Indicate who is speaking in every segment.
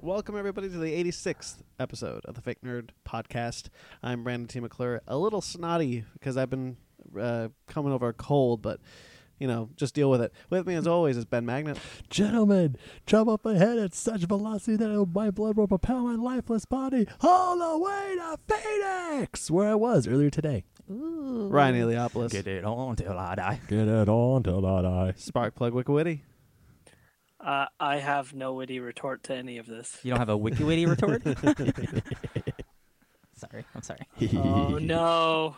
Speaker 1: welcome everybody to the 86th episode of the Fake Nerd Podcast. I'm Brandon T. McClure, a little snotty because I've been uh, coming over a cold, but you know, just deal with it. With me as always is Ben Magnet.
Speaker 2: Gentlemen, jump up ahead at such velocity that it'll- my blood will propel my lifeless body all the way to Phoenix, where I was earlier today.
Speaker 3: Ooh.
Speaker 1: Ryan Eliopoulos.
Speaker 4: it on till I die.
Speaker 2: Get it on till I die.
Speaker 1: Spark Plug Wickawitty.
Speaker 5: Uh, I have no witty retort to any of this.
Speaker 4: You don't have a wiki witty retort? sorry, I'm sorry.
Speaker 5: oh no!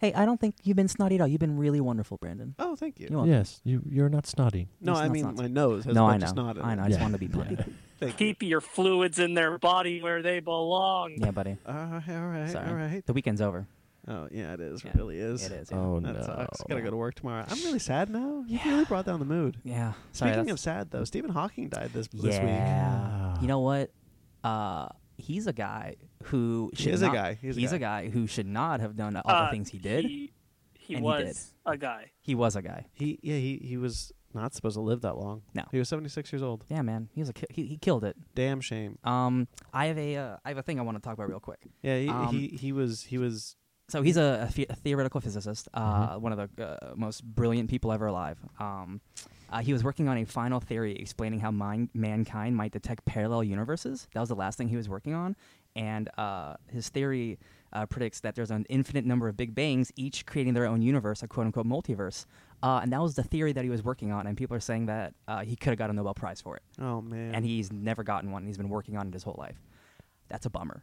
Speaker 3: Hey, I don't think you've been snotty at all. You've been really wonderful, Brandon.
Speaker 1: Oh, thank you.
Speaker 3: You're welcome.
Speaker 2: Yes, you you're not snotty.
Speaker 1: No,
Speaker 3: It's
Speaker 1: I
Speaker 3: not
Speaker 1: mean
Speaker 3: snotty.
Speaker 1: my nose has
Speaker 4: No,
Speaker 1: a
Speaker 4: I
Speaker 1: bunch
Speaker 4: know.
Speaker 1: of snot in
Speaker 4: I know. I
Speaker 1: it.
Speaker 4: just
Speaker 2: Yeah.
Speaker 4: wanted to be blunt.
Speaker 1: Thank you.
Speaker 5: Keep your fluids in their body where they belong.
Speaker 4: yeah, buddy.
Speaker 1: All right, all right,
Speaker 4: Sorry.
Speaker 1: all right.
Speaker 4: The weekend's over.
Speaker 1: Oh yeah, it is.
Speaker 4: Yeah,
Speaker 1: really is.
Speaker 4: It is. Yeah.
Speaker 2: Oh
Speaker 1: That
Speaker 2: no.
Speaker 1: sucks. Gotta go to work tomorrow. I'm really sad now. You really brought down the mood.
Speaker 4: yeah. Sorry.
Speaker 1: Speaking of
Speaker 4: that's-
Speaker 1: sad though, Stephen Hawking died this this week.
Speaker 4: yeah.
Speaker 2: week.
Speaker 4: You know what? Uh, he's a guy who should
Speaker 1: is a
Speaker 4: not,
Speaker 1: guy. He's a
Speaker 4: a guy. who should not have done all
Speaker 5: Uh,
Speaker 4: the things he did. He,
Speaker 5: He, he
Speaker 4: And he
Speaker 5: was a guy.
Speaker 4: was a guy.
Speaker 1: He yeah he he was not supposed to live that long.
Speaker 4: No.
Speaker 1: he was 76 years old.
Speaker 4: Yeah, man. He was a ki- he, he killed it.
Speaker 1: Damn shame.
Speaker 4: Um, I have a uh, I have a thing I want to talk about real quick.
Speaker 1: Yeah, he
Speaker 4: Um,
Speaker 1: he, he was he was
Speaker 4: So he's a, a the- a theoretical physicist, uh, one of the uh, most brilliant people ever alive. Um, uh, he was working on a final theory explaining how mind, mankind might detect parallel universes. That was the last thing he was working on, and uh, his theory uh, predicts that there's an infinite number of big bangs, each creating their own universe, a quote-unquote multiverse. Uh, and that was the theory that he was working on, and people are saying that uh, he could have got a Nobel Prize for it
Speaker 1: oh man.
Speaker 4: and he's never gotten one. and He's been working on it his whole life. That's a bummer.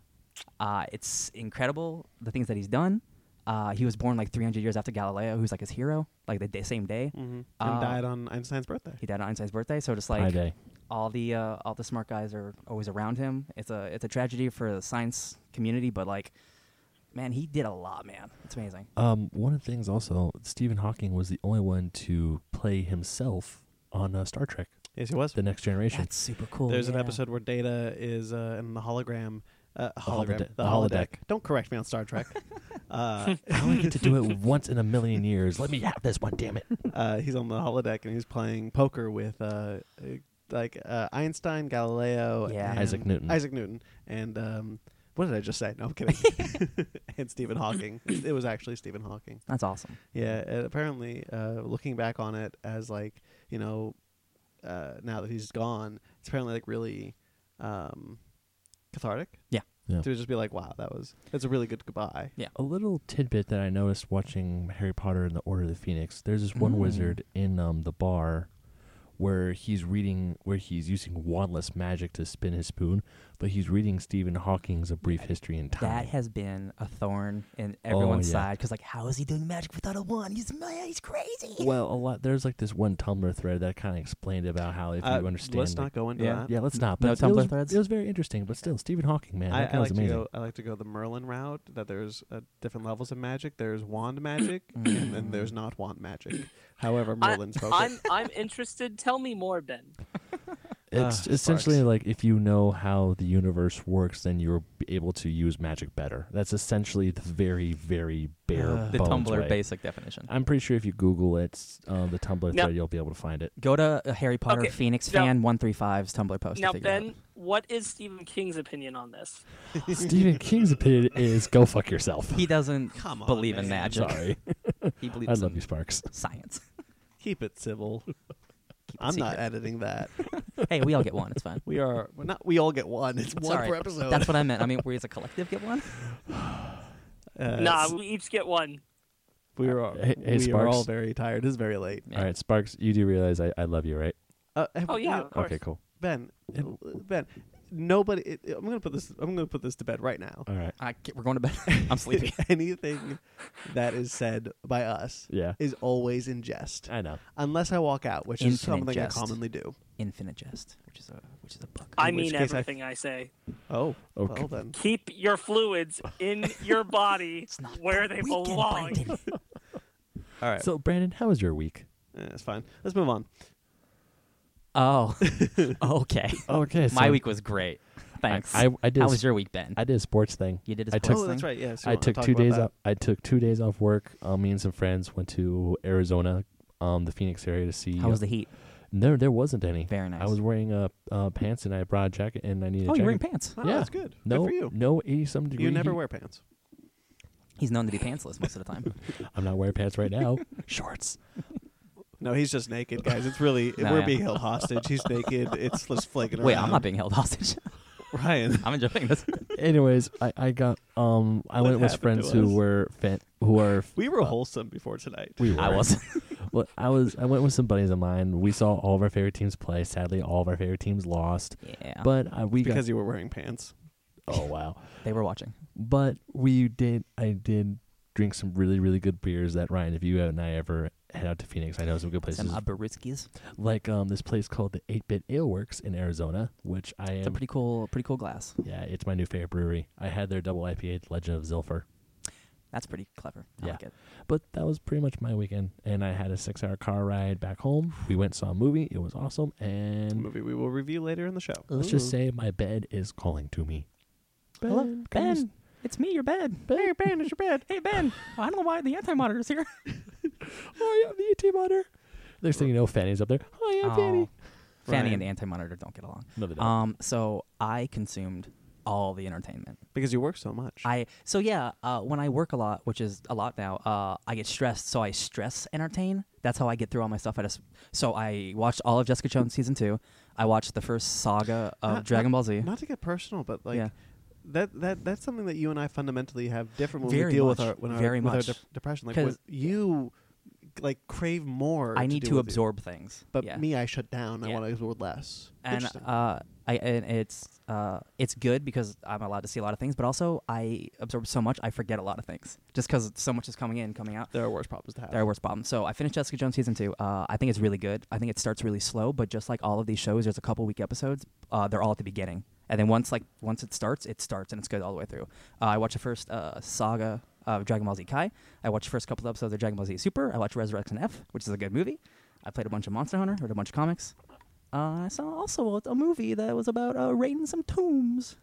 Speaker 4: Uh, it's incredible the things that he's done. Uh, he was born like 300 years after Galileo, who's like his hero, like the day, same day.
Speaker 2: Mm.
Speaker 1: hmm and
Speaker 4: uh,
Speaker 1: died on Einstein's birthday.
Speaker 4: He died on Einstein's birthday, so just like all the uh, all the smart guys are always around him. It's a it's a tragedy for the science community, but like, man, he did a lot, man. It's amazing.
Speaker 2: Um, one of the things also, Stephen Hawking was the only one to play himself on uh, Star Trek:
Speaker 1: Yes, he was.
Speaker 2: The Next Generation.
Speaker 4: That's super cool.
Speaker 1: There's an
Speaker 4: yeah.
Speaker 1: episode where Data is uh, in the hologram. Uh, hologram.
Speaker 2: holode-
Speaker 1: the
Speaker 2: the
Speaker 1: holodeck.
Speaker 2: holodeck.
Speaker 1: Don't correct me on Star Trek. uh,
Speaker 2: I only get to do it once in a million years. Let me have this one, damn it.
Speaker 1: uh, he's on the holodeck and he's playing poker with uh, uh, like uh, Einstein, Galileo,
Speaker 4: Yeah.
Speaker 1: and
Speaker 2: Isaac Newton.
Speaker 1: Isaac Newton, and um, what did I just say? No, I'm kidding. and Stephen Hawking. It was actually Stephen Hawking.
Speaker 4: That's awesome.
Speaker 1: Yeah, and apparently, uh, looking back on it as like you know, uh, now that he's gone, it's apparently like really um, cathartic.
Speaker 4: Yeah.
Speaker 2: Yeah.
Speaker 1: To just be like, wow, that was that's a really good goodbye.
Speaker 2: a little tidbit that I noticed watching Harry Potter and the Order of the Phoenix. There's this one
Speaker 4: Mm.
Speaker 2: wizard in um, the bar where he's reading, where he's using wandless magic to spin his spoon, but he's reading Stephen Hawking's A Brief History in
Speaker 4: That
Speaker 2: Time. Oh,
Speaker 4: has been a thorn in everyone's
Speaker 2: yeah.
Speaker 4: side because, like, how is he doing magic without a wand? He's mad, he's crazy.
Speaker 2: well, a lot. There's like this one Tumblr thread that kind of explained about how if
Speaker 1: Uh,
Speaker 2: you understand,
Speaker 1: Let's
Speaker 2: the-
Speaker 1: not go into
Speaker 4: Yeah.
Speaker 1: that.
Speaker 2: yeah, let's not.
Speaker 4: No
Speaker 2: But it
Speaker 4: Tumblr
Speaker 2: was,
Speaker 4: threads?
Speaker 2: It was very interesting, but still, Stephen Hawking, man, that
Speaker 1: I, I
Speaker 2: guy was
Speaker 1: like to
Speaker 2: amazing.
Speaker 1: go. I like to go the Merlin route. That there's uh, different levels of magic. There's wand magic, and then there's not wand magic. However,
Speaker 5: I-
Speaker 1: Merlin spoke it.
Speaker 5: I'm I'm interested. Tell me more, Ben.
Speaker 2: It's
Speaker 1: Ah,
Speaker 2: essentially
Speaker 1: sparks.
Speaker 2: like if you know how the universe works, then you're b- able to use magic better. That's essentially the very, very bare
Speaker 4: the
Speaker 2: bones
Speaker 4: Tumblr
Speaker 2: way.
Speaker 4: basic definition.
Speaker 2: I'm pretty sure if you Google it, s- uh, the Tumblr
Speaker 5: Now-
Speaker 2: thread, you'll be able to find it.
Speaker 4: Go to uh, Harry Potter
Speaker 5: Okay,
Speaker 4: Phoenix
Speaker 5: now-
Speaker 4: fan 135's Tumblr post.
Speaker 5: now,
Speaker 4: to figure it
Speaker 5: Ben,
Speaker 4: out.
Speaker 5: what is Stephen King's opinion on this?
Speaker 2: Stephen King's opinion is go fuck yourself.
Speaker 4: he doesn't
Speaker 1: Come on,
Speaker 4: believe in
Speaker 1: man.
Speaker 2: I'm
Speaker 4: magic.
Speaker 2: sorry.
Speaker 4: He believes
Speaker 2: I love
Speaker 4: in
Speaker 2: you, Sparks.
Speaker 4: science.
Speaker 1: Keep it civil.
Speaker 4: Keep it
Speaker 1: I'm not
Speaker 4: secret.
Speaker 1: editing that.
Speaker 4: hey, we all get one. It's fine.
Speaker 1: We are we're not. We all get one. It's
Speaker 4: It's
Speaker 1: one
Speaker 4: all
Speaker 1: per
Speaker 4: right.
Speaker 1: episode.
Speaker 4: That's what I meant. I mean, we as a collective get one.
Speaker 1: Uh,
Speaker 5: nah, we each get one.
Speaker 1: we are. all-
Speaker 2: Hey- hey,
Speaker 1: we are all
Speaker 2: Sparks.
Speaker 1: very tired. It's very late.
Speaker 4: Yeah.
Speaker 2: All right, Sparks, you do realize I, I love you, right?
Speaker 1: Uh, have-
Speaker 5: Oh yeah,
Speaker 1: you-
Speaker 5: of course.
Speaker 2: Okay, cool.
Speaker 1: Ben. l- Ben. Nobody. It, I'm gonna put this. I'm gonna put this to bed right now.
Speaker 2: All right.
Speaker 4: I ca- we're going to bed. I'm sleepy.
Speaker 1: Anything that is said by us
Speaker 2: Yeah.
Speaker 1: is always in jest,
Speaker 2: I know.
Speaker 1: unless I walk out, which is
Speaker 4: Infinite
Speaker 1: something
Speaker 4: jest.
Speaker 1: I commonly do.
Speaker 4: Infinite Jest, which is a which is a book.
Speaker 5: I
Speaker 1: in which
Speaker 5: mean
Speaker 1: case I-
Speaker 5: everything I... say.
Speaker 1: Oh,
Speaker 2: Okay.
Speaker 1: well then.
Speaker 5: Keep your fluids in your body
Speaker 3: It's not
Speaker 5: where
Speaker 3: that
Speaker 5: they
Speaker 3: weekend,
Speaker 5: belong.
Speaker 3: Brandon.
Speaker 1: All right,
Speaker 2: So, Brandon, how was your week?
Speaker 1: Eh, it's fine. Let's move on.
Speaker 4: Oh, okay.
Speaker 2: Okay.
Speaker 4: My week was great. Thanks.
Speaker 2: I, I did.
Speaker 4: How
Speaker 2: a
Speaker 4: was
Speaker 2: s-
Speaker 4: your week, Ben?
Speaker 2: I did a sports thing.
Speaker 4: you did. a
Speaker 2: I
Speaker 4: sports
Speaker 1: oh, that's
Speaker 4: thing?
Speaker 1: right. Yes,
Speaker 2: I took two days off. I took two days off uh, work. Um, me and some friends went to Arizona, um, the Phoenix area to see.
Speaker 4: How was the heat?
Speaker 2: It There, there wasn't any.
Speaker 4: Very nice.
Speaker 2: I was wearing uh, uh, pants and I brought a jacket and I needed.
Speaker 4: oh,
Speaker 2: a
Speaker 4: you're wearing
Speaker 2: jacket.
Speaker 4: pants.
Speaker 1: Oh,
Speaker 2: Yeah.
Speaker 1: that's good.
Speaker 2: No,
Speaker 1: good for you.
Speaker 2: no, eighty some degree.
Speaker 1: You never
Speaker 2: heat.
Speaker 1: wear pants.
Speaker 4: He's known to be pantsless most of the time.
Speaker 2: I'm not wearing pants right now. Shorts.
Speaker 1: No, he's just naked, guys. It's really
Speaker 4: No,
Speaker 1: we're
Speaker 4: yeah.
Speaker 1: being held hostage. He's naked. It's just flaking around.
Speaker 4: Wait, I'm not being held hostage.
Speaker 1: Ryan.
Speaker 4: I'm enjoying this.
Speaker 2: Anyways, I, I got um I
Speaker 1: What
Speaker 2: went with
Speaker 1: happened to
Speaker 2: friends who
Speaker 1: us?
Speaker 2: were fan, who are
Speaker 1: We were
Speaker 2: Uh,
Speaker 1: wholesome before tonight.
Speaker 2: we were
Speaker 4: I wasn't.
Speaker 2: well, I was I went with some buddies of mine. We saw all of our favorite teams play. Sadly, all of our favorite teams lost.
Speaker 4: Yeah. But
Speaker 2: But uh, we
Speaker 1: because you were wearing pants.
Speaker 2: got oh wow.
Speaker 4: they were watching.
Speaker 2: But we did. I did drink some really really good beers. That Ryan, if you and I ever head out to Phoenix, I know some good places.
Speaker 4: Some uh, Aberiskis.
Speaker 2: like um this place called the Eight Bit Ale Works in Arizona, which I
Speaker 4: It's a
Speaker 2: am.
Speaker 4: pretty cool, pretty cool glass.
Speaker 2: yeah, it's my new favorite brewery. I had their double IPA, The Legend of Zilfer.
Speaker 4: That's pretty clever. I
Speaker 2: Yeah.
Speaker 4: like it.
Speaker 2: But that was pretty much my weekend, and I had a six-hour car ride back home. We went and saw a movie. It was awesome,
Speaker 1: A
Speaker 2: and
Speaker 1: movie we will review later in the show.
Speaker 2: let's just say my bed is calling to me.
Speaker 4: Hello,
Speaker 2: Ben, come
Speaker 4: Ben.
Speaker 2: s-
Speaker 4: It's me, your bed. Hey, Ben, it's your bed. Hey, Ben. I don't know why the anti monitor's here.
Speaker 2: Oh, yeah, the AT monitor. Next thing you know, Fanny's up there. Hi, I'm Fanny.
Speaker 4: Oh. Fanny
Speaker 1: Ryan.
Speaker 4: and the anti monitor don't get along.
Speaker 2: No, they don't.
Speaker 4: Um, so I consumed all the entertainment.
Speaker 1: Because you work so much.
Speaker 4: I so yeah, uh, when I work a lot, which is a lot now, uh, I get stressed, so I stress entertain. That's how I get through all my stuff. I just so I watched all of Jessica Jones season two. I watched the first saga of
Speaker 1: Not-
Speaker 4: Dragon Ball Z.
Speaker 1: Not to get personal, but like
Speaker 4: Yeah.
Speaker 1: that that that's something that you and I fundamentally have different when
Speaker 4: Very
Speaker 1: we deal with
Speaker 4: much,
Speaker 1: our when our,
Speaker 4: very
Speaker 1: with our
Speaker 4: much.
Speaker 1: dep- depression. Like what
Speaker 4: 'Cause-
Speaker 1: you like crave more.
Speaker 4: I need
Speaker 1: deal with
Speaker 4: to
Speaker 1: you.
Speaker 4: absorb things.
Speaker 1: But
Speaker 4: yeah.
Speaker 1: me, I shut down. I
Speaker 4: Yeah.
Speaker 1: want to absorb less.
Speaker 4: and
Speaker 1: Interesting.
Speaker 4: uh, I and it's uh, it's good because I'm allowed to see a lot of things, but also I absorb so much I forget a lot of things just because so much is coming in, coming out.
Speaker 1: there are worse problems to have.
Speaker 4: There are worse problems. So I finished Jessica Jones season two. Uh, I think it's really good. I think it starts really slow, but just like all of these shows, there's a couple week episodes. Uh, they're all at the beginning, and then once like once it starts, it starts and it's good all the way through. Uh, I watched the first uh, saga of Dragon Ball Z Kai. I watched the first couple episodes of Dragon Ball Z Super. I watched Resurrection F, which is a good movie. I played a bunch of Monster Hunter, read a bunch of comics. Uh, I saw also a, a movie that was about uh, raiding some tombs.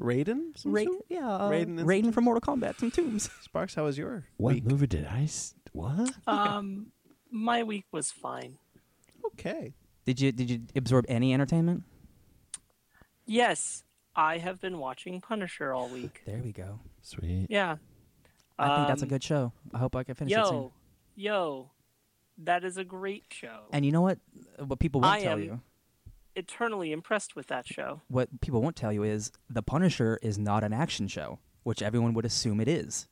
Speaker 1: Raiden. some
Speaker 4: Raid,
Speaker 1: sort?
Speaker 4: yeah, uh,
Speaker 1: Raiding
Speaker 4: raiding,
Speaker 1: and
Speaker 4: from Mortal Kombat some tombs.
Speaker 1: Sparks, how was your
Speaker 2: what
Speaker 1: week?
Speaker 2: movie did I? S- what?
Speaker 5: Um, my week was fine.
Speaker 1: Okay.
Speaker 4: Did you did you absorb any entertainment?
Speaker 5: Yes, I have been watching Punisher all week.
Speaker 4: There we go.
Speaker 2: Sweet.
Speaker 5: Yeah.
Speaker 4: I think that's a
Speaker 5: Um,
Speaker 4: good show. I hope I can finish it soon.
Speaker 5: Yo, yo, that is a great show.
Speaker 4: And you know what? Uh, What people won't
Speaker 5: I
Speaker 4: tell
Speaker 5: am-
Speaker 4: you,
Speaker 5: Eternally impressed with that show.
Speaker 4: what people won't tell you is The Punisher is not an action show, which everyone would assume it is.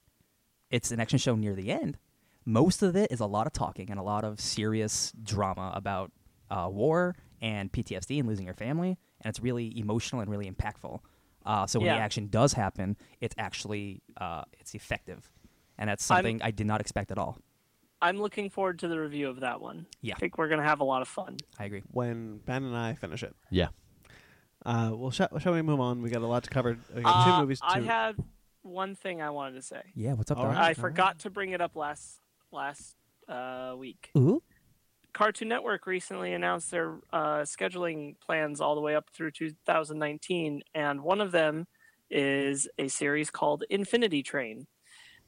Speaker 4: It's an action show near the end. Most of it is a lot of talking and a lot of serious drama about uh, war and PTSD and losing your family, and it's really emotional and really impactful. Uh, so when the
Speaker 5: Yeah.
Speaker 4: action does happen, it's actually uh, it's effective, and that's
Speaker 5: I'm-
Speaker 4: something I did not expect at all.
Speaker 5: I'm looking forward to the review of that one.
Speaker 4: Yeah.
Speaker 5: I think we're gonna have a lot of fun.
Speaker 4: I agree.
Speaker 1: When Ben and I finish it.
Speaker 2: Yeah.
Speaker 1: Uh, well, shall, shall we move on? We got a lot to cover. We got
Speaker 5: Uh,
Speaker 1: two movies. Two.
Speaker 5: I had one thing I wanted to say.
Speaker 4: Yeah, what's up?
Speaker 1: All
Speaker 4: Don?
Speaker 1: right.
Speaker 5: I forgot to bring it up last last uh, week.
Speaker 4: Ooh,
Speaker 5: Cartoon Network recently announced their uh, scheduling plans all the way up through 2019, and one of them is a series called Infinity Train.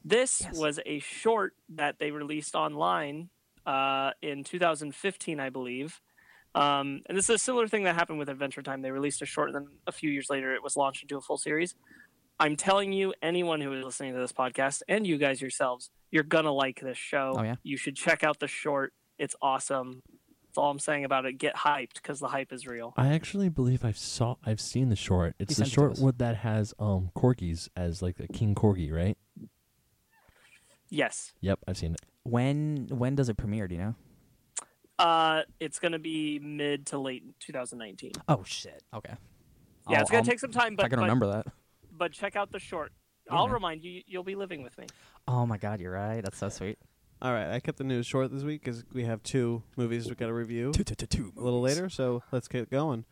Speaker 5: This
Speaker 4: Yes.
Speaker 5: was a short that they released online uh, in 2015, I believe. Um, and this is a similar thing that happened with Adventure Time. They released a short, and then a few years later, it was launched into a full series. I'm telling you, anyone who is listening to this podcast and you guys yourselves, you're gonna like this show.
Speaker 4: Oh, yeah.
Speaker 5: You should check out the short. It's awesome. That's all I'm saying about it. Get hyped because the hype is real.
Speaker 2: I actually believe I've saw I've seen the short. It's the
Speaker 4: sent it to
Speaker 2: short
Speaker 4: us.
Speaker 2: one that has um corgis as like a king corgi, right?
Speaker 5: Yes.
Speaker 2: Yep, I've seen it.
Speaker 4: when when does it premiere? Do you know?
Speaker 5: Uh, it's gonna be mid to late 2019.
Speaker 4: Oh shit. Okay.
Speaker 5: Yeah,
Speaker 4: I'll-
Speaker 5: it's gonna
Speaker 4: I'll-
Speaker 5: take some time,
Speaker 4: if I
Speaker 5: but
Speaker 4: can
Speaker 5: but,
Speaker 4: remember that.
Speaker 5: but check out the short.
Speaker 4: Yeah,
Speaker 5: I'll
Speaker 4: man.
Speaker 5: remind you. You'll be living with me.
Speaker 4: Oh my god, you're right. That's so sweet.
Speaker 1: All right, I kept the news short this week because we have two movies we got to review a little later. So let's get going.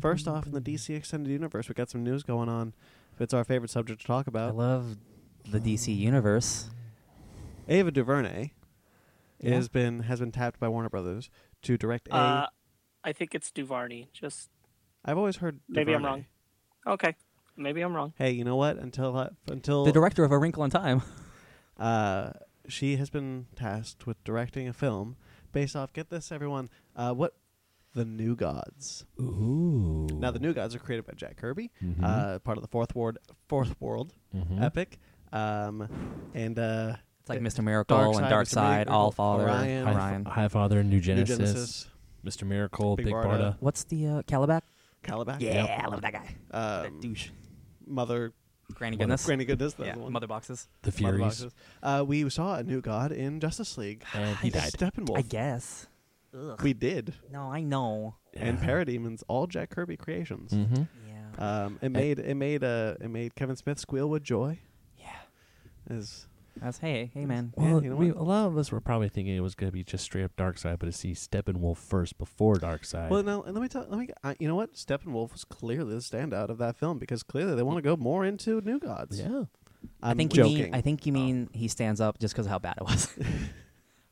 Speaker 1: First off, in the DC Extended Universe, we got some news going on. If it's our favorite subject to talk
Speaker 4: I
Speaker 1: about,
Speaker 4: love the DC universe.
Speaker 1: Ava DuVernay
Speaker 4: Yeah.
Speaker 1: has been has been tapped by Warner Brothers to direct a.
Speaker 5: Uh, I think it's Duvarney. Just
Speaker 1: have always heard.
Speaker 5: maybe I'm
Speaker 1: DuVernay.
Speaker 5: wrong. okay. Maybe I'm wrong.
Speaker 1: Hey, you know what? Until I, until
Speaker 4: The director of A Wrinkle in Time.
Speaker 1: Uh, she has been tasked with directing a film based off. Get this, everyone. Uh, what The New Gods.
Speaker 2: Ooh.
Speaker 1: Now, The New Gods are created by Jack Kirby,
Speaker 4: Mm-hmm.
Speaker 2: Mhm.
Speaker 1: uh, part of the Fourth Ward, Fourth World
Speaker 2: Mhm.
Speaker 1: epic, um, and uh,
Speaker 4: It's like
Speaker 1: Yeah.
Speaker 4: Mr. Miracle and
Speaker 1: Side,
Speaker 4: Dark
Speaker 1: Mr.
Speaker 4: Side,
Speaker 1: Miracle,
Speaker 4: All Father,
Speaker 1: Orion.
Speaker 4: Orion.
Speaker 2: High, High Father, New
Speaker 1: New
Speaker 2: Genesis,
Speaker 1: Genesis,
Speaker 2: Mr. Miracle,
Speaker 1: Big
Speaker 2: Big,
Speaker 1: Barda.
Speaker 2: Barda.
Speaker 3: What's the uh, Calabac?
Speaker 1: Calabac,
Speaker 4: Yeah, I love that guy.
Speaker 1: um,
Speaker 4: that douche.
Speaker 1: Mother
Speaker 4: Granny goodness.
Speaker 1: Granny Goodness, that's
Speaker 4: yeah,
Speaker 1: the one.
Speaker 4: mother boxes.
Speaker 2: the
Speaker 1: Mother
Speaker 2: Furies,
Speaker 1: Boxes. Uh, we saw a new god in Justice League.
Speaker 2: and he
Speaker 1: It's
Speaker 2: died.
Speaker 1: Steppenwolf.
Speaker 4: I guess. Ugh.
Speaker 1: We did,
Speaker 4: no, I know.
Speaker 1: and Parademons, all Jack Kirby creations.
Speaker 4: Mm.
Speaker 2: Mm-hmm.
Speaker 4: Yeah.
Speaker 1: Um, it made it made uh, it made Kevin Smith squeal with joy.
Speaker 4: yeah.
Speaker 1: As
Speaker 4: That's hey, hey man.
Speaker 1: Yeah,
Speaker 2: Well,
Speaker 1: you know
Speaker 2: we,
Speaker 1: what?
Speaker 2: a lot of us were probably thinking it was going to be just straight up Dark Side, but to see Steppenwolf first before Dark Side.
Speaker 1: well, now let me tell let me I, you know what Steppenwolf was clearly the standout of that film because clearly they want to go more into New Gods.
Speaker 2: yeah.
Speaker 1: I'm
Speaker 4: I think
Speaker 1: joking.
Speaker 4: you mean I think you mean he stands up just because of how bad it was.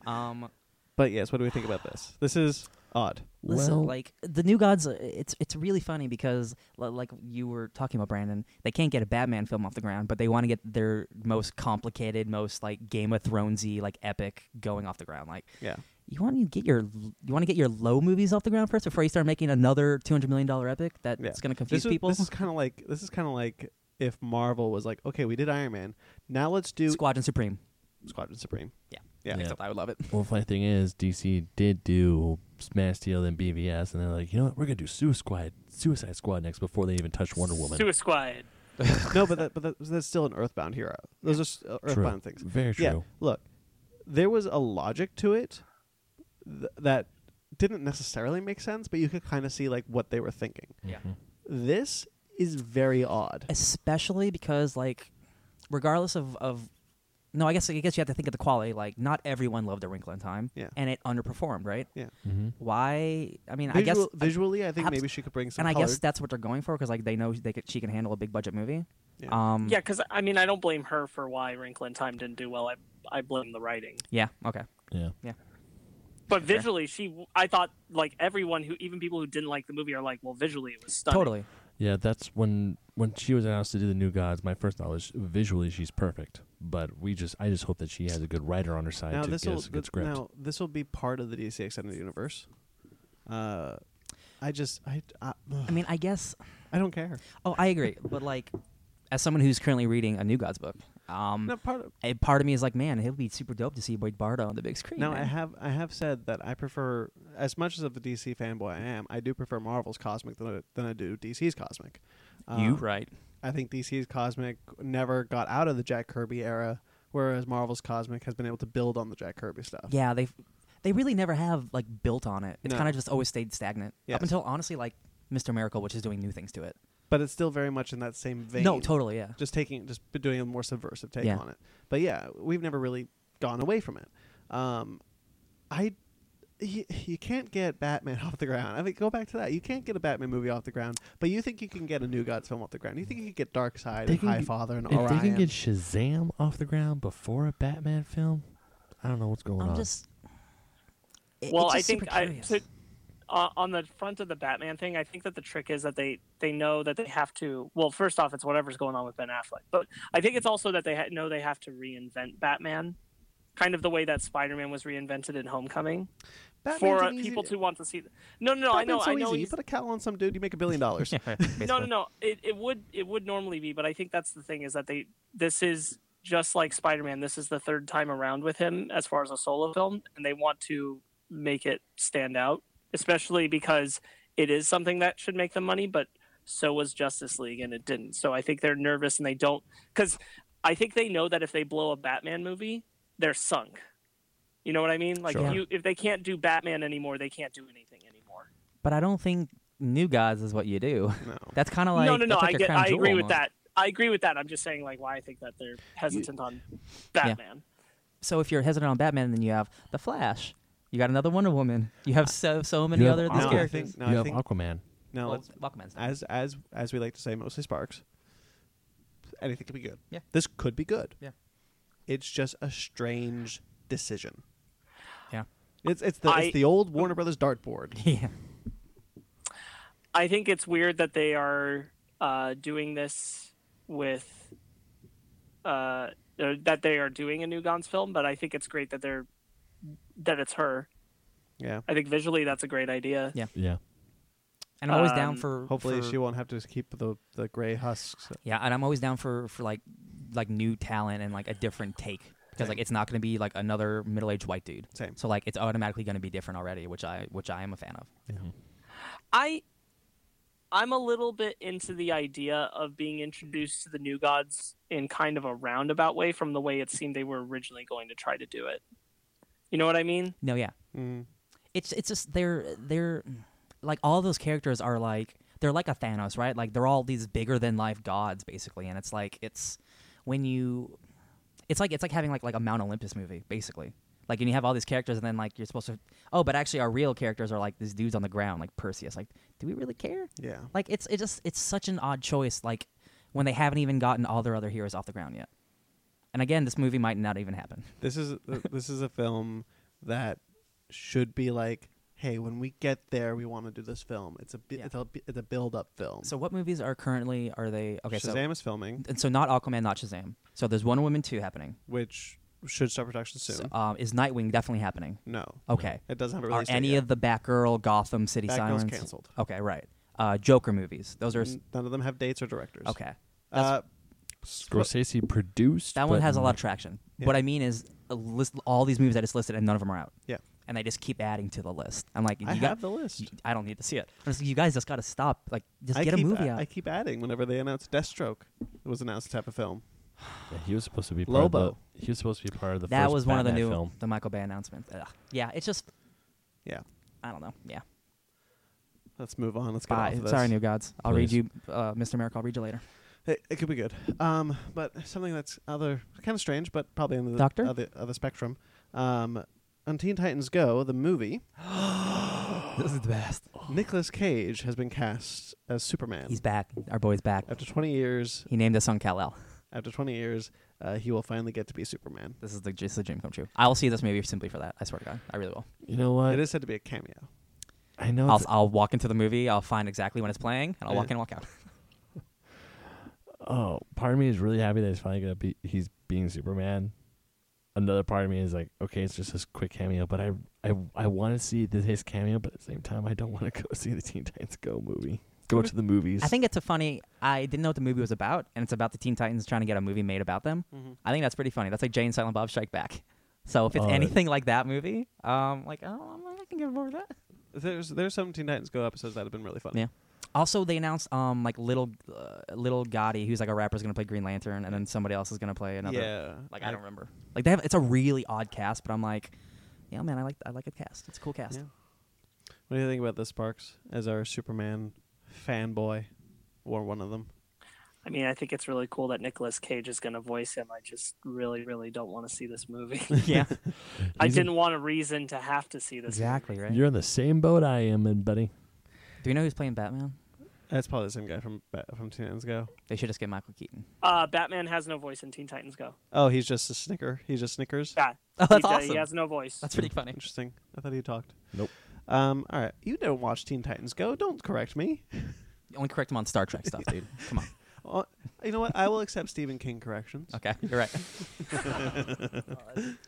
Speaker 4: um
Speaker 1: But yes, what do we think about this? This is odd.
Speaker 4: Listen,
Speaker 2: Well-
Speaker 4: like the new gods, uh, it's it's really funny because li- like you were talking about Brandon, they can't get a Batman film off the ground, but they want to get their most complicated, most like Game of Thronesy, like epic going off the ground. Like
Speaker 1: Yeah.
Speaker 4: you want to get your you want to get your low movies off the ground first before you start making another two hundred million dollar epic that's
Speaker 1: Yeah.
Speaker 4: going to confuse
Speaker 1: This is,
Speaker 4: people.
Speaker 1: this is kind of like this is kind of like if Marvel was like, okay, we did Iron Man, now let's do
Speaker 4: Squadron Supreme.
Speaker 1: Squadron Supreme. Yeah.
Speaker 2: Yeah.
Speaker 4: Except I would love it.
Speaker 2: Well, funny thing is, DC did do Man of Steel and BVS, and they're like, you know what? We're going to do Suicide Squad, Suicide Squad next before they even touch Wonder Woman.
Speaker 5: Suicide Squad.
Speaker 1: no, but that, but that, that's still an Earthbound hero. Those are s- uh,
Speaker 2: True.
Speaker 1: Earthbound things.
Speaker 2: Very true.
Speaker 1: Yeah, look, there was a logic to it th- that didn't necessarily make sense, but you could kind of see like what they were thinking.
Speaker 4: Yeah.
Speaker 2: Mm-hmm.
Speaker 1: This is very odd.
Speaker 4: especially because like regardless of, of no i guess i guess you have to think of the quality like not everyone loved a wrinkle in time
Speaker 1: Yeah.
Speaker 4: and it underperformed right
Speaker 1: Yeah.
Speaker 2: Mm-hmm.
Speaker 4: why i mean i guess
Speaker 1: Visual- visually, I think
Speaker 4: abs-
Speaker 1: maybe she could bring some.
Speaker 4: and i
Speaker 1: color.
Speaker 4: guess that's what they're going for because like they know they could, she can handle a big budget movie
Speaker 1: Yeah.
Speaker 4: um
Speaker 5: Yeah, because I mean, I don't blame her for why Wrinkle in Time didn't do well. I I blame the writing.
Speaker 4: yeah okay
Speaker 2: Yeah.
Speaker 5: But
Speaker 4: Fair.
Speaker 5: visually, she I thought like everyone who even people who didn't like the movie are like, well, visually it was stunning.
Speaker 4: totally
Speaker 2: Yeah, that's when when she was announced to do the new gods. My first thought was visually she's perfect, but we just I just hope that she has a good writer on her side
Speaker 1: now
Speaker 2: to
Speaker 1: this
Speaker 2: get
Speaker 1: will
Speaker 2: us a good
Speaker 1: th-
Speaker 2: script.
Speaker 1: now this will be part of the DC extended universe. Uh, I just I I,
Speaker 4: i mean i guess
Speaker 1: I don't care.
Speaker 4: oh i agree but like as someone who's currently reading a new god's book um
Speaker 1: No part of,
Speaker 4: a part of me is like man it would be super dope to see boyd bardo on the big screen
Speaker 1: now I
Speaker 4: man.
Speaker 1: have I have said that I prefer as much as of a DC fanboy I am I do prefer Marvel's cosmic than I, than I do DC's cosmic.
Speaker 4: you
Speaker 1: Um,
Speaker 4: right
Speaker 1: I think DC's Cosmic never got out of the Jack Kirby era, whereas Marvel's Cosmic has been able to build on the Jack Kirby stuff.
Speaker 4: Yeah, they they really never have like built on it. It's
Speaker 1: No.
Speaker 4: kind of just always stayed stagnant
Speaker 1: Yes.
Speaker 4: up until honestly like Mr. Miracle, which is doing new things to it.
Speaker 1: But it's still very much in that same vein.
Speaker 4: No, totally, yeah.
Speaker 1: Just taking, just b- doing a more subversive take
Speaker 4: Yeah.
Speaker 1: on it. But yeah, we've never really gone away from it. Um, I, you, you can't get Batman off the ground. I mean, go back to that. You can't get a Batman movie off the ground, but you think you can get a New Gods film off the ground. You think you can get Dark Side
Speaker 2: They
Speaker 1: and
Speaker 2: can
Speaker 1: High
Speaker 2: get-
Speaker 1: Father and
Speaker 2: if
Speaker 1: Orion.
Speaker 2: they can get Shazam off the ground before a Batman film, I don't know what's going
Speaker 4: I'm
Speaker 2: on.
Speaker 4: just it- it's
Speaker 5: well
Speaker 4: just
Speaker 5: i think
Speaker 4: super
Speaker 5: I,
Speaker 4: curious.
Speaker 5: to, uh, on the front of the batman thing i think that the trick is that they they know that they have to well first off it's whatever's going on with ben affleck but i think it's also that they ha- know they have to reinvent batman kind of the way that spider-man was reinvented in homecoming
Speaker 1: Batman's
Speaker 5: for uh,
Speaker 1: an easy-
Speaker 5: people to want to see no no no
Speaker 1: Batman's
Speaker 5: i know
Speaker 1: so
Speaker 5: i know
Speaker 1: easy. You
Speaker 5: he's-
Speaker 1: put a cowl on some dude, you make a billion dollars.
Speaker 4: Yeah, basically.
Speaker 5: no no no it, it would it would normally be but i think that's the thing is that they this is just like spider-man this is the third time around with him as far as a solo film and they want to make it stand out especially because it is something that should make them money but so was justice league and it didn't so i think they're nervous and they don't because i think they know that if they blow a batman movie they're sunk you know what i mean like
Speaker 4: Sure.
Speaker 5: if you if they can't do batman anymore they can't do anything anymore
Speaker 4: But I don't think New Gods is what you do.
Speaker 1: No.
Speaker 4: That's kind of like
Speaker 5: no, no, no.
Speaker 4: that's like
Speaker 5: I
Speaker 4: your
Speaker 5: get.
Speaker 4: crown
Speaker 5: I
Speaker 4: jewel
Speaker 5: agree with
Speaker 4: almost.
Speaker 5: that. I agree with that. I'm just saying, like, why I think that they're hesitant on Batman.
Speaker 4: So if you're hesitant on Batman, then you have the Flash. You got another Wonder Woman. You have so so many
Speaker 2: You have
Speaker 4: other of
Speaker 1: Now
Speaker 4: these
Speaker 2: Aquaman.
Speaker 1: I
Speaker 4: characters.
Speaker 1: think, now
Speaker 2: you
Speaker 1: I
Speaker 2: have
Speaker 1: think,
Speaker 2: Aquaman.
Speaker 1: now
Speaker 4: Well,
Speaker 1: let's,
Speaker 4: Aquaman's not-
Speaker 1: as as as we like to say, mostly sparks. Anything could be good.
Speaker 4: Yeah.
Speaker 1: This could be good.
Speaker 4: Yeah.
Speaker 1: It's just a strange decision.
Speaker 4: Yeah.
Speaker 1: It's it's the
Speaker 5: I-
Speaker 1: it's the old Warner Brothers dartboard.
Speaker 4: yeah.
Speaker 5: I think it's weird that they are uh, doing this with uh, uh, that they are doing a new Gans film, but I think it's great that they're that it's her
Speaker 1: Yeah.
Speaker 5: I think visually that's a great idea.
Speaker 4: Yeah.
Speaker 2: Yeah.
Speaker 4: And I'm always
Speaker 5: Um,
Speaker 4: down for
Speaker 1: Hopefully,
Speaker 4: for,
Speaker 1: she won't have to keep the the gray husks.
Speaker 4: Yeah, and I'm always down for for like like new talent and like a different take because like
Speaker 1: Same.
Speaker 4: it's not going to be like another middle-aged white dude.
Speaker 1: Same.
Speaker 4: So like it's automatically going to be different already, which I which I am a fan of.
Speaker 2: Mm-hmm.
Speaker 5: I I'm a little bit into the idea of being introduced to the new gods in kind of a roundabout way from the way it seemed they were originally going to try to do it. You know what I mean?
Speaker 4: No, yeah.
Speaker 1: Mm.
Speaker 4: It's it's just they're they're like all those characters are like they're like a Thanos, right? Like they're all these bigger than life gods basically, and it's like it's when you it's like it's like having like like a Mount Olympus movie basically. Like and you have all these characters, and then like you're supposed to oh, but actually our real characters are like these dudes on the ground, like Perseus. Like, do we really care?
Speaker 1: Yeah.
Speaker 4: Like it's it just it's such an odd choice. Like when they haven't even gotten all their other heroes off the ground yet. And again, this movie might not even happen.
Speaker 1: This is th- this is a film that should be like, hey, when we get there, we want to do this film. It's a bi-
Speaker 4: Yeah.
Speaker 1: it's a bi- it's a build up film.
Speaker 4: So what movies are currently are they okay?
Speaker 1: Shazam is filming,
Speaker 4: So and so not Aquaman, not Shazam. So there's Wonder Woman two happening.
Speaker 1: which should start production soon.
Speaker 4: So, um, is Nightwing definitely happening?
Speaker 1: no,
Speaker 4: Okay.
Speaker 1: it doesn't have a
Speaker 4: Are
Speaker 1: release date
Speaker 4: any
Speaker 1: yet.
Speaker 4: of the Batgirl, Gotham City
Speaker 1: Batgirl's
Speaker 4: Sirens
Speaker 1: canceled. Mm,
Speaker 4: Okay, right. Uh, Joker movies. Those are s-
Speaker 1: N- None of them have dates or directors.
Speaker 4: okay.
Speaker 1: Uh,
Speaker 4: That's-
Speaker 2: Scorsese produced.
Speaker 4: That one
Speaker 2: but
Speaker 4: has a lot of
Speaker 2: not-
Speaker 4: traction.
Speaker 1: mm, Yeah.
Speaker 4: What I mean is, a list all these movies I just listed, and none of them are out.
Speaker 1: Yeah.
Speaker 4: And they just keep adding to the list. I'm like, you
Speaker 1: I
Speaker 4: got-
Speaker 1: have the list.
Speaker 4: you- I don't need to see it. I'm just like, you guys just got to stop. Like, just
Speaker 1: I
Speaker 4: get
Speaker 1: keep,
Speaker 4: a movie out.
Speaker 1: I keep adding whenever they announce Deathstroke. It was announced to have a film.
Speaker 2: Yeah, he was supposed to be part Of
Speaker 1: Lobo.
Speaker 2: the, he was supposed to be part of the.
Speaker 4: that
Speaker 2: first
Speaker 4: was one of the
Speaker 2: Batman
Speaker 4: new
Speaker 2: film.
Speaker 4: the Michael Bay announcements. Ugh. Yeah, it's just
Speaker 1: Yeah.
Speaker 4: I don't know. Yeah.
Speaker 1: Let's move on. Let's get off
Speaker 4: Bye.
Speaker 1: of this.
Speaker 4: Sorry, new gods. I'll
Speaker 2: Please.
Speaker 4: read you, uh, Mr. Miracle. I'll read you later.
Speaker 1: It, it could be good. Um, but something that's other kind of strange, but probably on the
Speaker 4: Doctor?
Speaker 1: other other spectrum. Um, on Teen Titans Go, the movie,
Speaker 4: this is the best.
Speaker 1: Nicolas Cage has been cast as Superman.
Speaker 4: He's back. Our boy's back.
Speaker 1: after 20 years,
Speaker 4: He named us on Kal El.
Speaker 1: after 20 years, uh, he will finally get to be Superman.
Speaker 4: This is the this is the dream come true. I will see this movie simply for that. I swear to God, I really will.
Speaker 2: You know what?
Speaker 1: it is said to be a cameo.
Speaker 2: I know.
Speaker 4: I'll,
Speaker 2: it's-
Speaker 4: I'll walk into the movie. I'll find exactly when it's playing, and I'll walk
Speaker 1: Yeah.
Speaker 4: in, and walk out.
Speaker 2: oh, part of me is really happy that he's finally gonna be. He's being Superman. Another part of me is like, okay, it's just this quick cameo, but I, I, I want to see the, his cameo, but at the same time, I don't want to go see the Teen Titans Go movie. Go to the movies.
Speaker 4: I think it's a funny. I didn't know what the movie was about, and it's about the Teen Titans trying to get a movie made about them. I think that's pretty funny. That's like Jane Silent Bob Strike Back. So if it's
Speaker 2: Oh, that-
Speaker 4: anything like that movie, um, like oh, I can get over that.
Speaker 1: There's there's some Teen Titans Go episodes that have been really funny.
Speaker 4: Yeah. Also, they announced um like little uh, little Gotti, who's like a rapper, is gonna play Green Lantern, and then somebody else is gonna play another.
Speaker 1: yeah.
Speaker 4: Like I, don't remember. Like they have it's a really odd cast, but I'm like, yeah, man, I like I like a cast. It's a cool cast.
Speaker 1: Yeah. What do you think about this, Sparks? As our Superman fanboy, or one of them?
Speaker 5: I mean, I think it's really cool that Nicolas Cage is going to voice him. I just really, really don't want to see this movie.
Speaker 4: Yeah,
Speaker 5: I
Speaker 2: He's in-
Speaker 5: didn't want a reason to have to see this.
Speaker 4: exactly right.
Speaker 2: You're in the same boat I am in, buddy.
Speaker 4: Do you know who's playing Batman?
Speaker 1: That's probably the same guy from Ba- from Teen Titans Go.
Speaker 4: They should just get Michael Keaton.
Speaker 5: Uh, Batman has no voice in Teen Titans Go.
Speaker 1: Oh, he's just a snicker. He's just Snickers.
Speaker 5: Yeah,
Speaker 4: Oh, that's
Speaker 5: he, uh,
Speaker 4: awesome.
Speaker 5: He has no voice.
Speaker 4: That's pretty funny.
Speaker 1: Interesting. I thought he talked.
Speaker 2: Nope.
Speaker 1: Um. All right. You don't watch Teen Titans Go. Don't correct me.
Speaker 4: Only correct him on Star Trek stuff, dude. Come on.
Speaker 1: Uh, you know what? I will accept Stephen King corrections.
Speaker 4: Okay, you're right.
Speaker 5: but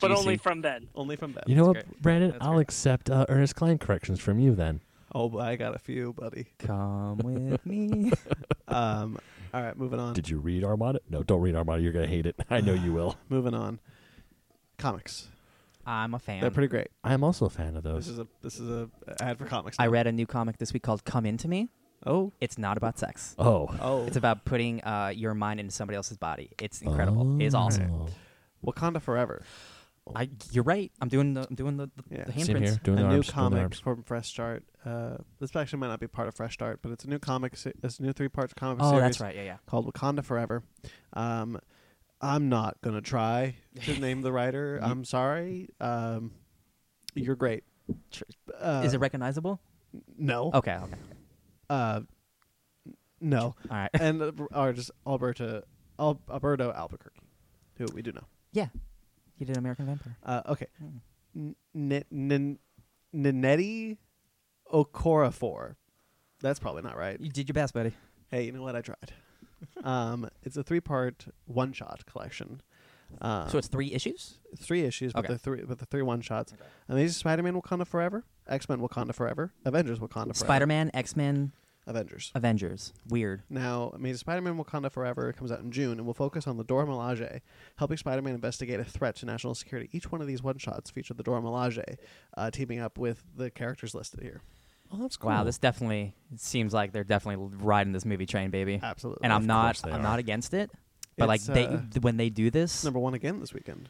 Speaker 4: GC.
Speaker 5: only from Ben.
Speaker 1: Only from Ben.
Speaker 2: You know what,
Speaker 4: That's
Speaker 2: Brandon?
Speaker 4: That's
Speaker 2: I'll
Speaker 4: great.
Speaker 2: accept uh, Ernest Klein corrections from you then.
Speaker 1: Oh, but I got a few, buddy.
Speaker 4: Come with me.
Speaker 1: Um. All right. Moving on.
Speaker 2: Did you read Armada? No, don't read Armada. You're gonna hate it. I know you will.
Speaker 1: moving on. Comics.
Speaker 4: I'm a fan.
Speaker 1: They're pretty great.
Speaker 2: I'm also a fan of those.
Speaker 1: This is a this is a ad for comics.
Speaker 4: I
Speaker 1: now.
Speaker 4: read a new comic this week called "Come Into Me."
Speaker 1: Oh.
Speaker 4: It's not about sex.
Speaker 2: oh,
Speaker 1: Oh.
Speaker 4: It's about putting uh, your mind into somebody else's body. It's incredible. It's awesome.
Speaker 2: Oh.
Speaker 1: Wakanda Forever.
Speaker 4: I, you're right. I'm doing the I'm doing the, the,
Speaker 1: Yeah.
Speaker 4: the
Speaker 2: Same
Speaker 4: handprints.
Speaker 2: here. Doing
Speaker 1: a
Speaker 2: the
Speaker 1: new
Speaker 2: arms, doing the
Speaker 1: comic
Speaker 2: arms.
Speaker 1: from Fresh Start. Uh, this actually might not be part of Fresh Start, but it's a new comic. Se- it's a new three part comic
Speaker 4: Oh,
Speaker 1: series
Speaker 4: that's right. Yeah, yeah.
Speaker 1: called Wakanda Forever. Um, I'm not gonna try to name the writer.
Speaker 4: You-
Speaker 1: I'm sorry. Um, you're great.
Speaker 4: Tr-
Speaker 1: Uh, oh.
Speaker 4: Is it Oh. recognizable?
Speaker 1: no?
Speaker 4: Okay, okay.
Speaker 1: Uh, no.
Speaker 4: All right.
Speaker 1: and uh, or just Alberta Al- Alberto Albuquerque, who we do know.
Speaker 4: yeah. You did American Vampire.
Speaker 1: Uh, okay.
Speaker 4: Hmm.
Speaker 1: N- N- N- Nanetti Okorafor. That's probably not right.
Speaker 4: You did your best, buddy.
Speaker 1: Hey, you know what? I tried. um, it's a three part one shot collection. Uh,
Speaker 4: so it's three issues.
Speaker 1: three issues, but
Speaker 4: Okay.
Speaker 1: the three but the three one shots. Amazing Spider-Man Wakanda Forever, X-Men Wakanda Forever, Avengers Wakanda Forever,
Speaker 4: Spider-Man, X-Men,
Speaker 1: Avengers.
Speaker 4: Avengers. Weird.
Speaker 1: Now, Amazing Spider-Man Wakanda Forever comes out in June and will focus on the Dora Milaje, helping Spider-Man investigate a threat to national security. Each one of these one-shots feature the Dora Milaje, uh, teaming up with the characters listed here.
Speaker 2: Oh, that's
Speaker 4: Wow, this definitely it seems like they're definitely riding this movie train, baby.
Speaker 1: Absolutely.
Speaker 4: and I'm
Speaker 2: Of
Speaker 4: not,
Speaker 2: course they
Speaker 4: I'm
Speaker 2: are.
Speaker 4: not against it. But like
Speaker 1: It's,
Speaker 4: they,
Speaker 1: uh,
Speaker 4: th- when they do this,
Speaker 1: number one again this weekend.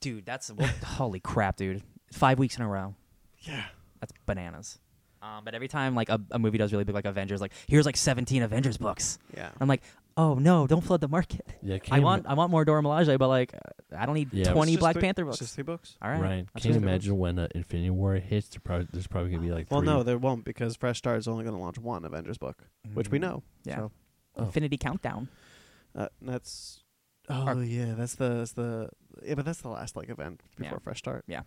Speaker 4: dude, that's well, holy crap, dude. Five weeks in a row.
Speaker 1: Yeah.
Speaker 4: That's bananas. Um, but every time like a, a movie does really big, like Avengers, like here's like 17 Avengers books.
Speaker 1: Yeah.
Speaker 4: I'm like, oh no, don't flood the market.
Speaker 2: Yeah,
Speaker 4: I
Speaker 2: can
Speaker 4: want I want more Dora Milaje, but like I don't need
Speaker 2: Yeah, it's
Speaker 4: 20
Speaker 1: It's just
Speaker 4: Black
Speaker 1: three-
Speaker 4: Panther
Speaker 1: it's
Speaker 4: books.
Speaker 1: Just three books.
Speaker 4: All right,
Speaker 2: Ryan,
Speaker 4: that's
Speaker 2: can you
Speaker 4: what it is.
Speaker 2: imagine when uh, Infinity War hits? There probably, there's probably gonna be like.
Speaker 1: Well,
Speaker 2: three.
Speaker 1: no, there won't because Fresh Start is only going to launch one Avengers book, which we
Speaker 4: Mm,
Speaker 1: know.
Speaker 4: Yeah,
Speaker 1: so.
Speaker 2: Oh.
Speaker 4: Infinity Countdown.
Speaker 1: Uh, that's. Oh
Speaker 4: Or-
Speaker 1: yeah, that's the that's the yeah, but that's the last like event before
Speaker 4: Yeah.
Speaker 1: Fresh Start.
Speaker 4: Yeah.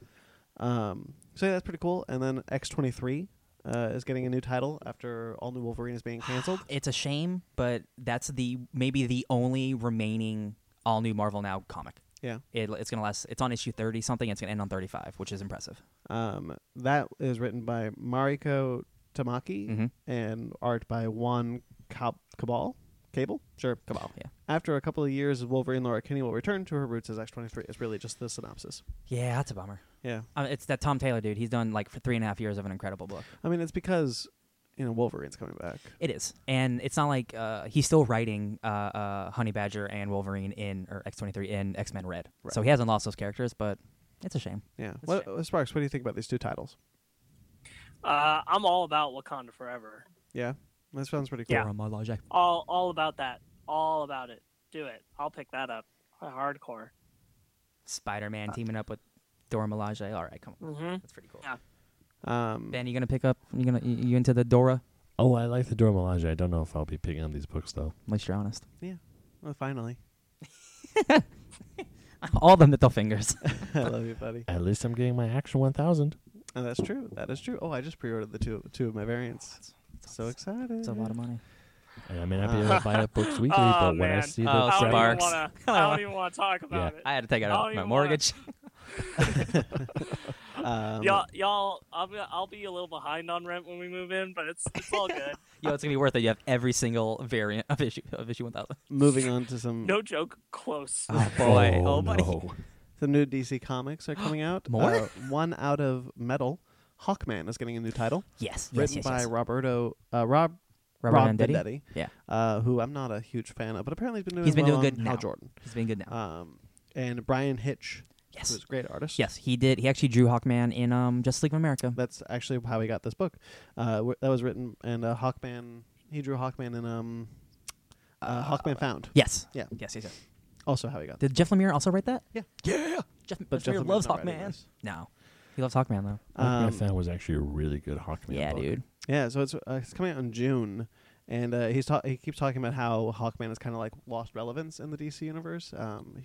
Speaker 1: Um. So yeah, that's pretty cool. And then X twenty three is getting a new title after All New Wolverine is being canceled.
Speaker 4: It's a shame, but that's the maybe the only remaining all new Marvel now comic.
Speaker 1: yeah.
Speaker 4: It, it's gonna last. It's on issue 30 something. It's gonna end on 35, which is impressive.
Speaker 1: Um. That is written by Mariko Tamaki
Speaker 4: Mhm.
Speaker 1: and art by Juan Cab- Cabal. Cable. Sure. Cabal.
Speaker 4: Yeah.
Speaker 1: After a couple of years, Wolverine Laura Kinney will return to her roots as X twenty three. Is really just the synopsis.
Speaker 4: Yeah, that's a bummer.
Speaker 1: Yeah.
Speaker 4: Uh, it's that Tom Taylor dude. He's done like for three and a half years of an incredible book.
Speaker 1: I mean, it's because you know Wolverine's coming back.
Speaker 4: It is, and it's not like uh, he's still writing uh, uh, Honey Badger and Wolverine in or X twenty three in X Men Red.
Speaker 1: Right.
Speaker 4: So he hasn't lost those characters, but it's a shame.
Speaker 1: Yeah.
Speaker 4: a
Speaker 1: What, uh, Sparks, what do you think about these two titles?
Speaker 5: Uh, I'm all about Wakanda Forever.
Speaker 1: Yeah. That sounds pretty cool.
Speaker 5: Yeah. All all about that. All about it. Do it. I'll pick that up. Hardcore.
Speaker 4: Spider Man teaming up with Dora Milaje. All right, come on,
Speaker 5: Mm-hmm.
Speaker 4: that's pretty cool.
Speaker 5: Yeah.
Speaker 1: Um,
Speaker 4: Ben, you gonna pick up? You gonna you, you into the Dora?
Speaker 2: Oh, I like the Dora Milaje. I don't know if I'll be picking up these books though.
Speaker 4: At least you're honest.
Speaker 1: well, finally.
Speaker 4: All the middle fingers.
Speaker 1: I love you, buddy.
Speaker 2: At least I'm getting my Action 1000.
Speaker 1: Oh, that's true. That is true. Oh, I just pre-ordered the two two of my variants. So excited.
Speaker 4: It's a lot of money.
Speaker 2: And I may not be able to buy up books weekly,
Speaker 5: Oh,
Speaker 2: but when I
Speaker 5: man.
Speaker 2: see
Speaker 4: Oh,
Speaker 2: the
Speaker 5: I don't
Speaker 4: Sparks.
Speaker 5: even wanna. I don't even want to talk about
Speaker 2: Yeah.
Speaker 5: it.
Speaker 4: I had to take
Speaker 5: I don't
Speaker 4: out my
Speaker 5: even wanna-
Speaker 4: mortgage.
Speaker 1: Um,
Speaker 5: y'all, y'all, I'll be, I'll be a little behind on rent when we move in, but it's it's all good.
Speaker 4: Yo, it's gonna be worth it. You have every single variant of issue of issue one thousand.
Speaker 1: Moving on to some
Speaker 5: No joke. Close.
Speaker 4: boy.
Speaker 2: Oh,
Speaker 4: Oh, buddy.
Speaker 2: no.
Speaker 1: some new DC comics are coming out.
Speaker 4: More?
Speaker 1: Uh, one out of metal. Hawkman is getting a new title
Speaker 4: Yes, yes,
Speaker 1: written
Speaker 4: yes,
Speaker 1: by
Speaker 4: yes.
Speaker 1: Roberto uh, Rob
Speaker 4: Robert
Speaker 1: Rob
Speaker 4: Vendetti?
Speaker 1: Vendetti,
Speaker 4: Yeah.
Speaker 1: uh, who I'm not a huge fan of, but apparently he's been doing
Speaker 4: He's been
Speaker 1: well
Speaker 4: doing
Speaker 1: on
Speaker 4: good
Speaker 1: Hal
Speaker 4: now.
Speaker 1: Jordan.
Speaker 4: He's been good now.
Speaker 1: Um, and Brian Hitch,
Speaker 4: yes.
Speaker 1: who's a great artist.
Speaker 4: Yes, he did. He actually drew Hawkman in um, Justice League of America.
Speaker 1: That's actually how he got this book. Uh, w- that was written and uh, Hawkman. He drew Hawkman and um, uh, Hawkman Found.
Speaker 4: Yes.
Speaker 1: Yeah.
Speaker 4: Yes, yes, yes.
Speaker 1: Also how he got.
Speaker 4: Did Jeff Lemire also write that?
Speaker 1: Yeah.
Speaker 4: Yeah. Jeff,
Speaker 1: But
Speaker 4: Jeff
Speaker 1: Jeff
Speaker 4: Lemire loves
Speaker 1: Lemire's not writing
Speaker 4: Hawkman.
Speaker 1: this.
Speaker 4: No. He loves Hawkman, though.
Speaker 2: Hawkman
Speaker 1: Um,
Speaker 2: Fan was actually a really good Hawkman
Speaker 4: yeah,
Speaker 2: book.
Speaker 4: dude.
Speaker 1: Yeah, so it's uh, it's coming out in June, and uh, he's ta- he keeps talking about how Hawkman is kind of like lost relevance in the DC universe,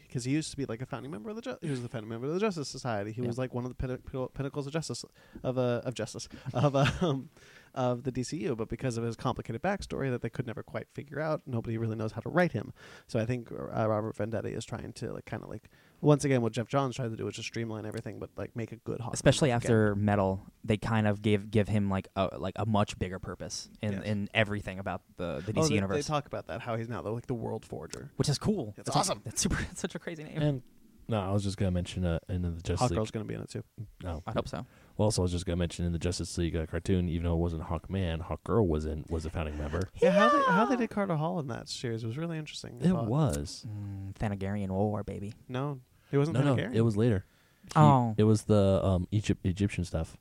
Speaker 1: because he used to be like a founding member of the ju- he was the founding member of the Justice Society. He
Speaker 4: Yeah.
Speaker 1: was like one of the pin- pin- pinnacles of justice of uh, of justice of um, of the DCU, but because of his complicated backstory that they could never quite figure out, nobody really knows how to write him. So I think uh, Robert Vendetti is trying to like kind of like once again what Jeff Johns tried to do, is just streamline everything, but like make a good Hawkman.
Speaker 4: Especially
Speaker 1: once again.
Speaker 4: after Metal, they kind of give give him like a like a much bigger purpose in,
Speaker 1: Yes.
Speaker 4: in everything about the, the
Speaker 1: Oh,
Speaker 4: DC
Speaker 1: they- they
Speaker 4: universe,
Speaker 1: talk about that how he's now the, like the World Forger.
Speaker 4: which is cool.
Speaker 1: It's
Speaker 4: a-
Speaker 1: awesome.
Speaker 4: That's super. That's such a crazy name.
Speaker 2: And no, I was just gonna mention uh, in the Justice League.
Speaker 1: Hawkgirl's going to be in it too.
Speaker 2: No,
Speaker 4: I hope so.
Speaker 2: Well, also I was just gonna mention in the Justice League uh, cartoon, even though it wasn't Hawkman, Hawkgirl was in was a founding member.
Speaker 1: Yeah, how they, how they did Carter Hall in that series was really interesting. I
Speaker 2: It
Speaker 1: thought.
Speaker 2: was.
Speaker 4: Mm, Thanagarian War, baby.
Speaker 1: no, it wasn't.
Speaker 2: No, no,
Speaker 1: Hannah Garin.
Speaker 2: it was later. He-
Speaker 4: Oh.
Speaker 2: it was the um Egypt Egyptian stuff.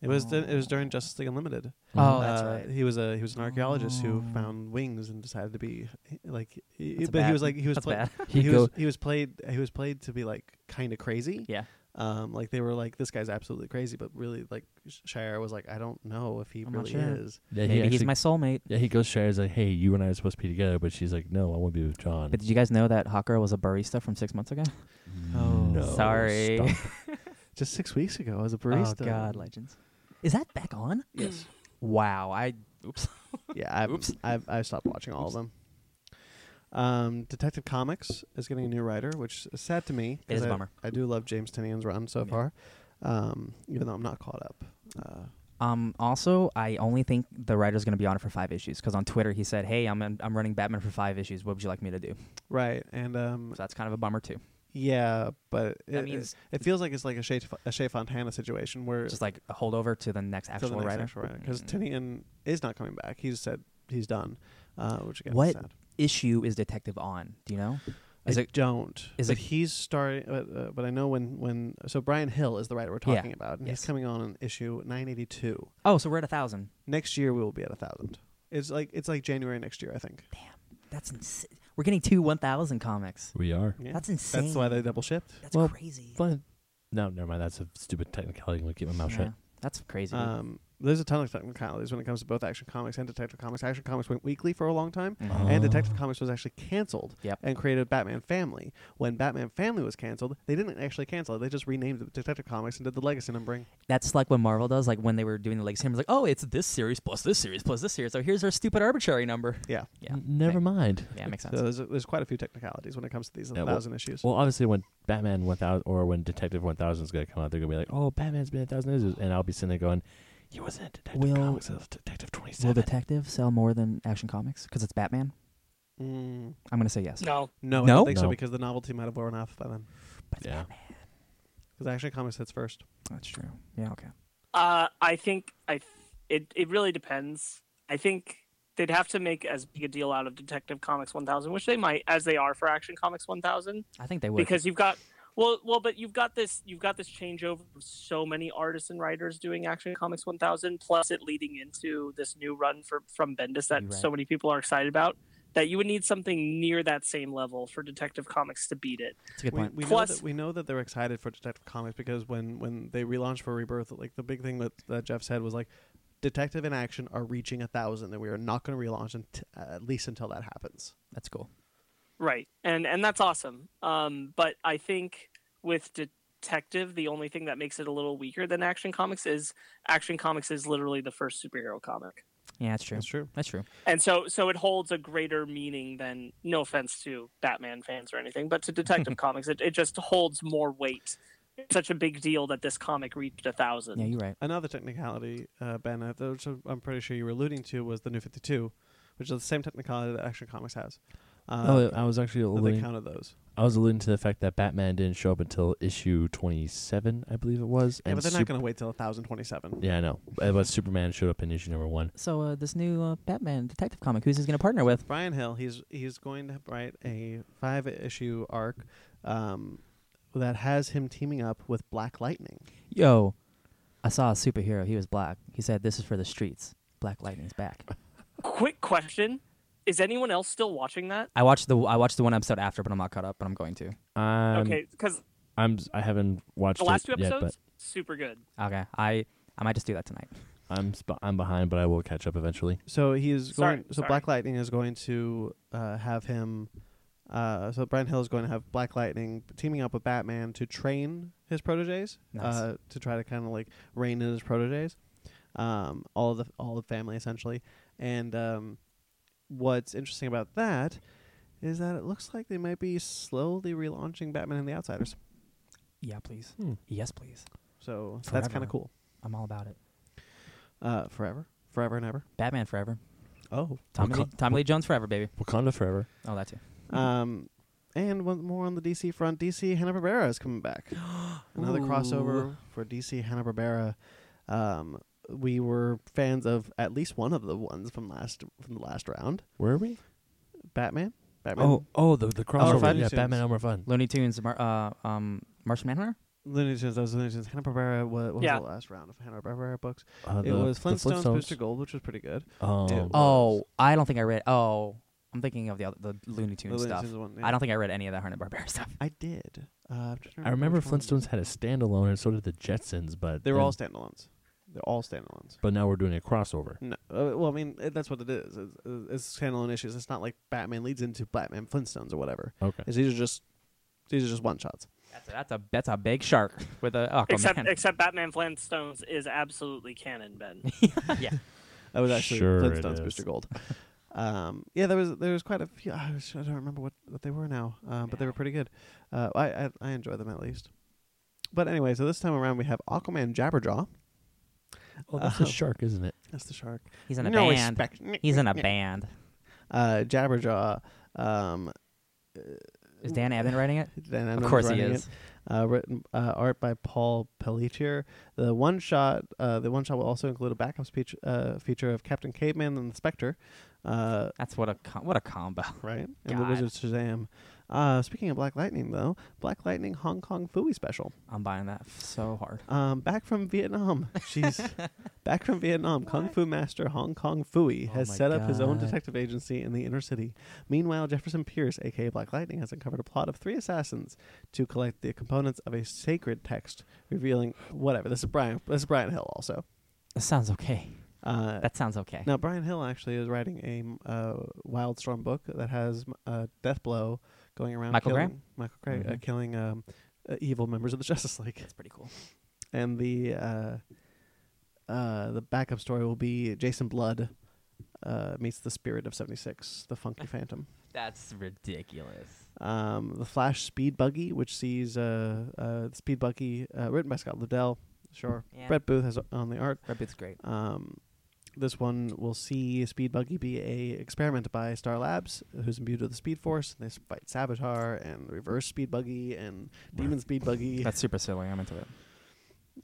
Speaker 1: It was. di- It was during Justice League Unlimited.
Speaker 4: Oh, that's
Speaker 1: Uh,
Speaker 4: right.
Speaker 1: He was a he was an archaeologist who
Speaker 4: Oh.
Speaker 1: found wings and decided to be eh, like. he-
Speaker 4: That's a
Speaker 1: but he
Speaker 4: bad-
Speaker 1: was like he was
Speaker 4: that's
Speaker 1: play-
Speaker 4: bad.
Speaker 2: He
Speaker 1: he
Speaker 2: go-
Speaker 1: was he was played he was played to be like kind of crazy.
Speaker 4: Yeah.
Speaker 1: Um, like they were like this guy's absolutely crazy, but really like Sh- Shire was like I don't know if he
Speaker 4: I'm not
Speaker 1: really
Speaker 4: sure.
Speaker 1: is.
Speaker 2: Yeah,
Speaker 4: Maybe
Speaker 2: he
Speaker 4: he's
Speaker 2: actually-
Speaker 4: my soulmate.
Speaker 2: Yeah, he goes to Shire. He's like, "Hey, you and I are supposed to be together," but she's like, "No, I want to be with John."
Speaker 4: But did you guys know that Hawker was a barista from six months ago?
Speaker 1: Oh,
Speaker 2: no,
Speaker 4: sorry.
Speaker 2: stop.
Speaker 1: Just six weeks ago, I was a barista.
Speaker 4: Oh God, legends. Is that back on?
Speaker 1: Yes.
Speaker 4: Wow. I oops.
Speaker 1: yeah. I've,
Speaker 4: Oops.
Speaker 1: I've I've stopped watching all of them. Um, Detective Comics is getting a new writer, which is sad to me. 'cause
Speaker 4: is a
Speaker 1: I-
Speaker 4: bummer. Mm-hmm.
Speaker 1: I do love James Tinian's run so
Speaker 4: Yeah.
Speaker 1: far, um, even though I'm not caught up. Uh,
Speaker 4: Um, also, I only think the writer's going to be on it for five issues because on Twitter he said, "Hey, I'm I'm running Batman for five issues. What would you like me to do?"
Speaker 1: right, and um,
Speaker 4: So that's kind of a bummer too.
Speaker 1: yeah, but it,
Speaker 4: That
Speaker 1: it-
Speaker 4: means
Speaker 1: it, feels like it's like a Shea, a Shea Fontana situation where
Speaker 4: just like a holdover to the next actual writer.
Speaker 1: because
Speaker 4: Mm.
Speaker 1: Tinian is not coming back. He's said he's done, uh, which again
Speaker 4: What
Speaker 1: is sad.
Speaker 4: issue is Detective on? Do you know? Is
Speaker 1: I
Speaker 4: it
Speaker 1: don't.
Speaker 4: is
Speaker 1: but
Speaker 4: it-
Speaker 1: he's starting? But, uh, but I know when when so Brian Hill is the writer we're
Speaker 4: Yeah.
Speaker 1: talking about, and
Speaker 4: Yes.
Speaker 1: he's coming on in issue 982.
Speaker 4: Oh, so we're at a thousand.
Speaker 1: Next year we will be at a thousand. It's like it's like January next year, I think.
Speaker 4: That's ins- we're getting two one thousand comics.
Speaker 2: We are.
Speaker 1: Yeah.
Speaker 3: That's insane.
Speaker 1: That's why they double shipped.
Speaker 3: That's
Speaker 2: Well,
Speaker 3: crazy.
Speaker 2: But no, never mind. That's a stupid technicality. I'm gonna keep my mouth shut.
Speaker 4: Yeah, that's crazy. dude.
Speaker 1: Um, there's a ton of technicalities when it comes to both Action Comics and Detective Comics. Action Comics went weekly for a long time,
Speaker 4: Mhm.
Speaker 2: Oh.
Speaker 1: and Detective Comics was actually canceled
Speaker 4: Yep.
Speaker 1: and created Batman Family. When Batman Family was canceled, they didn't actually cancel it. They just renamed it Detective Comics and did the legacy numbering.
Speaker 4: That's like what Marvel does. Like when they were doing the legacy, numbers, like, oh, it's this series plus this series plus this series. So here's our stupid arbitrary number.
Speaker 1: Yeah.
Speaker 4: Yeah.
Speaker 2: N- Never
Speaker 4: okay.
Speaker 2: mind.
Speaker 4: Yeah, makes sense.
Speaker 1: So there's, there's quite a few technicalities when it comes to these
Speaker 2: Yeah, well-
Speaker 1: 1,000 issues.
Speaker 2: Well, obviously, when Batman 1000 or when Detective 1000 is going to come out, they're going to be like, oh, Batman's been a 1,000 issues. And I'll be sitting there going, he wasn't a Detective
Speaker 4: Will-
Speaker 2: Comics, it was Detective 27.
Speaker 4: Will Detective sell more than Action Comics because it's Batman?
Speaker 1: Mm,
Speaker 4: I'm gonna say yes.
Speaker 5: No.
Speaker 1: no, I
Speaker 4: No?
Speaker 1: don't think so
Speaker 2: No.
Speaker 1: because the novelty might have worn off by then.
Speaker 4: but it's
Speaker 2: Yeah.
Speaker 4: Batman.
Speaker 1: Because Action Comics hits first.
Speaker 4: That's true. Yeah. Okay.
Speaker 5: Uh, I think I th- it it really depends. I think they'd have to make as big a deal out of Detective Comics 1000, which they might, as they are for Action Comics 1000,
Speaker 4: I think they would.
Speaker 5: because you've got well, well, but you've got this you've got this changeover of so many artists and writers doing Action Comics 1000, plus it leading into this new run for from Bendis that
Speaker 4: You're right.
Speaker 5: so many people are excited about. That you would need something near that same level for Detective Comics to beat it.
Speaker 4: that's a good
Speaker 1: we,
Speaker 4: point.
Speaker 1: we
Speaker 5: Plus-
Speaker 1: know that we know that they're excited for Detective Comics because when when they relaunched for Rebirth, like the big thing that, that Jeff said was like, Detective and Action are reaching a thousand, and we are not going to relaunch unt- at least until that happens.
Speaker 4: That's cool.
Speaker 5: Right. And and that's awesome. Um, but I think with Detective, the only thing that makes it a little weaker than Action Comics is Action Comics is literally the first superhero comic.
Speaker 4: Yeah, that's true.
Speaker 1: That's true.
Speaker 4: That's true.
Speaker 5: And so so it holds a greater meaning than no offense to Batman fans or anything, but to Detective Comics it, it just holds more weight. It's such a big deal that this comic reached a thousand.
Speaker 4: Yeah, you're right.
Speaker 1: Another technicality, uh, Ben, uh, which I'm pretty sure you were alluding to, was the New Fifty Two, which is the same technicality that Action Comics has. Um,
Speaker 2: Oh, I was actually
Speaker 1: that they
Speaker 2: alluding,
Speaker 1: counted those.
Speaker 2: I was alluding to the fact that Batman didn't show up until issue 27, I believe it was.
Speaker 1: Yeah,
Speaker 2: and
Speaker 1: but they're
Speaker 2: Sup-
Speaker 1: not going to wait till 1027.
Speaker 2: Yeah, I know. Uh, But Superman showed up in issue number one.
Speaker 4: So uh, this new uh, Batman detective comic, who's he's gonna partner with?
Speaker 1: Brian Hill, he's he's going to write a five issue arc um, that has him teaming up with Black Lightning.
Speaker 4: Yo, I saw a superhero. He was black. He said, "This is for the streets. Black Lightning's back."
Speaker 5: Quick question. Is anyone else still watching that?
Speaker 4: I watched the I watched the one episode after, but I'm not caught up. But I'm going to.
Speaker 2: I'm,
Speaker 5: okay, because
Speaker 2: I'm, I haven't watched
Speaker 5: the last
Speaker 2: it
Speaker 5: two
Speaker 2: yet,
Speaker 5: episodes,
Speaker 2: but
Speaker 5: super good.
Speaker 4: Okay. I I might just do that tonight.
Speaker 2: I'm, sp- I'm behind, but I will catch up eventually.
Speaker 1: So he is
Speaker 5: Sorry,
Speaker 1: going. So
Speaker 5: sorry.
Speaker 1: Black Lightning is going to uh, have him. Uh, so Brian Hill is going to have Black Lightning teaming up with Batman to train his proteges
Speaker 4: Nice.
Speaker 1: uh, to try to kind of like rein in his proteges, um, all of the all of the family essentially. And um, what's interesting about that is that it looks like they might be slowly relaunching Batman and the Outsiders.
Speaker 4: Yeah, please.
Speaker 2: Hmm.
Speaker 4: Yes, please.
Speaker 1: So
Speaker 4: Forever.
Speaker 1: that's kind of cool.
Speaker 4: I'm all about it.
Speaker 1: Uh, forever, forever and ever.
Speaker 4: Batman forever.
Speaker 1: Oh,
Speaker 4: Tommy Lee,
Speaker 2: Wakan-
Speaker 4: Tommy Lee Jones forever, baby.
Speaker 2: Wakanda forever.
Speaker 4: Oh, that too.
Speaker 1: Um, and one more on the DC front. DC Hanna Barbera is coming back. Another crossover for DC Hanna Barbera. Um, we were fans of at least one of the ones from last from the last round.
Speaker 2: Where are we?
Speaker 1: Batman. Batman.
Speaker 2: Oh, oh, the the crossover.
Speaker 1: Fun
Speaker 2: yeah,
Speaker 1: Tunes.
Speaker 2: Batman Elmer Fun.
Speaker 4: Looney Tunes, Mar- uh, um, Martian Manhunter.
Speaker 1: Looney Tunes. That was Looney Tunes. Hanna Barbera. What, what
Speaker 5: Yeah.
Speaker 1: was the last round of Hanna Barbera books?
Speaker 2: Uh,
Speaker 1: it
Speaker 2: the-
Speaker 1: was
Speaker 2: the
Speaker 1: Flintstones,
Speaker 2: Flintstones.
Speaker 1: Booster Gold, which was pretty good.
Speaker 2: Um,
Speaker 1: It-
Speaker 4: Oh, I don't think I read. Oh, I'm thinking of the other, the Looney
Speaker 1: The
Speaker 4: Tunes
Speaker 1: Looney
Speaker 4: stuff.
Speaker 1: Tunes one, yeah.
Speaker 4: I don't think I read any of that Hornet Barbera stuff.
Speaker 1: I did. Uh, I'm trying to
Speaker 2: I remember
Speaker 1: which one.
Speaker 2: Flintstones had a standalone, and so did the Jetsons, but
Speaker 1: They were
Speaker 2: then-
Speaker 1: all standalones. They're all standalones.
Speaker 2: But now we're doing a crossover.
Speaker 1: No, uh, well, I mean uh, that's what it is. It's, it's standalone issues. It's not like Batman leads into Batman Flintstones or whatever.
Speaker 2: Okay.
Speaker 1: It's, these are just these are just one shots.
Speaker 4: That's a, that's a that's a big shark with a oh, Aquaman.
Speaker 5: Except except Batman Flintstones is absolutely canon, Ben.
Speaker 4: yeah,
Speaker 1: That was actually
Speaker 2: Sure it
Speaker 1: Flintstones
Speaker 2: is.
Speaker 1: Booster Gold. Um, yeah, there was there was quite a few. I, was, I don't remember what, what they were now, um, but they were pretty good. Uh, I, I I enjoy them at least. But anyway, so this time around we have Aquaman Jabberjaw.
Speaker 2: Oh, that's
Speaker 1: Uh,
Speaker 2: a shark, isn't it?
Speaker 1: That's the shark.
Speaker 4: He's in a
Speaker 1: no
Speaker 4: band.
Speaker 1: respect.
Speaker 4: He's in a band.
Speaker 1: Uh, Jabberjaw. Um,
Speaker 4: Is Dan Abnett writing it?
Speaker 1: Dan Abnett's
Speaker 4: of course he
Speaker 1: writing it.
Speaker 4: is.
Speaker 1: uh, written uh, art by Paul Pelletier. The one shot, uh, the one shot will also include a backup speech uh, feature of Captain Caveman and the Spectre, uh,
Speaker 4: That's what a com- what a combo.
Speaker 1: right? And the
Speaker 4: God.
Speaker 1: Wizard Shazam. Uh, speaking of Black Lightning, though, Black Lightning Hong Kong Fooey special.
Speaker 4: I'm buying that f- so hard.
Speaker 1: Um, back from Vietnam. She's back from Vietnam. Kung Fu master Hong Kong Fooey
Speaker 4: Oh
Speaker 1: has
Speaker 4: my
Speaker 1: set up his own
Speaker 4: God.
Speaker 1: detective agency in the inner city. Meanwhile, Jefferson Pierce, aka Black Lightning, has uncovered a plot of three assassins to collect the components of a sacred text, revealing whatever. This is Brian. This is Brian Hill also.
Speaker 4: That sounds okay.
Speaker 1: Uh,
Speaker 4: That sounds okay.
Speaker 1: now Brian Hill actually is writing a uh, Wildstorm book that has uh, Death Blow going around
Speaker 4: Michael
Speaker 1: killing
Speaker 4: Graham?
Speaker 1: Michael Craig uh,
Speaker 4: Mhm.
Speaker 1: killing um, uh, evil members of the Justice League
Speaker 4: That's pretty cool.
Speaker 1: and the uh, uh, the backup story will be Jason Blood uh, meets the spirit of '76, the Funky Phantom.
Speaker 4: That's ridiculous.
Speaker 1: Um, the Flash Speed Buggy, which sees uh, uh, the Speed Buggy uh, written by Scott Liddell, sure.
Speaker 4: Yeah.
Speaker 1: Brett Booth has on the art.
Speaker 4: Red Boot's great.
Speaker 1: Um, this one will see Speed Buggy be a experiment by Star Labs, who's imbued with the Speed Force. They fight Saboteur and Reverse Speed Buggy and Demon Speed Buggy.
Speaker 4: That's super silly. I'm into it.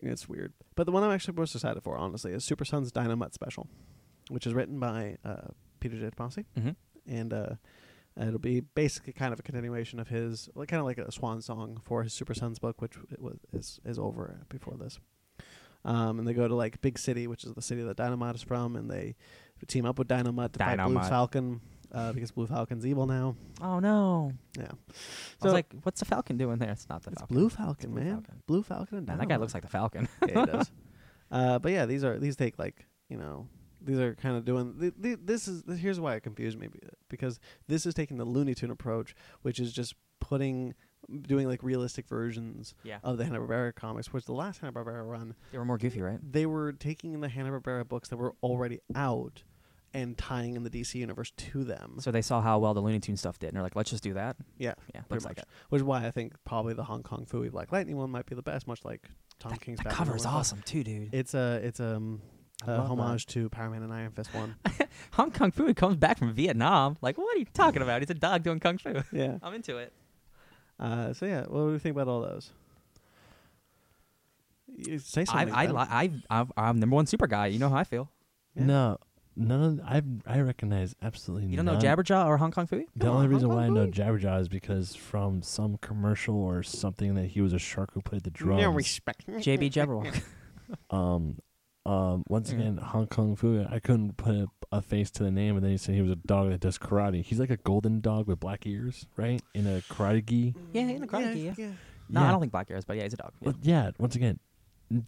Speaker 1: It's weird. But the one I'm actually most excited for, honestly, is Super Sun's Dynamut Special, which is written by uh, Peter J. Tomasi.
Speaker 4: Mhm.
Speaker 1: And uh, it'll be basically kind of a continuation of his, like, kind of like a swan song for his Super Sons book, which it was, is, is over before this. Um, and they go to, like, Big City, which is the city that Dynamut is from, and they team up with Dynamut to fight Blue
Speaker 4: Dynamut.
Speaker 1: Falcon uh, because Blue Falcon's evil now.
Speaker 4: Oh no!
Speaker 1: Yeah.
Speaker 4: I was like, what's the Falcon doing there? It's not the
Speaker 1: it's
Speaker 4: Falcon.
Speaker 1: Blue Falcon,
Speaker 4: Blue
Speaker 1: man. Oh.
Speaker 4: Falcon.
Speaker 1: Blue Falcon and
Speaker 4: Man,
Speaker 1: Dynamut.
Speaker 4: that guy looks like the Falcon.
Speaker 1: yeah, it does. Uh, but yeah, these are these take like you know these are kind of doing th- th- this is th- here's why it confused me be- because this is taking the Looney Tune approach, which is just putting doing like realistic versions
Speaker 4: yeah.
Speaker 1: of the Hanna Barbera comics, which the last Hanna Barbera run
Speaker 4: They were more goofy, right?
Speaker 1: they were taking the Hanna Barbera books that were already out and tying in the DC universe to them.
Speaker 4: So they saw how well the Looney Tune stuff did, and they're like, let's just do that.
Speaker 1: yeah,
Speaker 4: Yeah,
Speaker 1: pretty
Speaker 4: looks
Speaker 1: much.
Speaker 4: like it.
Speaker 1: which is why I think probably the Hong Kong Fooey Black Lightning one might be the best, much like Tom
Speaker 4: That,
Speaker 1: King's
Speaker 4: that
Speaker 1: Batman
Speaker 4: cover is
Speaker 1: one.
Speaker 4: awesome too, dude.
Speaker 1: It's a it's um,
Speaker 4: I
Speaker 1: a
Speaker 4: love that.
Speaker 1: homage to Power Man and Iron Fist one.
Speaker 4: Hong Kong Fu comes back from Vietnam. Like, what are you talking about? He's a dog doing kung fu.
Speaker 1: yeah.
Speaker 4: I'm into it.
Speaker 1: Uh, so yeah, what do we think about all those? You say
Speaker 4: I,
Speaker 1: something.
Speaker 4: I,
Speaker 1: Ben.
Speaker 4: li- I, I, I'm number one super guy. You know how I feel.
Speaker 1: Yeah.
Speaker 2: No, none. Of, I I recognize absolutely.
Speaker 4: You don't know
Speaker 2: none.
Speaker 4: Jabberjaw or Hong Kong Fu?
Speaker 2: The
Speaker 1: Come
Speaker 2: only
Speaker 1: on,
Speaker 2: reason
Speaker 1: Hong
Speaker 2: why I
Speaker 1: Kong
Speaker 2: know
Speaker 1: Boy.
Speaker 2: Jabberjaw is because from some commercial or something that he was a shark who played the drums.
Speaker 1: No respect.
Speaker 4: JB Jabberwock.
Speaker 2: um, um, once
Speaker 4: Yeah.
Speaker 1: Mm-hmm.
Speaker 2: again, Hong Kong Fu. I couldn't put a, a face to the name, and then he said he was a dog that does karate. He's like a golden dog with black ears, right? In a karate gi.
Speaker 4: yeah, in the
Speaker 1: yeah,
Speaker 4: karate. Yeah,
Speaker 1: yeah.
Speaker 4: No,
Speaker 2: Yeah.
Speaker 4: I don't think Black Air is, but yeah, he's a dog. Yeah.
Speaker 2: Well, yeah. Once again,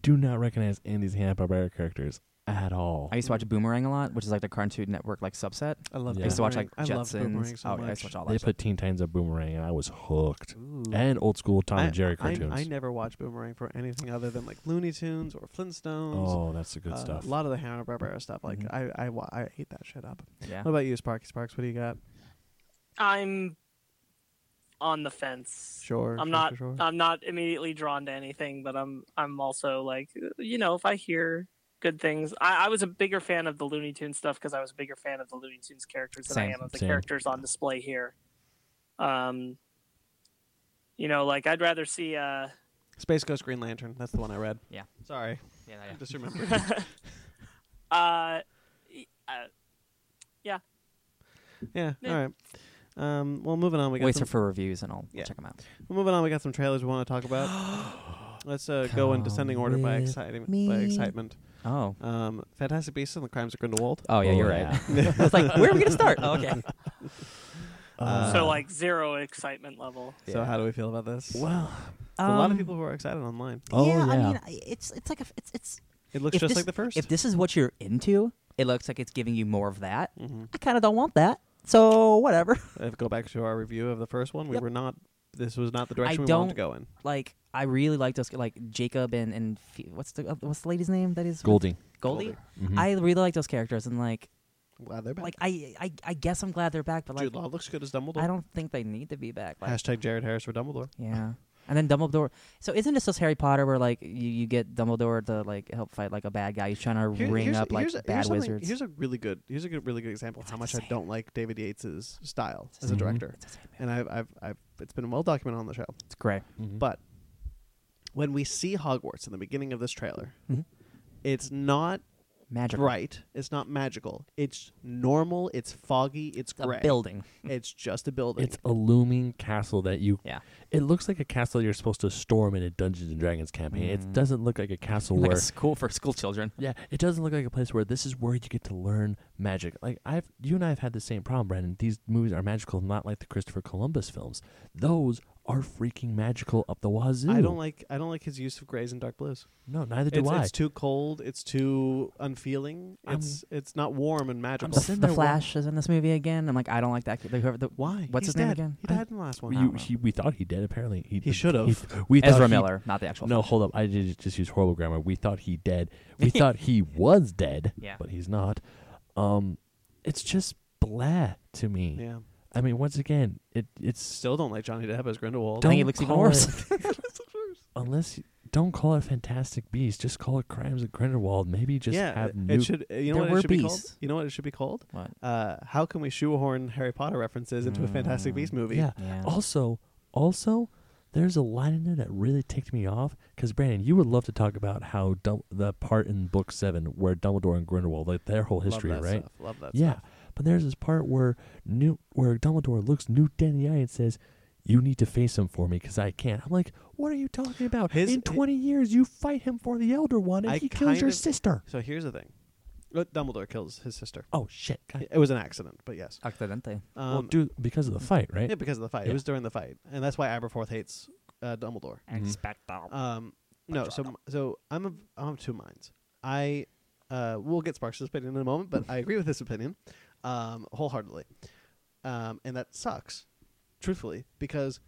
Speaker 2: do not recognize any of these Hanna Barbera characters at all.
Speaker 4: I used to watch Boomerang a lot, which is like the Cartoon Network like subset.
Speaker 1: I love.
Speaker 2: Yeah.
Speaker 4: I used to watch like
Speaker 1: Boomerang. I love Boomerang
Speaker 4: Jetsons.
Speaker 1: so
Speaker 4: oh,
Speaker 1: much.
Speaker 4: yeah, I used to watch all
Speaker 2: they
Speaker 4: that.
Speaker 2: put Teen Titans at Boomerang, and I was hooked.
Speaker 4: Ooh.
Speaker 2: And old school Tom
Speaker 1: I-
Speaker 2: and Jerry
Speaker 1: I-
Speaker 2: cartoons.
Speaker 1: I, never watched Boomerang for anything other than like Looney Tunes or Flintstones.
Speaker 2: oh, that's the good
Speaker 1: uh,
Speaker 2: stuff.
Speaker 1: A lot of the Hanna Barbera stuff. Like
Speaker 2: Mhm.
Speaker 1: I, I, wa- I ate that shit up.
Speaker 4: Mm-hmm. yeah.
Speaker 1: What about you, Sparky Sparks? What do you got?
Speaker 5: I'm on the fence.
Speaker 1: Sure.
Speaker 5: I'm
Speaker 1: sure,
Speaker 5: not.
Speaker 1: Sure, sure.
Speaker 5: I'm not immediately drawn to anything, but I'm. I'm also like, you know, if I hear good things, I, I was a bigger fan of the Looney Tunes stuff because I was a bigger fan of the Looney Tunes characters than I
Speaker 4: Same,
Speaker 5: am of the
Speaker 2: same.
Speaker 5: characters on display here. Um, you know, like I'd rather see. Uh,
Speaker 1: Space Ghost Green Lantern. That's the one I read.
Speaker 4: Yeah.
Speaker 1: Sorry.
Speaker 4: yeah,
Speaker 1: I
Speaker 4: yeah.
Speaker 1: just remembered.
Speaker 5: uh, uh,
Speaker 1: yeah.
Speaker 5: Meh.
Speaker 1: All right. Um, well, moving on. We got
Speaker 4: Wait
Speaker 1: some,
Speaker 4: for reviews, and I'll
Speaker 1: Yeah.
Speaker 4: check them out.
Speaker 1: Well, moving on, we got some trailers we want to talk about. Let's uh, go in
Speaker 4: Come
Speaker 1: descending order by
Speaker 4: with
Speaker 1: excitement. By
Speaker 3: me.
Speaker 1: excitement,
Speaker 4: Oh.
Speaker 1: um, Fantastic Beasts and the Crimes of Grindelwald.
Speaker 4: Oh yeah,
Speaker 2: Oh,
Speaker 4: you're right.
Speaker 2: yeah.
Speaker 4: I was like, where are we gonna start? Oh, okay.
Speaker 2: Uh,
Speaker 5: so like zero excitement level.
Speaker 1: So how do we feel about this?
Speaker 2: well,
Speaker 1: There's a lot of
Speaker 3: Um,
Speaker 1: people who are excited online.
Speaker 2: oh yeah.
Speaker 3: yeah, I mean, I- it's it's like a, f- it's it's
Speaker 1: It looks
Speaker 3: if
Speaker 1: just
Speaker 3: this-
Speaker 1: like the first.
Speaker 4: If this is what you're into, it looks like it's giving you more of that.
Speaker 1: hmm
Speaker 3: I kind of don't want that. So whatever.
Speaker 1: if go back to our review of the first one, we
Speaker 3: Yep.
Speaker 1: were not. This was not the direction we wanted to go in.
Speaker 4: Like I really like those, like Jacob and and F- what's the uh, what's the lady's name that is
Speaker 2: Goldie.
Speaker 4: Goldie. Hmm. Mm-hmm.
Speaker 1: Goldie.
Speaker 2: Mhm.
Speaker 4: I really like those characters and like
Speaker 1: I'm glad they're back.
Speaker 4: Like I, I, I guess I'm glad they're back, but like
Speaker 1: Jude Law looks good as Dumbledore.
Speaker 4: I don't think they need to be back. Like,
Speaker 1: Hashtag Jared Harris for Dumbledore.
Speaker 4: Yeah. And then Dumbledore. So isn't this just Harry Potter where like you, you get Dumbledore to like help fight like a bad guy? He's trying to
Speaker 1: Here-
Speaker 4: ring
Speaker 1: here's a-
Speaker 4: up like
Speaker 1: here's a-
Speaker 4: bad
Speaker 1: here's something-
Speaker 4: wizards.
Speaker 1: Here's a really good here's a good, really good example of how much I don't like David Yates's style
Speaker 4: the
Speaker 1: as a
Speaker 4: same.
Speaker 1: director,
Speaker 4: It's,
Speaker 1: and I've, I've I've it's been well documented on the show.
Speaker 4: great.
Speaker 2: Mm-hmm.
Speaker 1: But when we see Hogwarts in the beginning of this trailer,
Speaker 4: Mhm.
Speaker 1: it's not
Speaker 4: Magic.
Speaker 1: bright. It's not magical. It's normal. It's foggy. It's
Speaker 4: It's a
Speaker 1: gray.
Speaker 4: building.
Speaker 1: It's just a building.
Speaker 2: It's a looming castle that you.
Speaker 4: Yeah.
Speaker 2: It looks like a castle you're supposed to storm in a Dungeons and Dragons campaign. It
Speaker 4: Mhm.
Speaker 2: doesn't look like a castle
Speaker 4: Like
Speaker 2: where.
Speaker 4: a school for school children.
Speaker 2: yeah, it doesn't look like a place where this is where you get to learn magic. Like I've, you and I have had the same problem, Brandon. These movies are magical, not like the Christopher Columbus films. Those are freaking magical up the wazoo.
Speaker 1: I don't like I don't like his use of grays and dark blues.
Speaker 2: No, neither do
Speaker 1: It's,
Speaker 2: I.
Speaker 1: it's too cold. It's too unfeeling.
Speaker 2: I'm-
Speaker 1: It's it's not warm and magical.
Speaker 2: I'm
Speaker 4: The,
Speaker 2: sitting
Speaker 4: the
Speaker 2: there wa-
Speaker 4: Flash is in this movie again. I'm like, I don't like that. kid. Like, whoever the,
Speaker 1: Why?
Speaker 4: What's
Speaker 1: He's
Speaker 4: his name
Speaker 1: dead.
Speaker 4: again?
Speaker 1: He
Speaker 4: I-
Speaker 1: died in the last one.
Speaker 2: You- he- we thought he did. Apparently, he
Speaker 1: He should've.
Speaker 2: he- We thought
Speaker 4: Ezra
Speaker 2: he-
Speaker 4: Miller, not the actual.
Speaker 2: No,
Speaker 4: Flash.
Speaker 2: hold up. I did just use horrible grammar. We thought he dead. We thought he was dead.
Speaker 4: Yeah.
Speaker 2: But he's not. Um, it's just blah to me.
Speaker 1: yeah.
Speaker 2: I mean, once again, it it's
Speaker 1: Still don't like Johnny Depp as Grindelwald.
Speaker 4: I think he
Speaker 2: don't
Speaker 4: looks even
Speaker 2: call
Speaker 4: worse.
Speaker 2: unless you- don't call it Fantastic Beast. Just call it Crimes of Grindelwald. Maybe just
Speaker 1: yeah,
Speaker 2: have
Speaker 1: it-
Speaker 2: new.
Speaker 1: it should. uh, You know
Speaker 4: There
Speaker 1: what
Speaker 4: were
Speaker 1: it should be called?
Speaker 4: beasts.
Speaker 1: You know what it should be called?
Speaker 4: What?
Speaker 1: Uh, how can we shoehorn Harry Potter references into a Fantastic
Speaker 4: Mm,
Speaker 1: Beast movie?
Speaker 2: yeah.
Speaker 4: Yeah.
Speaker 2: Also, also, there's a line in there that really ticked me off because Brandon, you would love to talk about how Dum- the part in Book Seven where Dumbledore and Grindelwald, like their whole
Speaker 1: Love
Speaker 2: history,
Speaker 1: that
Speaker 2: right?
Speaker 1: Stuff. Love that.
Speaker 2: yeah,
Speaker 1: stuff.
Speaker 2: but there's this part where new where Dumbledore looks Newt dead in the eye and says, "You need to face him for me because I can't." I'm like, "What are you talking about?
Speaker 1: His-
Speaker 2: in 20 years, you fight him for the Elder One, and
Speaker 1: I
Speaker 2: he kills
Speaker 1: kind
Speaker 2: your
Speaker 1: of-
Speaker 2: sister."
Speaker 1: So here's the thing. Uh, Dumbledore kills his sister.
Speaker 2: Oh shit! God.
Speaker 1: It was an accident, but yes.
Speaker 4: Accidente.
Speaker 1: Um,
Speaker 2: Uh, well, dude, because of the fight, right?
Speaker 1: Yeah, because of the fight. It
Speaker 2: Yeah.
Speaker 1: was during the fight, and that's why Aberforth hates uh, Dumbledore. Um, no, so m- so I'm of I'm of two minds. I uh, we'll get Sparks' opinion in a moment, but I agree with this opinion um, wholeheartedly, um, and that sucks, truthfully, because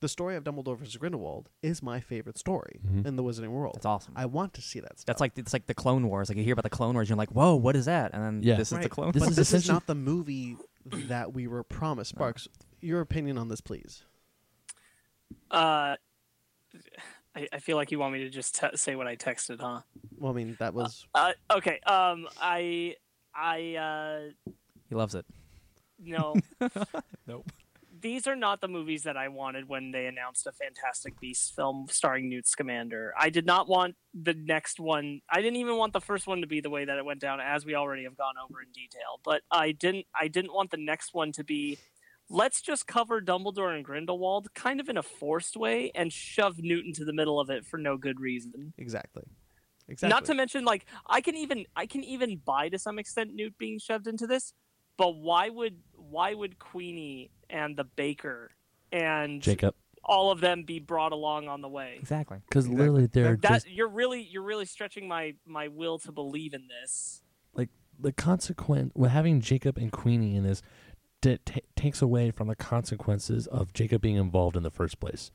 Speaker 1: the story of Dumbledore versus Grindelwald is my favorite story
Speaker 2: Mhm.
Speaker 1: in the Wizarding world.
Speaker 4: That's awesome.
Speaker 1: Uh, I want to see that stuff.
Speaker 4: That's like it's like the Clone Wars. Like you hear about the Clone Wars, you're like, whoa, what is that? And then
Speaker 2: Yeah.
Speaker 4: this is the
Speaker 1: Right.
Speaker 4: Clone.
Speaker 2: This
Speaker 1: but
Speaker 2: is
Speaker 1: this is
Speaker 2: essentially-
Speaker 1: not the movie that we were promised. Sparks, your opinion on this, please.
Speaker 5: Uh, I, I feel like you want me to just te- say what I texted, huh?
Speaker 1: Well, I mean, that was
Speaker 5: Uh, okay. Um, I, I, uh,
Speaker 4: He loves it.
Speaker 5: no.
Speaker 4: Nope.
Speaker 5: These are not the movies that I wanted when they announced a Fantastic Beasts film starring Newt Scamander. I did not want the next one. I didn't even want the first one to be the way that it went down, as we already have gone over in detail. But I didn't. I didn't want the next one to be. Let's just cover Dumbledore and Grindelwald kind of in a forced way and shove Newt into the middle of it for no good reason.
Speaker 1: exactly, exactly.
Speaker 5: Not to mention, like I can even I can even buy to some extent Newt being shoved into this, but why would why would Queenie and the baker and
Speaker 2: Jacob,
Speaker 5: all of them be brought along on the way?
Speaker 4: Exactly.
Speaker 2: because
Speaker 1: Exactly.
Speaker 2: literally they're
Speaker 5: That
Speaker 2: just
Speaker 5: you're really you're really stretching my my will to believe in this.
Speaker 2: the consequent. Well, having Jacob and Queenie in this t- t- takes away from the consequences of Jacob being involved in the first place.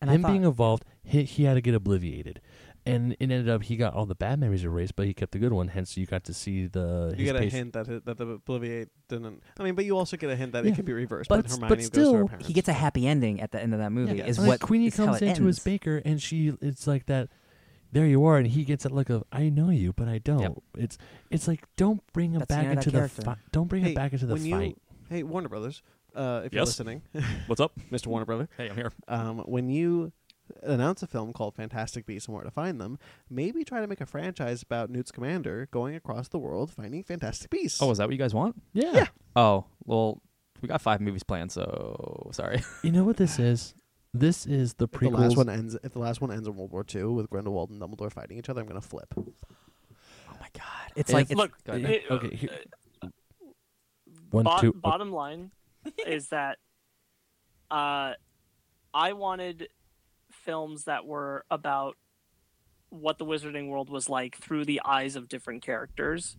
Speaker 4: And
Speaker 2: him
Speaker 4: I thought,
Speaker 2: being involved, he, he had to get obliviated, and it ended up he got all the bad memories erased, but he kept the good one. Hence, you got to see the
Speaker 1: You
Speaker 2: his
Speaker 1: get a
Speaker 2: pace-
Speaker 1: hint that it, that the Obliviate didn't. I mean, but you also get a hint that
Speaker 2: Yeah.
Speaker 1: it could be reversed.
Speaker 2: But
Speaker 1: But,
Speaker 2: s- but
Speaker 1: Hermione goes to her
Speaker 2: still,
Speaker 1: parents.
Speaker 4: he gets a happy ending at the end of that movie.
Speaker 1: Yeah.
Speaker 4: Is
Speaker 2: like
Speaker 4: what
Speaker 2: Queenie
Speaker 4: is how
Speaker 2: comes
Speaker 4: it
Speaker 2: into his
Speaker 4: ends.
Speaker 2: baker, and she it's like that. There you are, and he gets that look of I know you, but I don't. It's it's like don't bring him
Speaker 4: That's the
Speaker 2: back
Speaker 4: end of that
Speaker 2: into the
Speaker 4: character.
Speaker 2: fi- don't bring
Speaker 1: Hey,
Speaker 2: him back into the
Speaker 1: when you-
Speaker 2: fight.
Speaker 1: Hey, Warner Brothers, uh, if you're
Speaker 2: Yes?
Speaker 1: listening,
Speaker 2: What's up?
Speaker 1: Mr. Warner Brother,
Speaker 2: Hey, I'm here.
Speaker 1: um, when you announce a film called Fantastic Beasts and Where to Find Them, maybe try to make a franchise about Newt's commander going across the world finding Fantastic Beasts.
Speaker 4: Oh, is that what you guys want?
Speaker 2: Yeah.
Speaker 4: Oh, well, we got five movies planned, so sorry.
Speaker 2: you know what this is? This is the
Speaker 1: if
Speaker 2: prequel.
Speaker 1: the last one ends, if the last one ends in World War II with Grindelwald and Dumbledore fighting each other, I'm gonna flip.
Speaker 4: oh my god, it's
Speaker 2: If-
Speaker 4: like it's,
Speaker 5: Look,
Speaker 4: go ahead.
Speaker 5: it-
Speaker 2: okay, here, one,
Speaker 5: Bo-
Speaker 2: two. oh.
Speaker 5: bottom line is that uh, I wanted films that were about what the Wizarding world was like through the eyes of different characters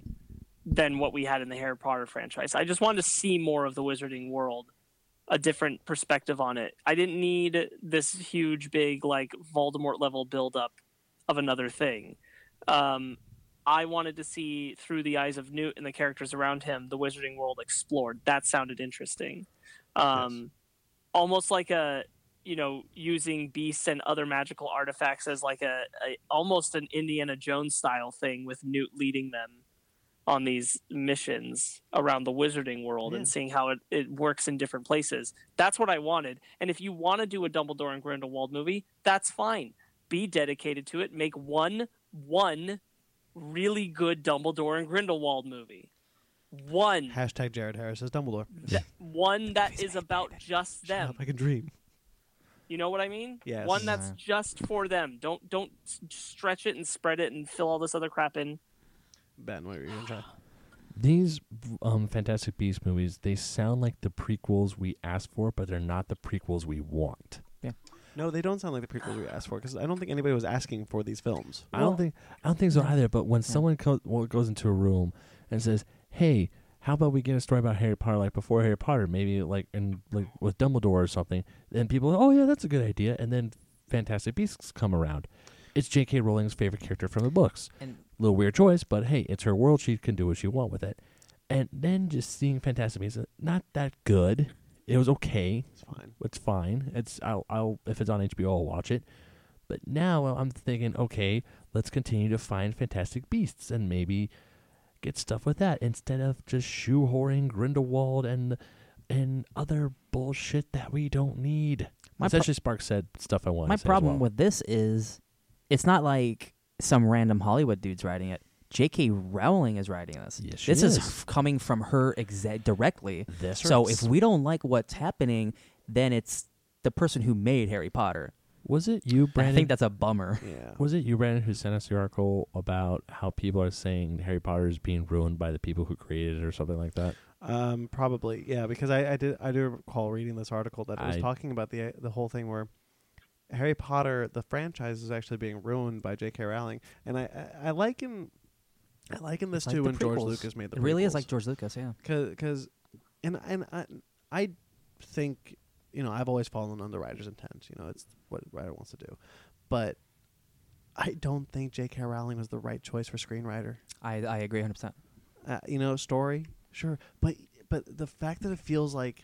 Speaker 5: than what we had in the Harry Potter franchise. I just wanted to see more of the Wizarding world, a different perspective on it. I didn't need this huge, big, like Voldemort level buildup of another thing. Um, I wanted to see through the eyes of Newt and the characters around him the Wizarding world explored. That sounded interesting, um, almost like a you know using beasts and other magical artifacts as like a, a almost an Indiana Jones style thing with Newt leading them on these missions around the wizarding world
Speaker 1: Yeah.
Speaker 5: and seeing how it, it works in different places. That's what I wanted. And if you want to do a Dumbledore and Grindelwald movie, that's fine. Be dedicated to it. Make one one really good Dumbledore and Grindelwald movie. One
Speaker 1: Hashtag Jared Harris as Dumbledore.
Speaker 5: that, one that is about
Speaker 1: Shut
Speaker 5: just them.
Speaker 1: up, I can dream.
Speaker 5: You know what I mean?
Speaker 1: Yes.
Speaker 5: One that's
Speaker 4: Yeah.
Speaker 5: just for them. Don't don't s- stretch it and spread it and fill all this other crap in.
Speaker 1: Ben, what were you gonna try?
Speaker 2: These um, Fantastic Beast movies, they sound like the prequels we asked for, but they're not the prequels we want.
Speaker 1: No, they don't sound like the prequels we asked for because I don't think anybody was asking for these films.
Speaker 2: I don't
Speaker 4: Well-
Speaker 2: think I don't think so
Speaker 4: No.
Speaker 2: either. But when someone co- well, goes into a room and says, "Hey, how about we get a story about Harry Potter, like before Harry Potter, maybe like in like with Dumbledore or something," then people, "Oh yeah, that's a good idea," and then Fantastic Beasts come around. It's J.K. Rowling's favorite character from the books.
Speaker 4: And
Speaker 2: Little weird choice, but hey, it's her world. She can do what she want with it. And then just seeing Fantastic Beasts, not that good. It was okay
Speaker 1: It's fine.
Speaker 2: it's fine. It's I'll, I'll if it's on HBO, I'll watch it. But now I'm thinking, okay, let's continue to find Fantastic Beasts and maybe get stuff with that instead of just shoehorning Grindelwald and and other bullshit that we don't need.
Speaker 4: My
Speaker 2: That's
Speaker 4: pro-
Speaker 2: actually Spark said stuff I wanted.
Speaker 4: my
Speaker 2: to say as
Speaker 4: problem
Speaker 2: well.
Speaker 4: with this is it's not like some random Hollywood dude's writing it. J.K. Rowling is writing this.
Speaker 2: Yes, she
Speaker 4: this
Speaker 2: is.
Speaker 4: f- coming from her exa- directly.
Speaker 2: this,
Speaker 4: So
Speaker 2: hurts.
Speaker 4: if we don't like what's happening, then it's the person who made Harry Potter.
Speaker 2: was it you, Brandon?
Speaker 4: I think that's a bummer.
Speaker 1: Yeah.
Speaker 2: was it you, Brandon, who sent us the article about how people are saying Harry Potter is being ruined by the people who created it or something like that?
Speaker 1: Um, probably, yeah, because I, I did I do recall reading this article that it was
Speaker 2: I-
Speaker 1: talking about the the whole thing where Harry Potter the franchise is actually being ruined by J.K. Rowling, and I I, I liken I liken this
Speaker 4: It's like
Speaker 1: to
Speaker 4: the
Speaker 1: when George
Speaker 4: prequels.
Speaker 1: Lucas made the
Speaker 4: it really is like
Speaker 1: prequels.
Speaker 4: George Lucas, yeah.
Speaker 1: because and and I I think you know I've always fallen on the writer's intent. You know, it's what the writer wants to do, but I don't think J.K. Rowling was the right choice for screenwriter.
Speaker 4: I, I agree 100%.
Speaker 1: Uh, you know, story, sure, but but the fact that it feels like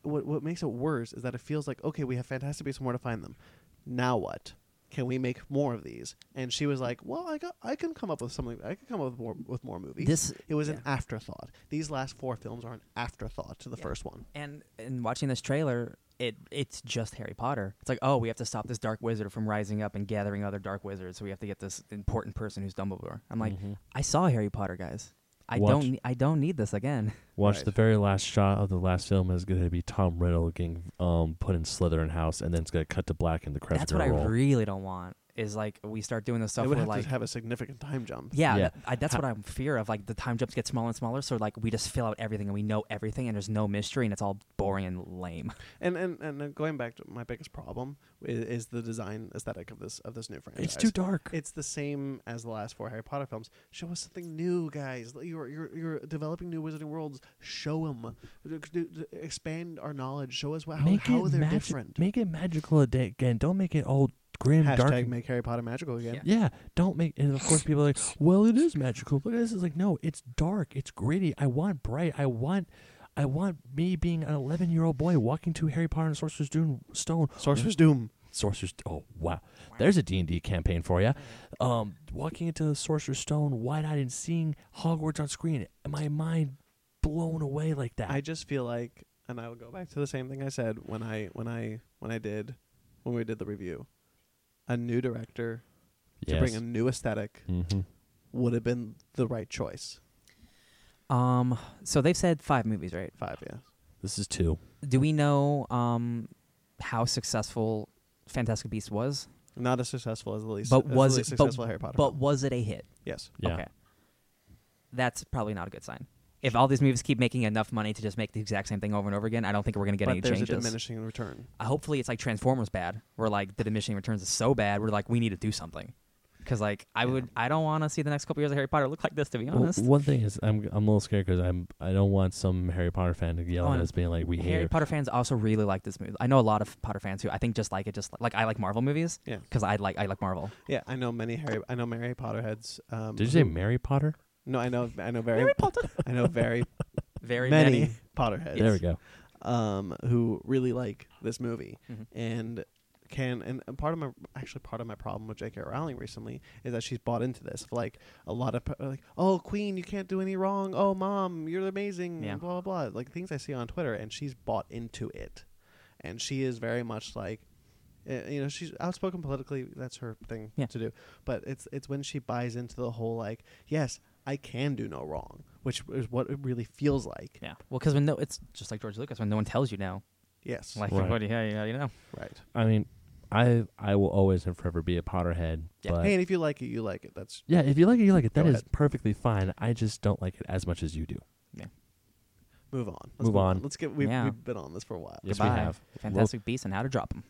Speaker 1: what what makes it worse is that it feels like okay, we have Fantastic Beasts and where to find them. Now what? Can we make more of these? And she was like, "Well, I got, I can come up with something. I can come up with more with more movies."
Speaker 4: This
Speaker 1: It was an
Speaker 4: yeah.
Speaker 1: afterthought. These last four films are an afterthought to the
Speaker 4: Yeah.
Speaker 1: first one.
Speaker 4: and and watching this trailer, it it's just Harry Potter. It's like, oh, we have to stop this dark wizard from rising up and gathering other dark wizards. So we have to get this important person who's Dumbledore. I'm like,
Speaker 2: Mhm.
Speaker 4: I saw Harry Potter, guys. I
Speaker 2: Watch-
Speaker 4: don't ne- I don't need this again.
Speaker 2: Watch
Speaker 1: Right.
Speaker 2: the very last shot of the last film is going to be Tom Riddle getting um, put in Slytherin house, and then it's going to cut to black in the Crescent
Speaker 4: That's what I
Speaker 2: Roll.
Speaker 4: really don't want. Is like we start doing this
Speaker 1: It
Speaker 4: stuff
Speaker 1: would
Speaker 4: where
Speaker 1: have
Speaker 4: like.
Speaker 1: to have a significant time jump.
Speaker 4: yeah,
Speaker 2: Yeah.
Speaker 4: th- I, that's what I'm fear of. Like the time jumps get smaller and smaller, so like we just fill out everything and we know everything, and there's no mystery, and it's all boring and lame.
Speaker 1: And and and then going back to my biggest problem is, is the design aesthetic of this of this new franchise.
Speaker 2: it's too dark.
Speaker 1: It's the same as the last four Harry Potter films. Show us something new, guys. You're you're, you're developing new Wizarding worlds. Show them. Expand our knowledge. Show us what, how,
Speaker 2: make
Speaker 1: how
Speaker 2: it
Speaker 1: they're
Speaker 2: magi-
Speaker 1: different.
Speaker 2: Make it magical ad- again. Don't make it all grim,
Speaker 1: Hashtag
Speaker 2: dark.
Speaker 1: make Harry Potter magical again.
Speaker 4: Yeah.
Speaker 2: yeah, don't make. And of course, people are like, "Well, it is magical." But this is like, no, it's dark. It's gritty. I want bright. I want, I want me being an eleven-year-old boy walking to Harry Potter and Sorcerer's Dune- Stone.
Speaker 1: Sorcerer's Doom.
Speaker 2: Sorcerer's. Oh wow, there's a D and D campaign for you. Um, walking into the Sorcerer's Stone, wide-eyed and seeing Hogwarts on screen, my mind blown away like that.
Speaker 1: I just feel like, and I will go back to the same thing I said when I when I when I did when we did the review. A new director to bring a new aesthetic
Speaker 2: mm-hmm.
Speaker 1: would have been the right choice.
Speaker 4: Um, so they've said five movies, right?
Speaker 1: Five, yeah.
Speaker 2: This is two.
Speaker 4: Do we know um, how successful Fantastic Beasts was?
Speaker 1: Not as successful as the least,
Speaker 4: But
Speaker 1: as
Speaker 4: was
Speaker 1: the least
Speaker 4: it- but-
Speaker 1: successful Harry Potter.
Speaker 4: But
Speaker 1: film.
Speaker 4: was it a hit?
Speaker 1: yes,
Speaker 2: Yeah.
Speaker 4: Okay. That's probably not a good sign. If all these movies keep making enough money to just make the exact same thing over and over again, I don't think we're going to get
Speaker 1: but
Speaker 4: any
Speaker 1: there's
Speaker 4: changes.
Speaker 1: a diminishing return.
Speaker 4: Uh, hopefully, it's like Transformers bad, where like the diminishing returns is so bad, we're like we need to do something. because like I would I don't want to see the next couple years of Harry Potter look like this to be
Speaker 2: Well,
Speaker 4: honest.
Speaker 2: one thing is, I'm I'm a little scared because I'm I don't want some Harry Potter fan to yell
Speaker 4: Oh,
Speaker 2: at
Speaker 4: and
Speaker 2: us being like we
Speaker 4: Harry
Speaker 2: hate.
Speaker 4: Potter fans also really like this movie. I know a lot of Potter fans who I think just like it. Just like I like Marvel movies.
Speaker 1: Yeah.
Speaker 4: Because I like I like Marvel.
Speaker 1: Yeah, I know many Harry. I know Mary Potter heads. Um,
Speaker 2: Did you say
Speaker 1: who-
Speaker 2: Mary Potter?
Speaker 1: No, I know. I know very. Harry Potter. I know very
Speaker 4: Very many.
Speaker 1: many Potterheads.
Speaker 2: There we go.
Speaker 1: Um, who really like this movie
Speaker 4: Mhm.
Speaker 1: and can and and part of my actually part of my problem with J.K. Rowling recently is that she's bought into this. Like a lot of pe- like, oh Queen, you can't do any wrong. Oh Mom, you're amazing.
Speaker 4: Yeah.
Speaker 1: and Blah blah blah. Like things I see on Twitter, and she's bought into it, and she is very much like. uh, You know she's outspoken politically. That's her thing
Speaker 4: Yeah.
Speaker 1: to do. But it's it's when she buys into the whole like, yes, I can do no wrong, which is what it really feels like.
Speaker 4: Yeah. Well, because when no, it's just like George Lucas when no one tells you now.
Speaker 1: Yes,
Speaker 4: Like
Speaker 2: Right.
Speaker 4: what do you, how do you- how do you know?
Speaker 1: right.
Speaker 2: I mean, I I will always and forever be a Potterhead.
Speaker 4: Yeah.
Speaker 2: But
Speaker 1: hey, and if you like it, you like it. That's
Speaker 2: yeah, if you like it, you like it. That
Speaker 1: Go
Speaker 2: is
Speaker 1: ahead.
Speaker 2: perfectly fine. I just don't like it as much as you do.
Speaker 1: move on. Let's
Speaker 2: Move on.
Speaker 1: Let's get. We've,
Speaker 4: Yeah.
Speaker 1: we've been on this for a while.
Speaker 2: Yes,
Speaker 4: Goodbye.
Speaker 2: we have.
Speaker 4: Fantastic Beasts and How to Drop Them.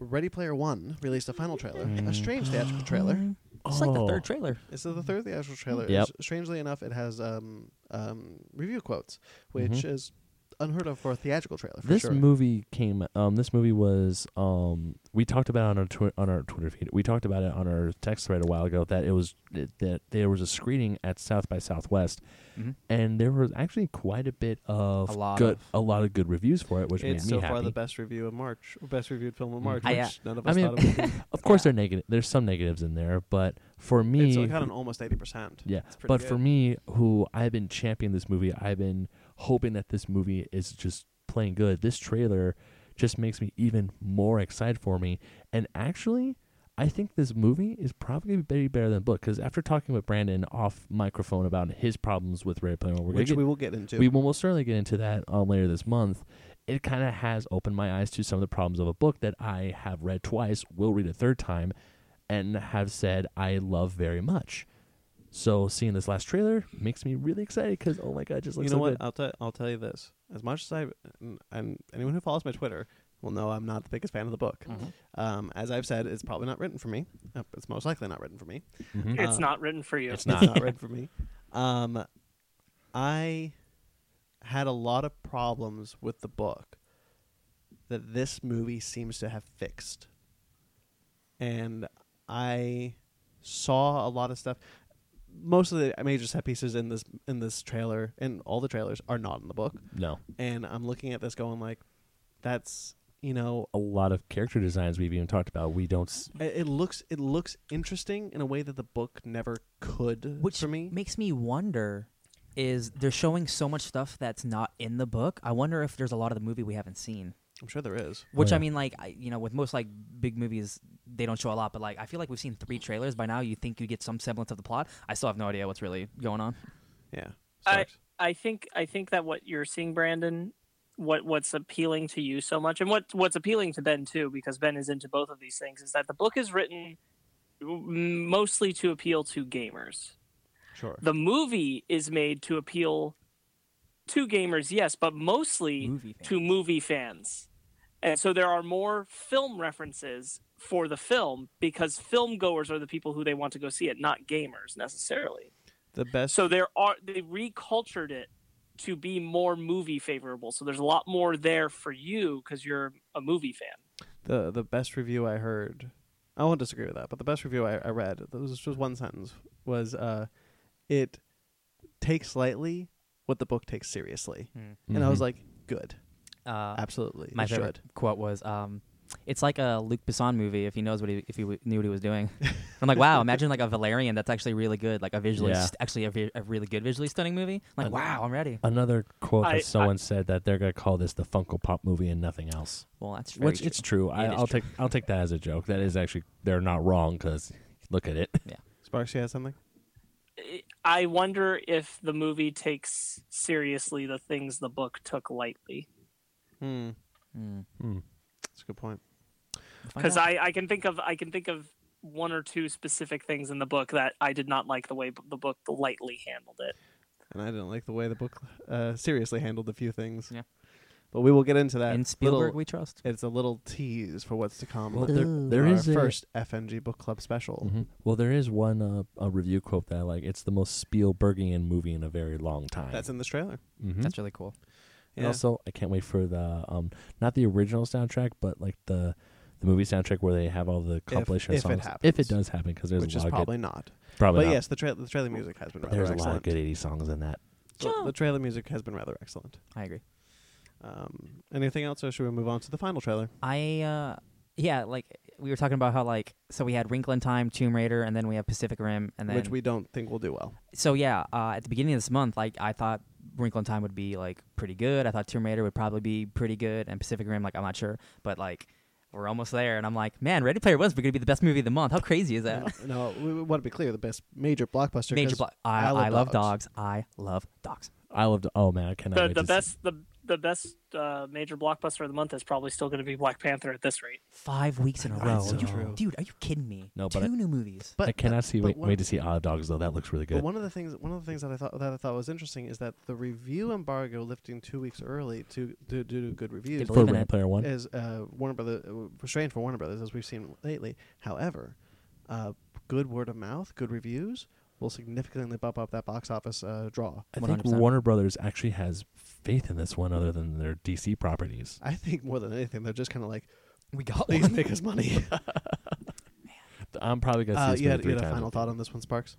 Speaker 1: Ready Player One released a final trailer,
Speaker 2: Mm.
Speaker 1: a strange theatrical trailer.
Speaker 4: Mm-hmm. It's like the
Speaker 2: Oh.
Speaker 4: third trailer.
Speaker 1: This is the third theatrical trailer.
Speaker 2: Yep.
Speaker 1: S- Strangely enough, it has um, um, review quotes, which
Speaker 2: Mhm.
Speaker 1: is unheard of for a theatrical trailer. For
Speaker 2: this
Speaker 1: sure.
Speaker 2: movie came. Um, this movie was. Um, we talked about it on our twi- on our Twitter feed. We talked about it on our text thread a while ago. That it was that- that there was a screening at South by Southwest,
Speaker 1: Mm-hmm.
Speaker 4: Mhm.
Speaker 2: and there was actually quite a bit of
Speaker 4: A lot
Speaker 2: good
Speaker 4: of-
Speaker 2: a lot of good reviews for it, which made me
Speaker 1: it's so
Speaker 2: happy.
Speaker 1: far the best review of March, best reviewed film of
Speaker 2: Mhm.
Speaker 1: March.
Speaker 4: I, uh,
Speaker 1: which none of
Speaker 2: I
Speaker 1: us
Speaker 2: mean-
Speaker 1: thought it would
Speaker 2: Of course, there are negative. There's some negatives in there, but for
Speaker 1: be.
Speaker 2: me,
Speaker 1: it's got an almost eighty percent.
Speaker 2: yeah.
Speaker 1: It's pretty
Speaker 2: But
Speaker 1: good.
Speaker 2: for me, who I've been championing this movie, I've been hoping that this movie is just playing good. This trailer just makes me even more excited for me. And actually, I think this movie is probably better, better than book because after talking with Brandon off microphone about his problems with Ready Player One, we're gonna
Speaker 1: which
Speaker 2: get-
Speaker 1: we will get into.
Speaker 2: we will most certainly get into that um, later this month. It kind of has opened my eyes to some of the problems of a book that I have read twice, will read a third time, and have said I love very much. So seeing this last trailer makes me really excited because oh my god, it just
Speaker 1: you
Speaker 2: looks
Speaker 1: know
Speaker 2: so
Speaker 1: what?
Speaker 2: good.
Speaker 1: I'll tell I'll tell you this. As much as I and, and anyone who follows my Twitter will know I'm not the biggest fan of the book.
Speaker 2: Mm-hmm.
Speaker 1: Um, as I've said, it's probably not written for me. Uh, It's most likely not written for me.
Speaker 2: Mhm.
Speaker 5: It's
Speaker 1: Uh,
Speaker 5: not written for you.
Speaker 1: It's not written for me. Um, I had a lot of problems with the book that this movie seems to have fixed, and I saw a lot of stuff. Most of the major set pieces in this in this trailer and all the trailers are not in the book,
Speaker 2: No,
Speaker 1: and I'm looking at this going like, that's you know
Speaker 2: a lot of character designs we've even talked about. We don't. s-
Speaker 1: it, it looks it looks interesting in a way that the book never could
Speaker 4: Which
Speaker 1: for me.
Speaker 4: makes me wonder is they're showing so much stuff that's not in the book. I wonder if there's a lot of the movie we haven't seen.
Speaker 1: I'm sure there is.
Speaker 4: Which
Speaker 2: yeah.
Speaker 4: I mean, like I, you know, with most like big movies, they don't show a lot. But like, I feel like we've seen three trailers by now. You think you get some semblance of the plot. I still have no idea what's really going on.
Speaker 1: Yeah.
Speaker 5: I-
Speaker 1: sucks.
Speaker 5: I think I think that what you're seeing, Brandon, what what's appealing to you so much, and what what's appealing to Ben too, because Ben is into both of these things, is that the book is written mostly to appeal to gamers.
Speaker 1: sure.
Speaker 5: The movie is made to appeal to gamers, yes, but mostly
Speaker 4: Movie fan.
Speaker 5: to movie fans. And so there are more film references for the film because film goers are the people who they want to go see it, not gamers necessarily.
Speaker 1: The best.
Speaker 5: So there are they recultured it to be more movie favorable. So there's a lot more there for you because you're a movie fan.
Speaker 1: the the best review I heard. I won't disagree with that, but the best review I, I read, this was just one sentence, was uh, it takes lightly what the book takes seriously, and I was
Speaker 2: Mhm.
Speaker 1: like, good,
Speaker 4: Uh,
Speaker 1: absolutely,
Speaker 4: Hmm. my
Speaker 1: it
Speaker 4: favorite
Speaker 1: should.
Speaker 4: quote was, um, "It's like a Luc Besson movie if he knows what he if he w- knew what he was doing." I'm like, wow, imagine like a Valerian that's actually really good, like a visually
Speaker 2: Yeah.
Speaker 4: st- actually a, vi- a really good visually stunning movie. I'm
Speaker 2: Uh,
Speaker 4: like, wow, I'm ready.
Speaker 2: Another quote
Speaker 5: I- I-
Speaker 2: that someone said that they're gonna call this the Funko Pop movie and nothing else.
Speaker 4: Well, that's very
Speaker 2: Which it's true. I,
Speaker 4: It is
Speaker 2: I'll
Speaker 4: true.
Speaker 2: take I'll take that as a joke. That is actually they're not wrong because look at it.
Speaker 1: Sparks, you had something.
Speaker 5: I wonder if the movie takes seriously the things the book took lightly.
Speaker 1: Hmm,
Speaker 4: Mm.
Speaker 2: Hmm.
Speaker 1: that's a good point.
Speaker 4: Find
Speaker 5: Because
Speaker 4: out.
Speaker 5: I, I can think of I can think of one or two specific things in the book that I did not like the way b- the book lightly handled it.
Speaker 1: And I didn't like the way the book uh, seriously handled a few things.
Speaker 4: Yeah.
Speaker 1: But we will get into that.
Speaker 4: In Spielberg,
Speaker 1: little-
Speaker 4: we trust.
Speaker 1: it's a little tease for what's to come.
Speaker 2: Well,
Speaker 1: on
Speaker 2: there,
Speaker 3: Ooh.
Speaker 2: there
Speaker 1: our
Speaker 2: is a-
Speaker 1: first FNG book club special.
Speaker 4: Mm-hmm.
Speaker 2: Mhm. Well, there is one uh, a review quote that I like. It's the most Spielbergian movie in a very long time.
Speaker 1: That's in this trailer.
Speaker 2: Mhm.
Speaker 4: That's really cool.
Speaker 2: And also, I can't wait for the um not the original soundtrack, but like the the movie soundtrack where they have all the compilation
Speaker 1: if it
Speaker 2: songs. if
Speaker 1: happens.
Speaker 2: it does happen, because there's
Speaker 1: which
Speaker 2: a
Speaker 1: is
Speaker 2: lot of
Speaker 1: probably
Speaker 2: good,
Speaker 1: not.
Speaker 2: probably
Speaker 1: but
Speaker 2: not,
Speaker 1: yes, the, tra- the trailer music has been
Speaker 2: but
Speaker 1: rather
Speaker 2: there's a lot of
Speaker 1: excellent.
Speaker 2: good '80s songs in that.
Speaker 1: The, the trailer music has been rather excellent.
Speaker 4: I agree.
Speaker 1: Um, anything else, or should we move on to the final trailer?
Speaker 4: I uh yeah, like we were talking about how like so we had Wrinkle in Time, Tomb Raider, and then we have Pacific Rim, and then
Speaker 1: Which we don't think will do well.
Speaker 4: so yeah, uh, at the beginning of this month, like I thought Wrinkle in Time would be like pretty good. I thought Tomb Raider would probably be pretty good, and Pacific Rim, like I'm not sure, but like we're almost there, and I'm like, man, Ready Player One's going to be the best movie of the month. How crazy is that?
Speaker 1: no, we, we want to be clear. The best major blockbuster.
Speaker 4: Major
Speaker 1: 'cause
Speaker 4: block.
Speaker 1: I
Speaker 4: I, I
Speaker 1: love
Speaker 4: love,
Speaker 1: dogs.
Speaker 4: dogs. I love dogs.
Speaker 2: I loved. Oh man, I cannot
Speaker 5: The,
Speaker 2: wait
Speaker 5: the
Speaker 2: to see-
Speaker 5: best the the best uh, major blockbuster of the month is probably still going to be Black Panther at this rate.
Speaker 4: Five weeks in a
Speaker 1: That's
Speaker 4: row.
Speaker 1: so
Speaker 4: You-
Speaker 1: true.
Speaker 4: Dude, are you kidding me?
Speaker 2: No,
Speaker 4: Two
Speaker 2: but I-
Speaker 4: new movies.
Speaker 1: But
Speaker 2: I cannot see
Speaker 1: but
Speaker 2: wait,
Speaker 1: one-
Speaker 2: wait to see Odd Dogs though. That looks really
Speaker 1: But
Speaker 2: good.
Speaker 1: one of the things, one of the things that I thought that I thought was interesting is that the review embargo lifting two weeks early to do to, do good reviews
Speaker 4: Good
Speaker 2: For
Speaker 4: believe in
Speaker 2: Ready
Speaker 4: it.
Speaker 2: Player One,
Speaker 1: is uh, Warner Brother uh, strange for Warner Brothers as we've seen lately. However, uh, good word of mouth, good reviews will significantly bump up that box office uh, draw.
Speaker 2: I think
Speaker 4: 100%.
Speaker 2: Warner Brothers actually has faith in this one, other than their DC properties.
Speaker 1: I think more than anything, they're just kind of like,
Speaker 4: We got
Speaker 1: please make us money.
Speaker 2: I'm probably gonna see
Speaker 1: uh,
Speaker 2: this
Speaker 1: you
Speaker 2: movie
Speaker 1: had, you
Speaker 2: three
Speaker 1: had a
Speaker 2: times, I
Speaker 1: final
Speaker 2: think.
Speaker 1: thought on this one, Sparks?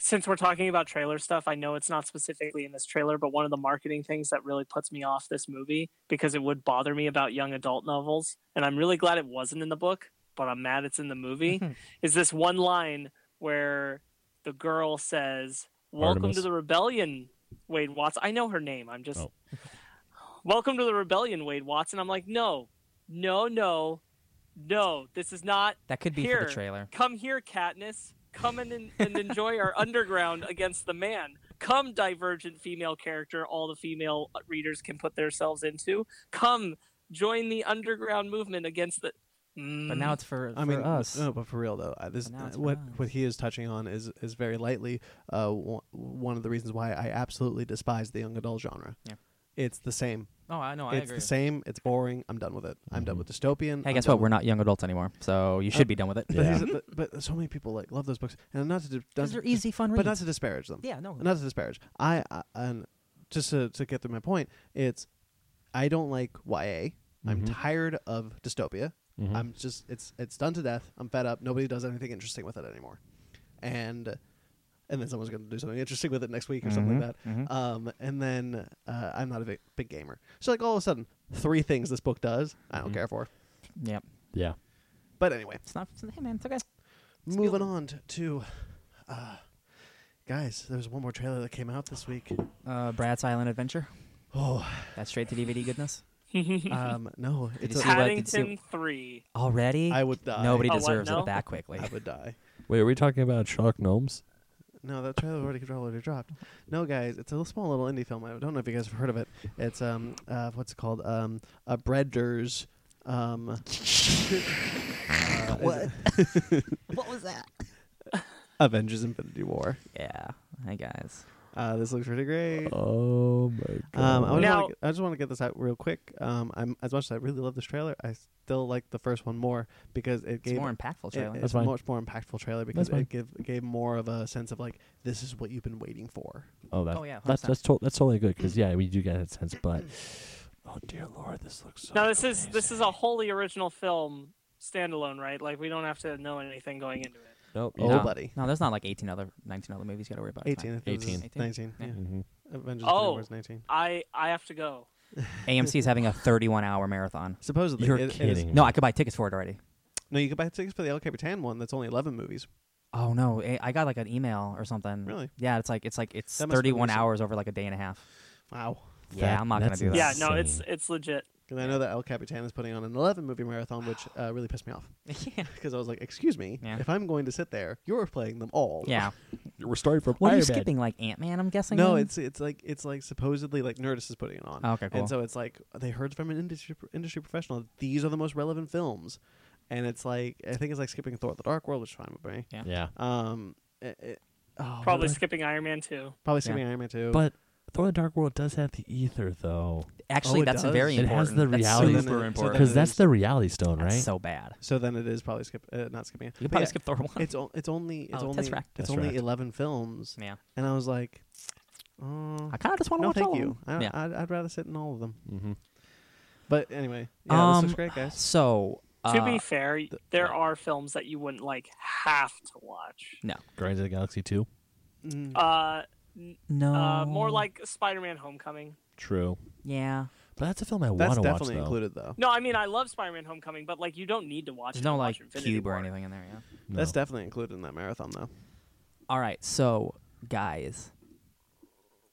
Speaker 5: Since we're talking about trailer stuff, I know it's not specifically in this trailer, but one of the marketing things that really puts me off this movie because it would bother me about young adult novels, and I'm really glad it wasn't in the book, but I'm mad it's in the movie, is this one line where the girl says, "Welcome
Speaker 2: Artemis.
Speaker 5: to the rebellion, Wade Watts." I know her name. I'm just
Speaker 2: Oh.
Speaker 5: "Welcome to the rebellion, Wade Watts," and I'm like, "No, no, no, no! This is not
Speaker 4: That could be for
Speaker 5: Here.
Speaker 4: the trailer.
Speaker 5: Come here, Katniss. Come and, and enjoy our underground against the man. Come, divergent female character, all the female uh, readers can put themselves into. Come, join the underground movement against the. mm,
Speaker 4: But now it's for,
Speaker 1: I
Speaker 4: for
Speaker 1: mean,
Speaker 4: us.
Speaker 1: no, but for real though, uh, this
Speaker 4: But now
Speaker 1: uh,
Speaker 4: it's for
Speaker 1: what
Speaker 4: us.
Speaker 1: what he is touching on is is very lightly uh, w- one of the reasons why I absolutely despise the young adult genre.
Speaker 4: Yeah.
Speaker 1: It's the same.
Speaker 4: No, Oh, I know. I
Speaker 1: it's
Speaker 4: agree.
Speaker 1: the same. It's boring. I'm done with it. I'm done
Speaker 2: Mhm.
Speaker 1: with dystopian.
Speaker 4: Hey,
Speaker 1: I'm
Speaker 4: guess
Speaker 1: done
Speaker 4: what?
Speaker 1: with-
Speaker 4: We're not young adults anymore, so you should
Speaker 1: Uh,
Speaker 4: be done with it.
Speaker 1: But,
Speaker 2: Yeah.
Speaker 1: these are- but, but so many people like love those books, and not to di- not
Speaker 4: Because
Speaker 1: to-
Speaker 4: they're easy, fun
Speaker 1: but not
Speaker 4: reads.
Speaker 1: to disparage them.
Speaker 4: Yeah, no.
Speaker 1: Not to disparage. I, I and just to, to get to my point, it's I don't like YA. I'm
Speaker 2: Mhm.
Speaker 1: tired of dystopia.
Speaker 2: Mhm.
Speaker 1: I'm just it's it's done to death. I'm fed up. Nobody does anything interesting with it anymore, and and then someone's going to do something interesting with it next week or something like that. Um, and then uh, I'm not a big, big gamer, so like all of a sudden, three things this book does I don't
Speaker 2: Mhm.
Speaker 1: care for.
Speaker 4: Yeah,
Speaker 2: Yeah.
Speaker 1: But anyway,
Speaker 4: it's not. it's- Hey, man, it's okay.
Speaker 1: moving on t- to uh, guys, there was one more trailer that came out this week.
Speaker 4: Uh, Brad's Island Adventure.
Speaker 1: Oh,
Speaker 4: That's straight to DVD goodness.
Speaker 1: um, no,
Speaker 4: Did
Speaker 1: it's
Speaker 4: you see
Speaker 1: a,
Speaker 4: what- did you
Speaker 5: Paddington
Speaker 4: see-
Speaker 5: 3.
Speaker 4: Already?
Speaker 1: I would die.
Speaker 4: Nobody
Speaker 5: Oh, what,
Speaker 4: deserves
Speaker 5: no?
Speaker 4: it that quickly.
Speaker 1: I would die.
Speaker 2: Wait, are we talking about Sherlock Gnomes?
Speaker 1: No, that trailer already already dropped. No, guys, it's a little, small little indie film. I don't know if you guys have heard of it. It's um, uh, what's it called? Um, a Breaders. Um, uh,
Speaker 3: What? what was that?
Speaker 1: Avengers: Infinity War.
Speaker 4: Yeah. Hey guys.
Speaker 1: Uh, this looks pretty great.
Speaker 2: Oh my
Speaker 1: Um, I,
Speaker 2: god.
Speaker 1: would
Speaker 5: Now-
Speaker 1: wanna get- I just want to get this out real quick. Um, I'm as much as I really love this trailer, I still like the first one more because it
Speaker 4: It's
Speaker 1: gave
Speaker 4: more impactful
Speaker 1: it,
Speaker 4: trailer.
Speaker 1: it's
Speaker 2: That's fine.
Speaker 1: much more impactful trailer because
Speaker 2: fine.
Speaker 1: it give, gave more of a sense of like this is what you've been waiting for.
Speaker 2: oh, that,
Speaker 4: oh yeah.
Speaker 2: that's
Speaker 4: 100%.
Speaker 2: that's to- that's totally good because yeah, we do get that sense, but oh dear lord, this looks so.
Speaker 5: Now this is this is a wholly original film, standalone, right? Like we don't have to know anything going into it.
Speaker 2: nope.
Speaker 1: Oh,
Speaker 4: no,
Speaker 1: buddy.
Speaker 4: No, there's not like 18 other, 19 other movies you gotta worry about. It's
Speaker 1: 18,
Speaker 4: fine.
Speaker 1: I think it was 19.
Speaker 2: 18.
Speaker 4: 18?
Speaker 1: Yeah.
Speaker 4: Yeah.
Speaker 2: hmm
Speaker 1: Avengers: Infinity
Speaker 5: Oh.
Speaker 1: War is 19.
Speaker 5: I I have to go.
Speaker 4: AMC is having a 31 hour marathon.
Speaker 1: Supposedly,
Speaker 2: You're
Speaker 1: it- it is-
Speaker 2: kidding.
Speaker 4: No, I could buy tickets for it already.
Speaker 1: no, you could buy tickets for the El Capitan one. That's only 11 movies.
Speaker 4: Oh no, I I got like an email or something.
Speaker 1: Really?
Speaker 4: Yeah, it's like it's like it's
Speaker 1: That must be
Speaker 4: 31
Speaker 1: recent.
Speaker 4: hours over like a day and a half.
Speaker 1: Wow.
Speaker 4: Yeah, I'm not gonna
Speaker 2: that's
Speaker 4: do that.
Speaker 5: Yeah,
Speaker 2: That's
Speaker 5: no, it's
Speaker 2: insane.
Speaker 5: it's legit.
Speaker 1: Because I know that El Capitan is putting on an 11 movie marathon, which uh, really pissed me off.
Speaker 4: yeah.
Speaker 1: Because I was like, excuse me,
Speaker 4: Yeah.
Speaker 1: if I'm going to sit there, you're playing them all.
Speaker 4: Yeah.
Speaker 2: we're starting from
Speaker 4: What are you
Speaker 2: Iron Man.
Speaker 4: skipping? Like Ant Man, I'm guessing.
Speaker 1: No,
Speaker 4: then?
Speaker 1: it's it's like it's like supposedly like Nerdist is putting it on.
Speaker 4: Oh, okay, cool.
Speaker 1: And so it's like they heard from an industry industry professional. These are the most relevant films, and it's like I think it's like skipping Thor: The Dark World, which is fine with me.
Speaker 4: Yeah.
Speaker 2: Yeah,
Speaker 1: Um, it, it- oh, what
Speaker 5: Probably
Speaker 1: was I-
Speaker 5: skipping Iron Man 2.
Speaker 1: probably skipping Iron Man too.
Speaker 2: but Thor: The Dark World does have the ether though,
Speaker 4: Actually,
Speaker 1: Oh. it
Speaker 4: that's
Speaker 1: does?
Speaker 4: very
Speaker 2: It
Speaker 4: important.
Speaker 2: has the
Speaker 4: That's
Speaker 2: reality-
Speaker 1: So then
Speaker 4: super
Speaker 1: it-
Speaker 4: important.
Speaker 1: so
Speaker 2: because that's the reality stone,
Speaker 4: That's
Speaker 2: right?
Speaker 4: so bad.
Speaker 1: So then it is probably skip, uh, not skipping. It.
Speaker 4: You could
Speaker 1: But
Speaker 4: probably
Speaker 1: yeah,
Speaker 4: skip Thor one.
Speaker 1: It's o- it's only it's
Speaker 4: Oh,
Speaker 1: only
Speaker 4: Tesseract.
Speaker 1: it's
Speaker 2: Tesseract.
Speaker 1: only eleven films,
Speaker 4: yeah,
Speaker 1: and I was like, oh,
Speaker 4: I kind of just want to
Speaker 1: no,
Speaker 4: watch
Speaker 1: thank
Speaker 4: all of
Speaker 1: you.
Speaker 4: them.
Speaker 1: I don't,
Speaker 4: Yeah.
Speaker 1: I'd, I'd rather sit in all of them.
Speaker 2: mm-hmm.
Speaker 1: But anyway, yeah, this
Speaker 4: Um,
Speaker 1: was great, guys.
Speaker 4: So
Speaker 5: to
Speaker 4: uh,
Speaker 5: be fair, y- there
Speaker 4: yeah.
Speaker 5: are films that you wouldn't like have to watch.
Speaker 2: Guardians of the Galaxy two.
Speaker 1: Mm.
Speaker 5: Uh,
Speaker 3: No.
Speaker 5: uh,
Speaker 4: Oh.
Speaker 5: more like Spider-Man: Homecoming.
Speaker 2: True,
Speaker 4: yeah,
Speaker 2: but that's a film I want
Speaker 1: That's
Speaker 2: to watch
Speaker 1: definitely
Speaker 2: though.
Speaker 1: included though.
Speaker 5: No, I mean I love Spider-Man: Homecoming, but like you don't need to watch.
Speaker 4: there's
Speaker 5: it
Speaker 4: no
Speaker 5: to
Speaker 4: like
Speaker 5: watch Infinity
Speaker 4: cube or
Speaker 5: War.
Speaker 4: anything in there. Yeah.
Speaker 2: No.
Speaker 1: That's definitely included in that marathon though.
Speaker 4: All right, so guys,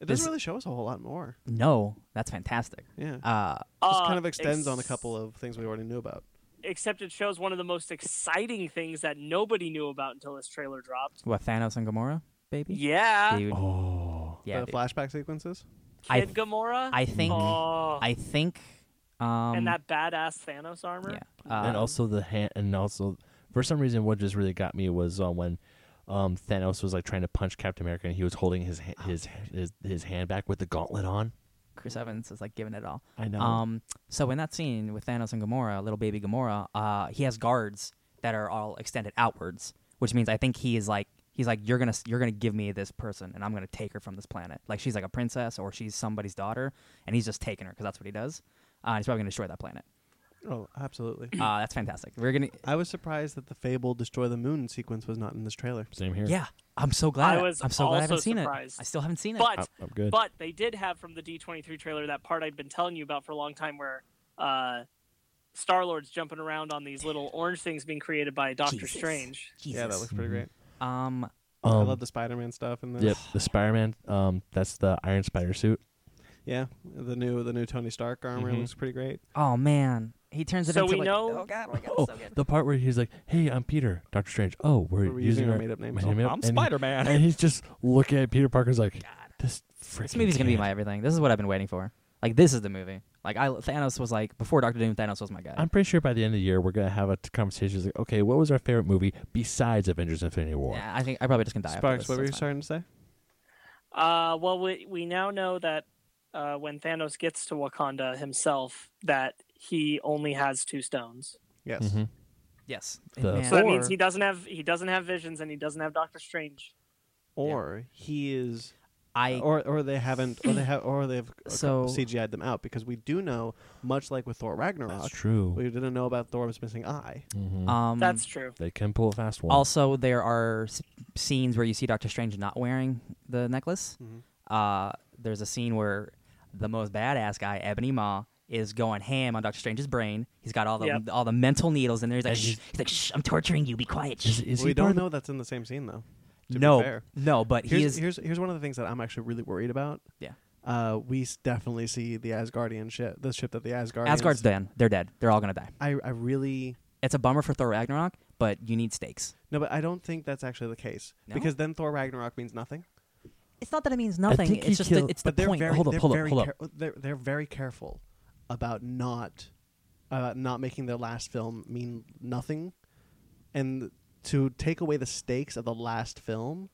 Speaker 1: It doesn't
Speaker 4: This-
Speaker 1: really show us a whole lot more.
Speaker 4: no, that's fantastic.
Speaker 1: Yeah.
Speaker 4: Uh,
Speaker 1: Just
Speaker 5: Uh,
Speaker 1: kind of extends on a
Speaker 5: ex-
Speaker 1: couple of things we already knew about.
Speaker 5: Except it shows one of the most exciting things that nobody knew about until this trailer dropped.
Speaker 4: what Thanos and Gamora, baby?
Speaker 5: Yeah,
Speaker 4: Dude,
Speaker 2: Oh,
Speaker 4: yeah,
Speaker 1: the
Speaker 4: dude.
Speaker 1: flashback sequences.
Speaker 4: I
Speaker 5: Kid Gamora.
Speaker 4: I think,
Speaker 5: Oh,
Speaker 4: I think, um,
Speaker 5: and that badass Thanos armor.
Speaker 4: yeah, uh,
Speaker 2: and also the hand, and also for some reason, what just really got me was uh, when um, Thanos was like trying to punch Captain America, and he was holding his ha- his, his his hand back with the gauntlet on.
Speaker 4: Chris Evans is like giving it all.
Speaker 2: I know.
Speaker 4: Um, so in that scene with Thanos and Gamora, little baby Gamora, uh, he has guards that are all extended outwards, which means I think he is like he's like you're gonna you're gonna give me this person and I'm gonna take her from this planet. Like she's like a princess or she's somebody's daughter, and he's just taking her because that's what he does. Uh, and he's probably gonna destroy that planet.
Speaker 1: Oh, absolutely.
Speaker 4: Uh, that's fantastic. We're gonna
Speaker 1: I was surprised that the Fable Destroy the Moon sequence was not in this trailer.
Speaker 2: Same here.
Speaker 4: yeah. I'm so glad.
Speaker 5: I was
Speaker 4: am so glad I haven't
Speaker 5: also
Speaker 4: seen
Speaker 5: surprised.
Speaker 4: it. I still haven't seen it.
Speaker 5: But
Speaker 2: Oh, I'm, I'm good.
Speaker 5: But they did have from the D23 trailer that part I'd been telling you about for a long time where uh, Star Lord's jumping around on these little orange things being created by Doctor
Speaker 4: Jesus.
Speaker 5: Strange.
Speaker 4: Jesus.
Speaker 1: Yeah, that looks pretty great.
Speaker 4: um,
Speaker 1: I
Speaker 2: Um,
Speaker 1: love the Spider-Man stuff and the
Speaker 2: Yep, the Spider-Man. Um, that's the Iron Spider suit.
Speaker 1: yeah, the new the new Tony Stark armor
Speaker 2: Mhm.
Speaker 1: looks pretty great.
Speaker 4: oh man, he turns it
Speaker 5: So
Speaker 4: into
Speaker 5: we
Speaker 4: like
Speaker 5: know-
Speaker 4: oh god, oh my god,
Speaker 2: Oh,
Speaker 4: so good.
Speaker 2: the part where he's like, "Hey, I'm Peter, Doctor Strange." Oh, we're,
Speaker 1: We're, using our
Speaker 2: made
Speaker 1: made-up names.
Speaker 2: up name.
Speaker 6: I'm
Speaker 2: and he-
Speaker 6: Spider Man.
Speaker 2: and he's just looking at Peter Parker's like,
Speaker 4: God.
Speaker 2: "This freaking."
Speaker 4: This movie's gonna be
Speaker 2: kid."
Speaker 4: my everything. This is what I've been waiting for. Like this is the movie. Like I Thanos was like before Doctor Doom. Thanos was my guy.
Speaker 2: I'm pretty sure by the end of the year we're gonna have a t- conversation. It's like, okay, what was our favorite movie besides Avengers: Infinity War?
Speaker 4: yeah, I think I probably just can die. after
Speaker 1: Sparks,
Speaker 4: this,
Speaker 1: what
Speaker 4: so
Speaker 1: were you
Speaker 4: it's
Speaker 1: starting
Speaker 4: fine.
Speaker 1: to say?
Speaker 5: Uh, well, we, we now know that uh, when Thanos gets to Wakanda himself, that he only has two stones.
Speaker 1: Yes.
Speaker 2: Mhm.
Speaker 4: Yes.
Speaker 2: The-
Speaker 4: Man.
Speaker 5: So that means
Speaker 4: Or-
Speaker 5: he doesn't have he doesn't have visions and he doesn't have Doctor Strange.
Speaker 1: Or he is
Speaker 4: I
Speaker 1: or or they haven't or they have or they've uh,
Speaker 4: So-
Speaker 1: CGI'd them out because we do know much like with Thor
Speaker 2: That's
Speaker 1: Ragnarok,
Speaker 2: true.
Speaker 1: Uh, we didn't know about Thor's missing eye.
Speaker 2: Mhm.
Speaker 4: um.
Speaker 5: That's true.
Speaker 2: they can pull a fast one.
Speaker 4: also there are s- scenes where you see Doctor Strange not wearing the necklace.
Speaker 1: Mhm.
Speaker 4: Uh, there's a scene where the most badass guy, Ebony Maw, is going ham on Doctor Strange's brain. He's got all the
Speaker 5: Yep.
Speaker 4: all the mental needles in there. He's like,
Speaker 2: And
Speaker 4: Shh.
Speaker 2: he's-
Speaker 4: he's like, Shh, I'm torturing you. Be quiet. Shh.
Speaker 2: is, is
Speaker 1: we
Speaker 2: he
Speaker 1: don't
Speaker 2: part
Speaker 1: know that's in the same scene though. to be
Speaker 4: no,
Speaker 1: fair.
Speaker 4: no, but
Speaker 1: Here's,
Speaker 4: he is.
Speaker 1: here's here's one of the things that I'm actually really worried about.
Speaker 4: Yeah.
Speaker 1: Uh, we s- definitely see the Asgardian ship, the ship that the Asgardians.
Speaker 4: Asgard's dead. They're dead. They're all gonna die.
Speaker 1: I I really
Speaker 4: it's a bummer for Thor Ragnarok, but you need stakes.
Speaker 1: no, but I don't think that's actually the case
Speaker 4: No?
Speaker 1: because then Thor Ragnarok means nothing.
Speaker 4: It's not that it means
Speaker 2: nothing,
Speaker 4: nothing.
Speaker 2: think he
Speaker 4: It's just the,
Speaker 2: killed-
Speaker 4: it's the
Speaker 1: but they're
Speaker 4: point.
Speaker 1: very
Speaker 4: hold up,
Speaker 1: they're
Speaker 4: hold up,
Speaker 1: very
Speaker 4: hold up.
Speaker 1: care- they're they're very careful about not about not making their last film mean nothing, and to take away the stakes of the last film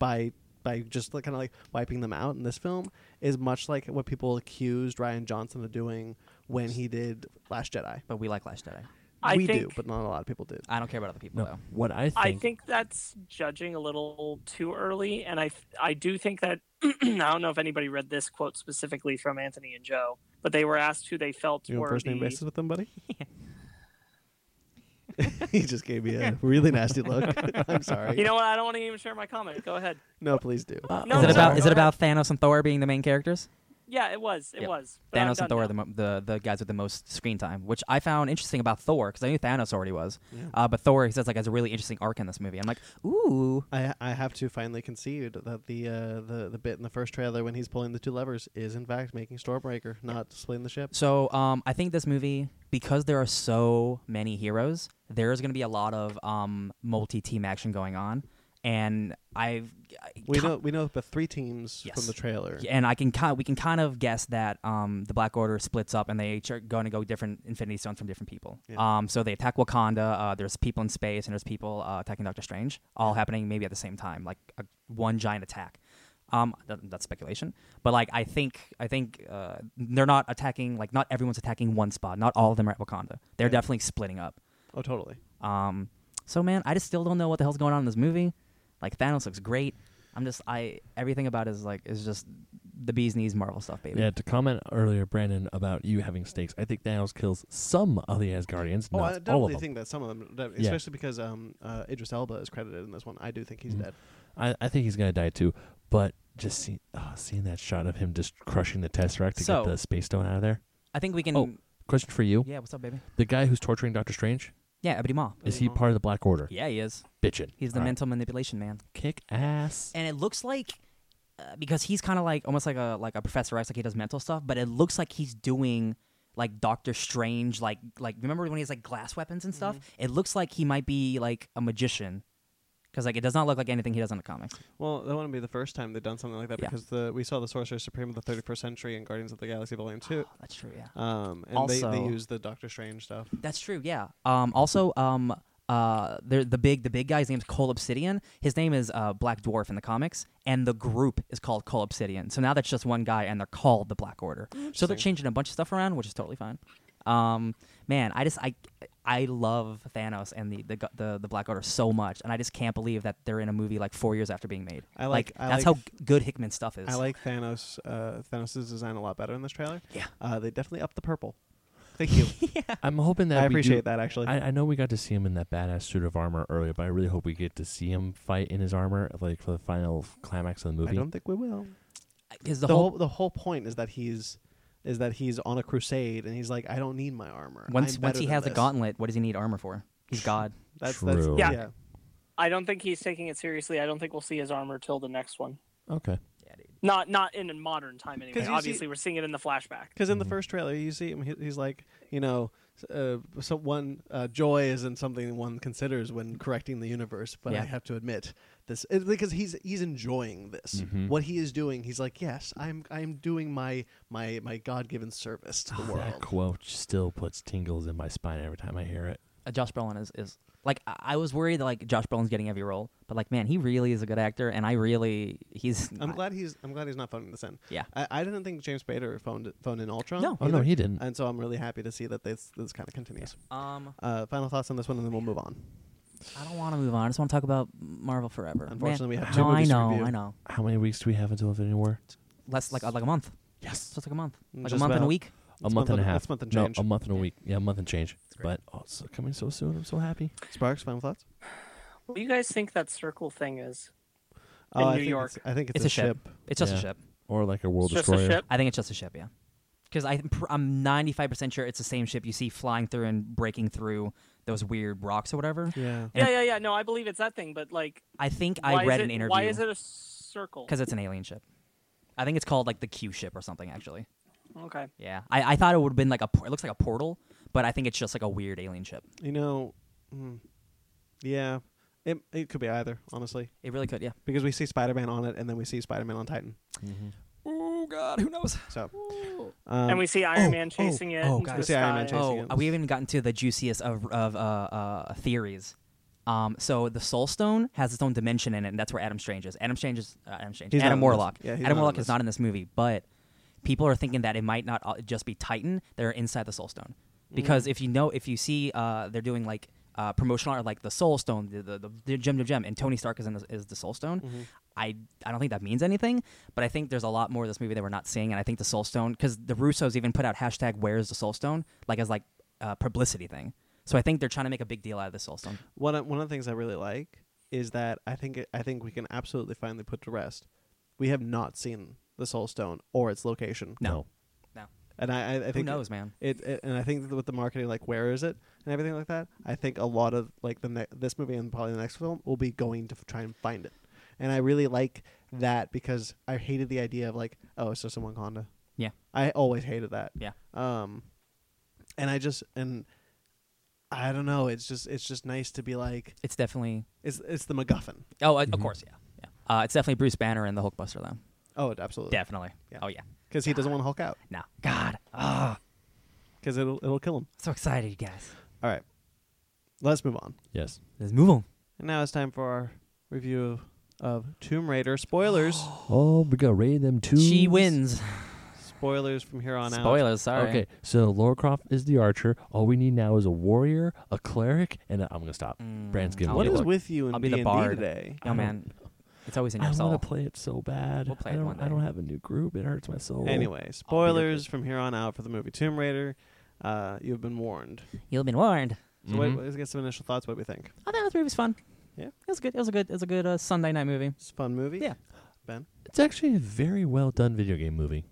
Speaker 1: by by just like kind of like wiping them out in this film is much like what people accused Ryan Johnson of doing when he did Last Jedi.
Speaker 4: But we like Last Jedi.
Speaker 5: I
Speaker 1: we do,
Speaker 5: think-
Speaker 1: but not a lot of people did.
Speaker 4: I don't care about other people
Speaker 2: No,
Speaker 4: though.
Speaker 2: what I think.
Speaker 5: I think that's judging a little too early, and I I do think that I don't know if anybody read this quote specifically from Anthony and Joe, but they were asked who they felt
Speaker 1: You on
Speaker 5: were
Speaker 1: first name
Speaker 5: the-
Speaker 1: basis with them, buddy? he just gave me a really nasty look. I'm sorry.
Speaker 5: You know what? I don't want to even share my comment. Go ahead.
Speaker 1: no, please do.
Speaker 5: No,
Speaker 4: is it
Speaker 5: no,
Speaker 4: about
Speaker 5: no,
Speaker 4: is
Speaker 5: no,
Speaker 4: it about Thanos and Thor being the main characters?
Speaker 5: Yeah, it was.
Speaker 4: Uh,
Speaker 5: It
Speaker 4: Yeah.
Speaker 5: was. But I'm
Speaker 4: Thanos and
Speaker 5: done
Speaker 4: Thor
Speaker 5: now.
Speaker 4: are the, mo- the the guys with the most screen time, which I found interesting about Thor because I knew Thanos already was,
Speaker 1: Yeah.
Speaker 4: uh, but Thor he says like has a really interesting arc in this movie. I'm like, ooh,
Speaker 1: I I have to finally concede that the uh, the the bit in the first trailer when he's pulling the two levers is in fact making Stormbreaker, not splitting the ship.
Speaker 4: So um, I think this movie, because there are so many heroes, there is going to be a lot of um, multi-team action going on, and I've I
Speaker 1: We
Speaker 4: ca-
Speaker 1: know we know the three teams from
Speaker 4: Yes.
Speaker 1: the trailer.
Speaker 4: and I can kind we can kind of guess that um, the Black Order splits up and they each are going to go different Infinity Stones from different people.
Speaker 1: Yeah.
Speaker 4: Um, so they attack Wakanda. Uh, there's people in space and there's people uh, attacking Doctor Strange, all happening maybe at the same time, like a, one giant attack. Um, th- that's speculation, but like I think I think uh, they're not attacking like not everyone's attacking one spot. Not all of them are at Wakanda. They're
Speaker 1: Yeah.
Speaker 4: definitely splitting up.
Speaker 1: Oh, totally.
Speaker 4: Um, so man, I just still don't know what the hell's going on in this movie. Like Thanos looks great. I'm just I everything about it is like is just the bees knees Marvel stuff, baby.
Speaker 2: Yeah, to comment earlier, Brandon, about you having stakes, I think Thanos kills some of the Asgardians,
Speaker 1: Oh,
Speaker 2: not
Speaker 1: I
Speaker 2: all of
Speaker 1: definitely
Speaker 2: them.
Speaker 1: think that some of them, def-
Speaker 2: Yeah.
Speaker 1: especially because um, uh, Idris Elba is credited in this one. I do think he's
Speaker 2: Mhm.
Speaker 1: dead.
Speaker 2: I, I think he's gonna die too. But just see, oh, seeing that shot of him just crushing the Tesseract to
Speaker 4: So-
Speaker 2: get the space stone out of there.
Speaker 4: I think we can.
Speaker 2: Oh. Question for you:
Speaker 4: Yeah, what's up, baby?
Speaker 2: The guy who's torturing Doctor Strange
Speaker 4: Yeah, Ebony Maw.
Speaker 2: is he
Speaker 1: Maw.
Speaker 2: part of the Black Order?
Speaker 4: Yeah, he is.
Speaker 2: Bitchin'.
Speaker 4: He's the
Speaker 2: All right.
Speaker 4: mental manipulation man.
Speaker 2: kick ass.
Speaker 4: and it looks like uh, because he's kind of like almost like a like a Professor X, like he does mental stuff, but it looks like he's doing like Doctor Strange, like like remember when he has like glass weapons and stuff? It looks like he might be like a magician because like it does not look like anything he does in the comics.
Speaker 1: Well, that wouldn't be the first time they've done something like that
Speaker 4: Yeah.
Speaker 1: because the we saw the Sorcerer Supreme of the 31st Century and Guardians of the Galaxy Volume Two,
Speaker 4: That's true, yeah.
Speaker 2: Ah.
Speaker 1: um, and they, they
Speaker 4: Also-
Speaker 1: used the Doctor Strange stuff.
Speaker 4: That's true, yeah. Um, also, um, uh, the the big the big guy's name's Cole Obsidian. His name is uh, Black Dwarf in the comics, and the group is called Cole Obsidian. So now that's just one guy, and they're called the Black Order. So they're
Speaker 1: Interesting.
Speaker 4: changing a bunch of stuff around, which is totally fine. Um, man, I just I I love Thanos and the the gu- the, the Black Order so much, and I just can't believe that they're in a movie like four years after being made.
Speaker 1: I like- I
Speaker 4: that's
Speaker 1: like-
Speaker 4: how g- good Hickman stuff is.
Speaker 1: I like Thanos. Uh, Thanos' design a lot better in this trailer.
Speaker 4: Yeah.
Speaker 1: uh, they definitely upped the purple. Thank you.
Speaker 2: I'm hoping that
Speaker 1: I
Speaker 2: we do-
Speaker 1: appreciate that actually.
Speaker 2: I, I know we got to see him in that badass suit of armor earlier, but I really hope we get to see him fight in his armor, like for the final climax of the
Speaker 1: I
Speaker 2: movie.
Speaker 1: don't think we will.
Speaker 4: because the,
Speaker 1: The,
Speaker 4: whole,
Speaker 1: whole the whole point is that he's is that he's on a crusade and he's like, I don't need my armor.
Speaker 4: once
Speaker 1: I'm
Speaker 4: once
Speaker 1: better
Speaker 4: he
Speaker 1: than
Speaker 4: has the
Speaker 1: this."
Speaker 4: gauntlet, what does he need armor for? He's God.
Speaker 1: That's,
Speaker 2: True.
Speaker 1: that's
Speaker 5: Yeah.
Speaker 1: yeah.
Speaker 5: I don't think he's taking it seriously. I don't think we'll see his armor till the next one.
Speaker 2: Okay.
Speaker 4: yeah, dude.
Speaker 5: Not not in a modern time
Speaker 1: 'Cause
Speaker 5: anyway.
Speaker 1: you see-
Speaker 5: Obviously, we're seeing it in the flashback.
Speaker 1: Because
Speaker 4: Mm-hmm.
Speaker 1: in the first trailer, you see him. He, he's like, you know, s- uh, so one uh, joy isn't something one considers when correcting the universe. But I
Speaker 4: Yeah.
Speaker 1: have to admit this it, because he's he's enjoying this.
Speaker 4: Mm-hmm.
Speaker 2: Mhm.
Speaker 1: What he is doing, he's like, yes, I'm I'm doing my my my God given service to the
Speaker 4: Oh,
Speaker 2: That
Speaker 1: world.
Speaker 2: quote still puts tingles in my spine every time I hear it.
Speaker 4: uh, Josh Brolin is, is like I, I was worried that like Josh Brolin's getting every role, but like man, he really is a good actor, and I really he's
Speaker 1: I'm glad he's I'm glad he's not phoning this in.
Speaker 4: Yeah.
Speaker 1: I, I didn't think James Bader phoned phoned in Ultron.
Speaker 4: No.
Speaker 2: Oh no,
Speaker 1: either,
Speaker 2: he didn't.
Speaker 1: And so I'm really happy to see that this this kind of continues.
Speaker 4: Um,
Speaker 1: Uh, final thoughts on this one, and then we'll move on.
Speaker 4: I don't want to move on. I just want to talk about Marvel forever. Man,
Speaker 1: Unfortunately, we have two
Speaker 4: no, I
Speaker 1: movies to
Speaker 4: know,
Speaker 1: review.
Speaker 4: I know.
Speaker 2: How many weeks do we have until Infinity War?
Speaker 4: Less like uh, like a month.
Speaker 2: Yes,
Speaker 4: So it's like a month, like
Speaker 1: Just
Speaker 4: a month and
Speaker 1: about.
Speaker 4: a week.
Speaker 2: a month and a half.
Speaker 1: That's month and
Speaker 2: no,
Speaker 1: change.
Speaker 2: a month and a week. Yeah, a month and change. But oh, so coming so soon. I'm so happy.
Speaker 1: Sparks, final thoughts.
Speaker 5: What do you guys think that circle thing is?
Speaker 1: Oh,
Speaker 5: in
Speaker 1: I
Speaker 5: New
Speaker 1: think
Speaker 5: York.
Speaker 1: it's- I think it's,
Speaker 4: It's a ship. It's just
Speaker 2: Yeah.
Speaker 4: a ship.
Speaker 2: Or like a world
Speaker 5: it's just
Speaker 2: destroyer.
Speaker 5: a ship.
Speaker 4: I think it's just a ship. Yeah, because I'm pr- I'm 95 percent sure it's the same ship you see flying through and breaking through those weird rocks or whatever.
Speaker 1: Yeah.
Speaker 4: And-
Speaker 5: Yeah, yeah, yeah. No, I believe it's that thing. But like,
Speaker 4: I think
Speaker 5: why
Speaker 4: I
Speaker 5: is
Speaker 4: read
Speaker 5: it,
Speaker 4: an interview.
Speaker 5: Why is it a circle?
Speaker 4: Because it's an alien ship. I think it's called like the Q ship or something actually.
Speaker 5: Okay.
Speaker 4: Yeah, I, I thought it would have been like a por- it looks like a portal, but I think it's just like a weird alien ship.
Speaker 1: You know, mm, yeah, it it could be either, honestly,
Speaker 4: It really could, yeah.
Speaker 1: because we see Spider-Man on it, and then we see Spider-Man on Titan.
Speaker 2: Mm-hmm.
Speaker 4: Oh God, who knows?
Speaker 1: So, um,
Speaker 5: and we see Iron
Speaker 2: oh,
Speaker 5: Man chasing
Speaker 2: oh,
Speaker 5: it.
Speaker 2: oh,
Speaker 5: into
Speaker 1: guys.
Speaker 5: the
Speaker 1: We see Iron Man
Speaker 5: sky.
Speaker 1: chasing-
Speaker 4: Oh,
Speaker 1: it.
Speaker 4: we haven't even gotten to the juiciest of of uh, uh, theories. Um, so the Soul Stone has its own dimension in it, and that's where Adam Strange is. Adam Strange is uh, Adam Strange.
Speaker 1: He's not in
Speaker 4: Adam
Speaker 1: this.
Speaker 4: Warlock.
Speaker 1: Yeah, he's not in
Speaker 4: Adam Warlock
Speaker 1: this.
Speaker 4: is not in this movie, but people are thinking that it might not all- just be Titan. They're inside the Soul Stone
Speaker 1: Mm-hmm.
Speaker 4: because if you know, if you see, uh, they're doing like uh, promotional art, like the Soul Stone, the the, the, the gem to gem, and Tony Stark is in the, is the Soul Stone.
Speaker 1: Mm-hmm.
Speaker 4: I I don't think that means anything, but I think there's a lot more of this movie that we're not seeing, and I think the Soul Stone because the Russos even put out hashtag Where's the Soul Stone like as like uh, publicity thing. So I think they're trying to make a big deal out of the Soul Stone.
Speaker 1: one of, one of the things I really like is that I think it, I think we can absolutely finally put to rest. We have not seen the Soul Stone or its location.
Speaker 4: No. No.
Speaker 1: And I, I, I think
Speaker 4: Who knows, man?
Speaker 1: It, it and I think that with the marketing, like where is it and everything like that, I think a lot of like the ne- this movie and probably the next film will be going to f- try and find it, and I really like that because I hated the idea of like oh it's just in Wakanda.
Speaker 4: Yeah.
Speaker 1: I always hated that.
Speaker 4: Yeah.
Speaker 1: Um, and I just and I don't know. It's just it's just nice to be like
Speaker 4: It's definitely
Speaker 1: it's it's the MacGuffin.
Speaker 4: oh, uh,
Speaker 1: Mm-hmm.
Speaker 4: of course, yeah, yeah. Uh, it's definitely Bruce Banner and the Hulkbuster though.
Speaker 1: Oh, it- absolutely.
Speaker 4: Definitely.
Speaker 1: Yeah.
Speaker 4: Oh yeah.
Speaker 1: Because he doesn't want to Hulk out.
Speaker 4: No. God. Ah.
Speaker 1: Because it'll it'll kill him.
Speaker 4: so excited, you guys.
Speaker 1: All right. Let's move on.
Speaker 2: Yes.
Speaker 4: Let's move on.
Speaker 1: And now it's time for our review of of Tomb Raider. Spoilers.
Speaker 2: Oh, we gotta raid them too.
Speaker 4: She wins.
Speaker 1: Spoilers from here on out.
Speaker 4: Spoilers. Sorry.
Speaker 2: Okay, so Lara Croft is the archer. All we need now is a warrior, a cleric, and i am I'm gonna stop.
Speaker 4: Mm,
Speaker 2: Brand's giving
Speaker 4: I'll
Speaker 1: What
Speaker 2: me
Speaker 4: be
Speaker 1: is
Speaker 4: the-
Speaker 2: look.
Speaker 1: with you in
Speaker 4: I'll be the
Speaker 1: D&D
Speaker 4: bard.
Speaker 1: today?
Speaker 2: I
Speaker 4: Yo,
Speaker 2: don't-
Speaker 4: man, it's always in
Speaker 2: I
Speaker 4: your soul.
Speaker 2: want to play it so bad.
Speaker 4: We'll play
Speaker 2: I
Speaker 4: it
Speaker 2: don't,
Speaker 4: one
Speaker 2: I don't
Speaker 4: day.
Speaker 2: have a new group. It hurts my soul.
Speaker 1: Anyway, spoilers from here on out for the movie Tomb Raider. Uh, you've been warned.
Speaker 4: You've been warned.
Speaker 1: So
Speaker 2: Mhm.
Speaker 1: what, let's get some initial thoughts. What do we think?
Speaker 4: Oh, that movie was fun.
Speaker 1: Yeah.
Speaker 4: it was good. It was a good. It was a good uh, Sunday night movie.
Speaker 1: It's a fun movie.
Speaker 4: Yeah.
Speaker 1: Ben.
Speaker 2: it's actually a very well done video game movie.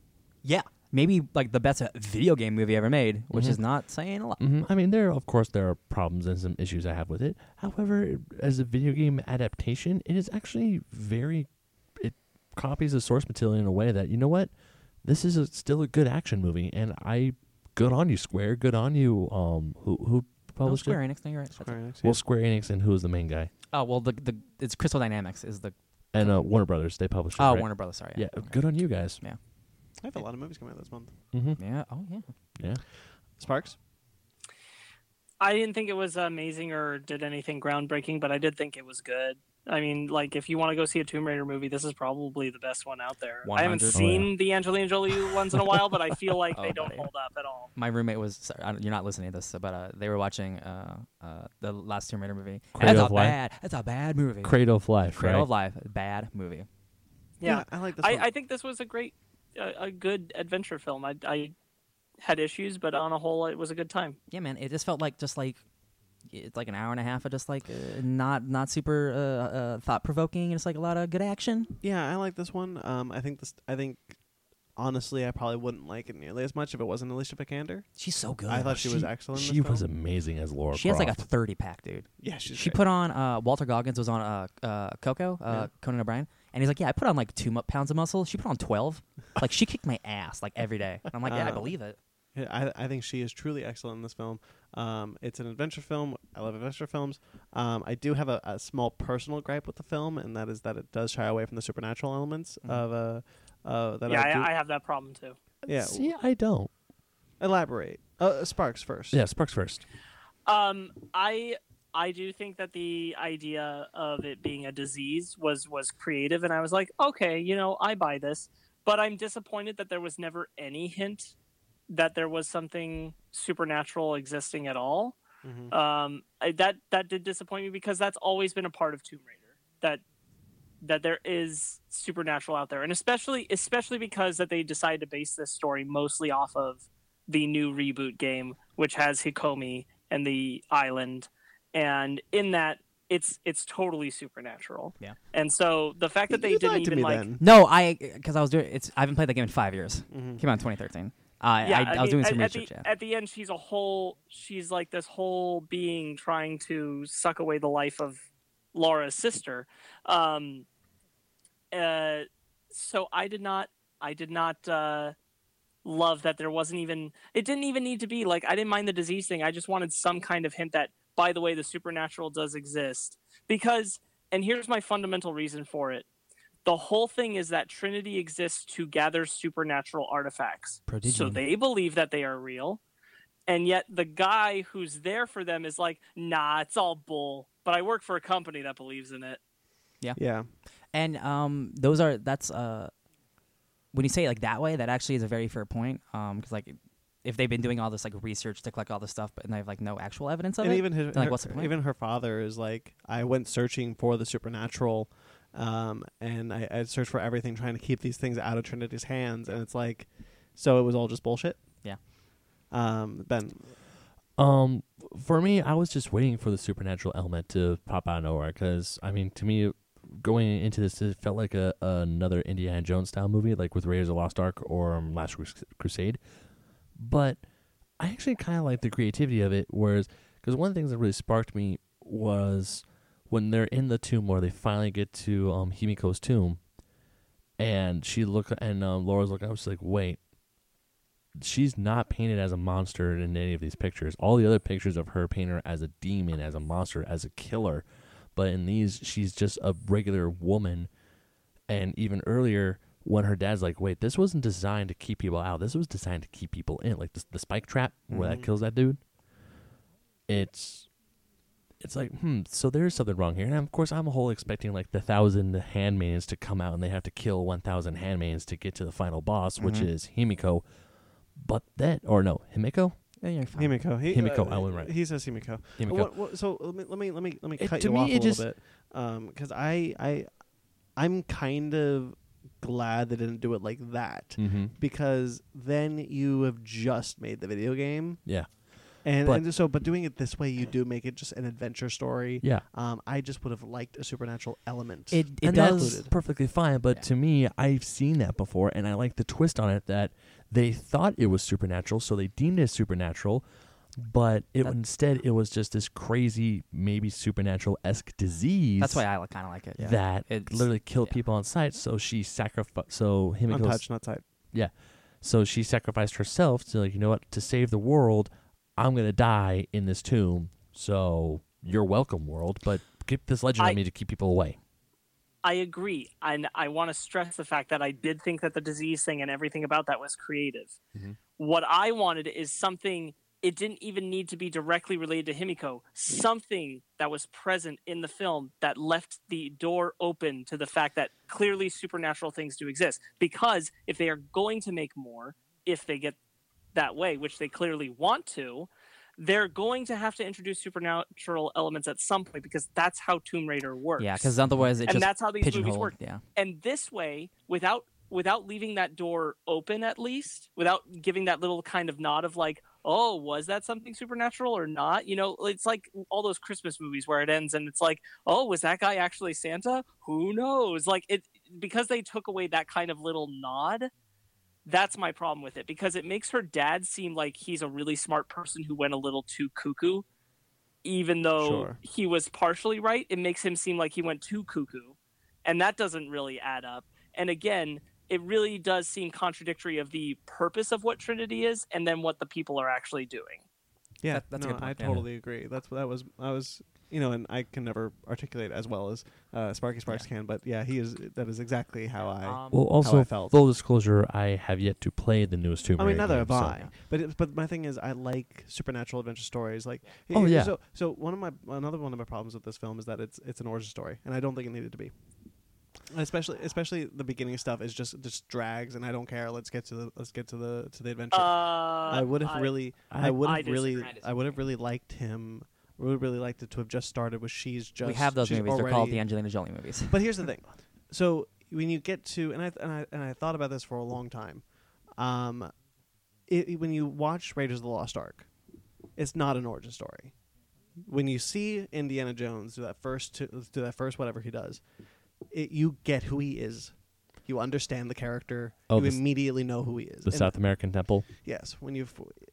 Speaker 4: Yeah, maybe like the best uh, video game movie ever made, which
Speaker 2: Mhm.
Speaker 4: is not saying a lot.
Speaker 2: hmm I mean, there of course there are problems and some issues I have with it. However, as a video game adaptation, it is actually very. It copies the source material in a way that you know what, this is a, still a good action movie, and I, good on you, Square. Good on you. Um, who who
Speaker 4: Oh,
Speaker 2: published
Speaker 4: Square
Speaker 2: it?
Speaker 4: Enix. No, you're right. That's
Speaker 1: Square
Speaker 4: it.
Speaker 1: Enix, yeah.
Speaker 2: Well, Square Enix, and who was the main guy?
Speaker 4: Oh well, the the it's Crystal Dynamics is the
Speaker 2: And uh, Warner Brothers. They published it.
Speaker 4: oh
Speaker 2: right?
Speaker 4: Warner Brothers. Sorry.
Speaker 2: Yeah,
Speaker 4: Okay.
Speaker 2: good on you guys.
Speaker 1: I have a lot of movies coming out this month.
Speaker 2: Mm-hmm.
Speaker 4: Yeah. Oh yeah.
Speaker 2: Yeah.
Speaker 1: Sparks.
Speaker 5: I didn't think it was amazing or did anything groundbreaking, but I did think it was good. I mean, like if you want to go see a Tomb Raider movie, this is probably the best one out there. I haven't
Speaker 4: 100.
Speaker 5: seen the Angelina Jolie ones in a while, but I feel like
Speaker 4: Oh,
Speaker 5: they don't
Speaker 4: buddy.
Speaker 5: hold up at all.
Speaker 4: My roommate was. Sorry, I don't, you're not listening to this, but uh, they were watching uh, uh, the last Tomb Raider movie. And
Speaker 2: Cradle
Speaker 4: That's
Speaker 2: of
Speaker 4: a
Speaker 2: Life?
Speaker 4: bad. That's a bad movie.
Speaker 2: Cradle of Life.
Speaker 4: Cradle
Speaker 2: right?
Speaker 4: of Life. Bad movie.
Speaker 5: Yeah,
Speaker 1: I like this
Speaker 5: I,
Speaker 1: one.
Speaker 5: I think this was a great, uh, a, a good adventure film. I, I had issues, but on a whole, it was a good time.
Speaker 4: Yeah, man. It just felt like just like it's like an hour and a half of just like uh, not not super uh, uh, thought provoking. and It's like a lot of good action.
Speaker 1: yeah, I like this one. Um, I think this. I think honestly, I probably wouldn't like it nearly as much if it wasn't Alicia Vikander.
Speaker 4: She's so good.
Speaker 1: I thought she, was excellent. in
Speaker 2: She
Speaker 1: this
Speaker 2: was
Speaker 1: film.
Speaker 2: amazing as Laura.
Speaker 4: she has like a
Speaker 2: Croft.
Speaker 4: thirty pack, dude.
Speaker 1: yeah, she's
Speaker 4: she
Speaker 1: great.
Speaker 4: put on uh, Walter Goggins was on uh, uh, Coco, uh,
Speaker 1: Yeah.
Speaker 4: Conan O'Brien, and he's like, "Yeah, I put on like two mu- pounds of muscle. She put on twelve. like she kicked my ass like every day." And I'm like, "Yeah, I
Speaker 1: Uh,
Speaker 4: believe it."
Speaker 1: Yeah, I, I think she is truly excellent in this film. Um, it's an adventure film. I love adventure films. Um, I do have a, a small personal gripe with the film, and that is that it does shy away from the supernatural elements
Speaker 4: Mhm.
Speaker 1: of Uh, uh, that
Speaker 5: yeah,
Speaker 1: I, do.
Speaker 5: I, I have that problem too.
Speaker 1: yeah.
Speaker 2: See, I don't.
Speaker 1: Elaborate. Uh, Sparks first.
Speaker 2: Yeah, Sparks first.
Speaker 5: Um, I I do think that the idea of it being a disease was was creative, and I was like, okay, you know, I buy this, but I'm disappointed that there was never any hint that there was something supernatural existing at all.
Speaker 1: Mhm.
Speaker 5: Um, I, that that did disappoint me because that's always been a part of Tomb Raider that that there is supernatural out there, and especially especially because that they decided to base this story mostly off of the new reboot game, which has Hikomi and the island, and in that it's it's totally supernatural.
Speaker 4: Yeah.
Speaker 5: and so the fact that they
Speaker 1: You
Speaker 5: didn't
Speaker 1: lied to
Speaker 5: even
Speaker 1: me
Speaker 5: like
Speaker 1: then.
Speaker 4: No, I because I was doing it's. I haven't played the game in five years.
Speaker 5: Mm-hmm.
Speaker 1: Mhm.
Speaker 4: Came out in 2013. I I, I was
Speaker 5: mean,
Speaker 4: doing some
Speaker 5: at, at
Speaker 4: research.
Speaker 5: the,
Speaker 4: yeah.
Speaker 5: at the end, she's a whole. She's like this whole being trying to suck away the life of Laura's sister. Um, uh, so I did not. I did not uh, love that there wasn't even. It didn't even need to be like I didn't mind the disease thing. I just wanted some kind of hint that, by the way, the supernatural does exist because. And here's my fundamental reason for it. The whole thing is that Trinity exists to gather supernatural artifacts. So
Speaker 4: Prodigium.
Speaker 5: they believe that they are real. And yet the guy who's there for them is like, nah, it's all bull. But I work for a company that believes in it.
Speaker 1: Yeah.
Speaker 4: And um, those are that's uh, when you say it like that way, that actually is a very fair point. Um, because like if they've been doing all this like research to collect all this stuff, but and they have like no actual evidence of
Speaker 1: and
Speaker 4: it.
Speaker 1: even his,
Speaker 4: Like,
Speaker 1: her,
Speaker 4: what's the point?
Speaker 1: even her father is like, I went searching for the supernatural, um, and I, I searched for everything, trying to keep these things out of Trinity's hands, and it's like, so it was all just bullshit.
Speaker 4: Yeah.
Speaker 1: Um, ben,
Speaker 2: Um, for me, I was just waiting for the supernatural element to pop out of nowhere. Because I mean, to me, going into this, it felt like a another Indiana Jones style movie, like with Raiders of the Lost Ark or um, Last Crus- Crusade. But I actually kind of like the creativity of it. Whereas, because one of the things that really sparked me was when they're in the tomb, where they finally get to um, Himiko's tomb, and she look and um, Laura's looking up. She's like, "Wait, she's not painted as a monster in any of these pictures. All the other pictures of her paint her as a demon, as a monster, as a killer. But in these, she's just a regular woman. And even earlier, when her dad's like, wait, this wasn't designed to keep people out. This was designed to keep people in. Like the, the spike trap where that kills that dude. It's. It's it's like, hmm, so there's something wrong here. And of course, I'm a whole expecting like the thousand handmaidens to come out and they have to kill 1,000 handmaidens to get to the final boss, which
Speaker 3: Mhm.
Speaker 2: is Himiko. But then, or no, Himiko?
Speaker 3: Yeah, you're fine.
Speaker 1: Himiko. He, uh,
Speaker 2: Himiko, I went right.
Speaker 1: He says Himiko.
Speaker 2: Himiko.
Speaker 1: What, what, so let me let me let me let me
Speaker 2: It-
Speaker 1: cut
Speaker 2: to
Speaker 1: you
Speaker 2: me,
Speaker 1: off a
Speaker 2: it
Speaker 1: little
Speaker 2: just-
Speaker 1: bit because I I I'm kind of glad they didn't do it like that
Speaker 2: Mm-hmm.
Speaker 1: because then you have just made the video game
Speaker 2: Yeah.
Speaker 1: and,
Speaker 2: But-
Speaker 1: and so but doing it this way you do make it just an adventure story.
Speaker 2: Yeah.
Speaker 1: Um, I just would have liked a supernatural element.
Speaker 2: It,
Speaker 1: And
Speaker 2: it
Speaker 1: that's
Speaker 2: does
Speaker 1: included.
Speaker 2: perfectly fine, but to me, I've seen that before, and I like the twist on it that they thought it was supernatural, so they deemed it supernatural, but it
Speaker 4: That-
Speaker 2: instead it was just this crazy, maybe supernatural esque disease.
Speaker 4: That's why I kind of like it. Yeah.
Speaker 2: that
Speaker 4: It's-
Speaker 2: literally killed
Speaker 4: yeah.
Speaker 2: people on sight. So she sacrificed. So him and
Speaker 1: untouched, not type.
Speaker 2: So she sacrificed herself to like you know what to save the world. I'm gonna die in this tomb. So you're welcome, world. But keep this legend
Speaker 5: I-
Speaker 2: on me to keep people away.
Speaker 5: I agree, and I want to stress the fact that I did think that the disease thing and everything about that was creative.
Speaker 2: Mhm.
Speaker 5: What I wanted is something. It didn't even need to be directly related to Himiko. Something that was present in the film that left the door open to the fact that clearly supernatural things do exist. Because if they are going to make more, if they get that way, which they clearly want to, they're going to have to introduce supernatural elements at some point because that's how Tomb Raider works
Speaker 4: Yeah, because otherwise it
Speaker 5: and
Speaker 4: just
Speaker 5: that's how these movies
Speaker 4: pigeonholed.
Speaker 5: work.
Speaker 4: Yeah.
Speaker 5: And this way, without without leaving that door open, at least without giving that little kind of nod of like, oh, was that something supernatural or not? You know, it's like all those Christmas movies where it ends and it's like, oh, was that guy actually Santa? Who knows? Like it because they took away that kind of little nod. That's my problem with it because it makes her dad seem like he's a really smart person who went a little too cuckoo, even though
Speaker 1: Sure.
Speaker 5: he was partially right. It makes him seem like he went too cuckoo, and that doesn't really add up. And again, it really does seem contradictory of the purpose of what Trinity is and then what the people are actually doing.
Speaker 1: Yeah,
Speaker 4: That- that's a
Speaker 1: no,
Speaker 4: good
Speaker 1: I
Speaker 4: point, yeah.
Speaker 1: totally agree. That's that was I was you know, and I can never articulate as well as uh, Sparky Sparks can, but yeah, he is. That is exactly how I.
Speaker 4: Um,
Speaker 2: Well,
Speaker 1: how I
Speaker 2: also
Speaker 1: felt.
Speaker 2: full disclosure, I have yet to play the newest Tomb
Speaker 1: I mean,
Speaker 2: Raider
Speaker 1: neither
Speaker 2: game,
Speaker 1: have
Speaker 2: so-
Speaker 1: I. But it, but my thing is, I like supernatural adventure stories. Like,
Speaker 2: Oh, yeah.
Speaker 1: So so one of my another one of my problems with this film is that it's it's an origin story, and I don't think it needed to be. Especially especially the beginning stuff is just just drags, and I don't care. Let's get to the let's get to the to the adventure.
Speaker 5: uh,
Speaker 1: I would have really, I,
Speaker 2: I-
Speaker 1: would
Speaker 5: I
Speaker 1: have
Speaker 5: disagree.
Speaker 1: really,
Speaker 5: I disagree.
Speaker 1: I would have really liked him. I would have really liked it to have just started with she's just.
Speaker 4: we have those
Speaker 1: she's
Speaker 4: movies. They're called
Speaker 1: already-
Speaker 4: the Angelina Jolie movies.
Speaker 1: But here's the thing, so when you get to and I and I and I thought about this for a long time, um, it, when you watch Raiders of the Lost Ark, it's not an origin story. When you see Indiana Jones do that first to, do that first whatever he does, it, you get who he is. You understand the character.
Speaker 2: Oh,
Speaker 1: you
Speaker 2: the s-
Speaker 1: immediately know who he is.
Speaker 2: The
Speaker 1: And-
Speaker 2: South American temple.
Speaker 1: Yes, when you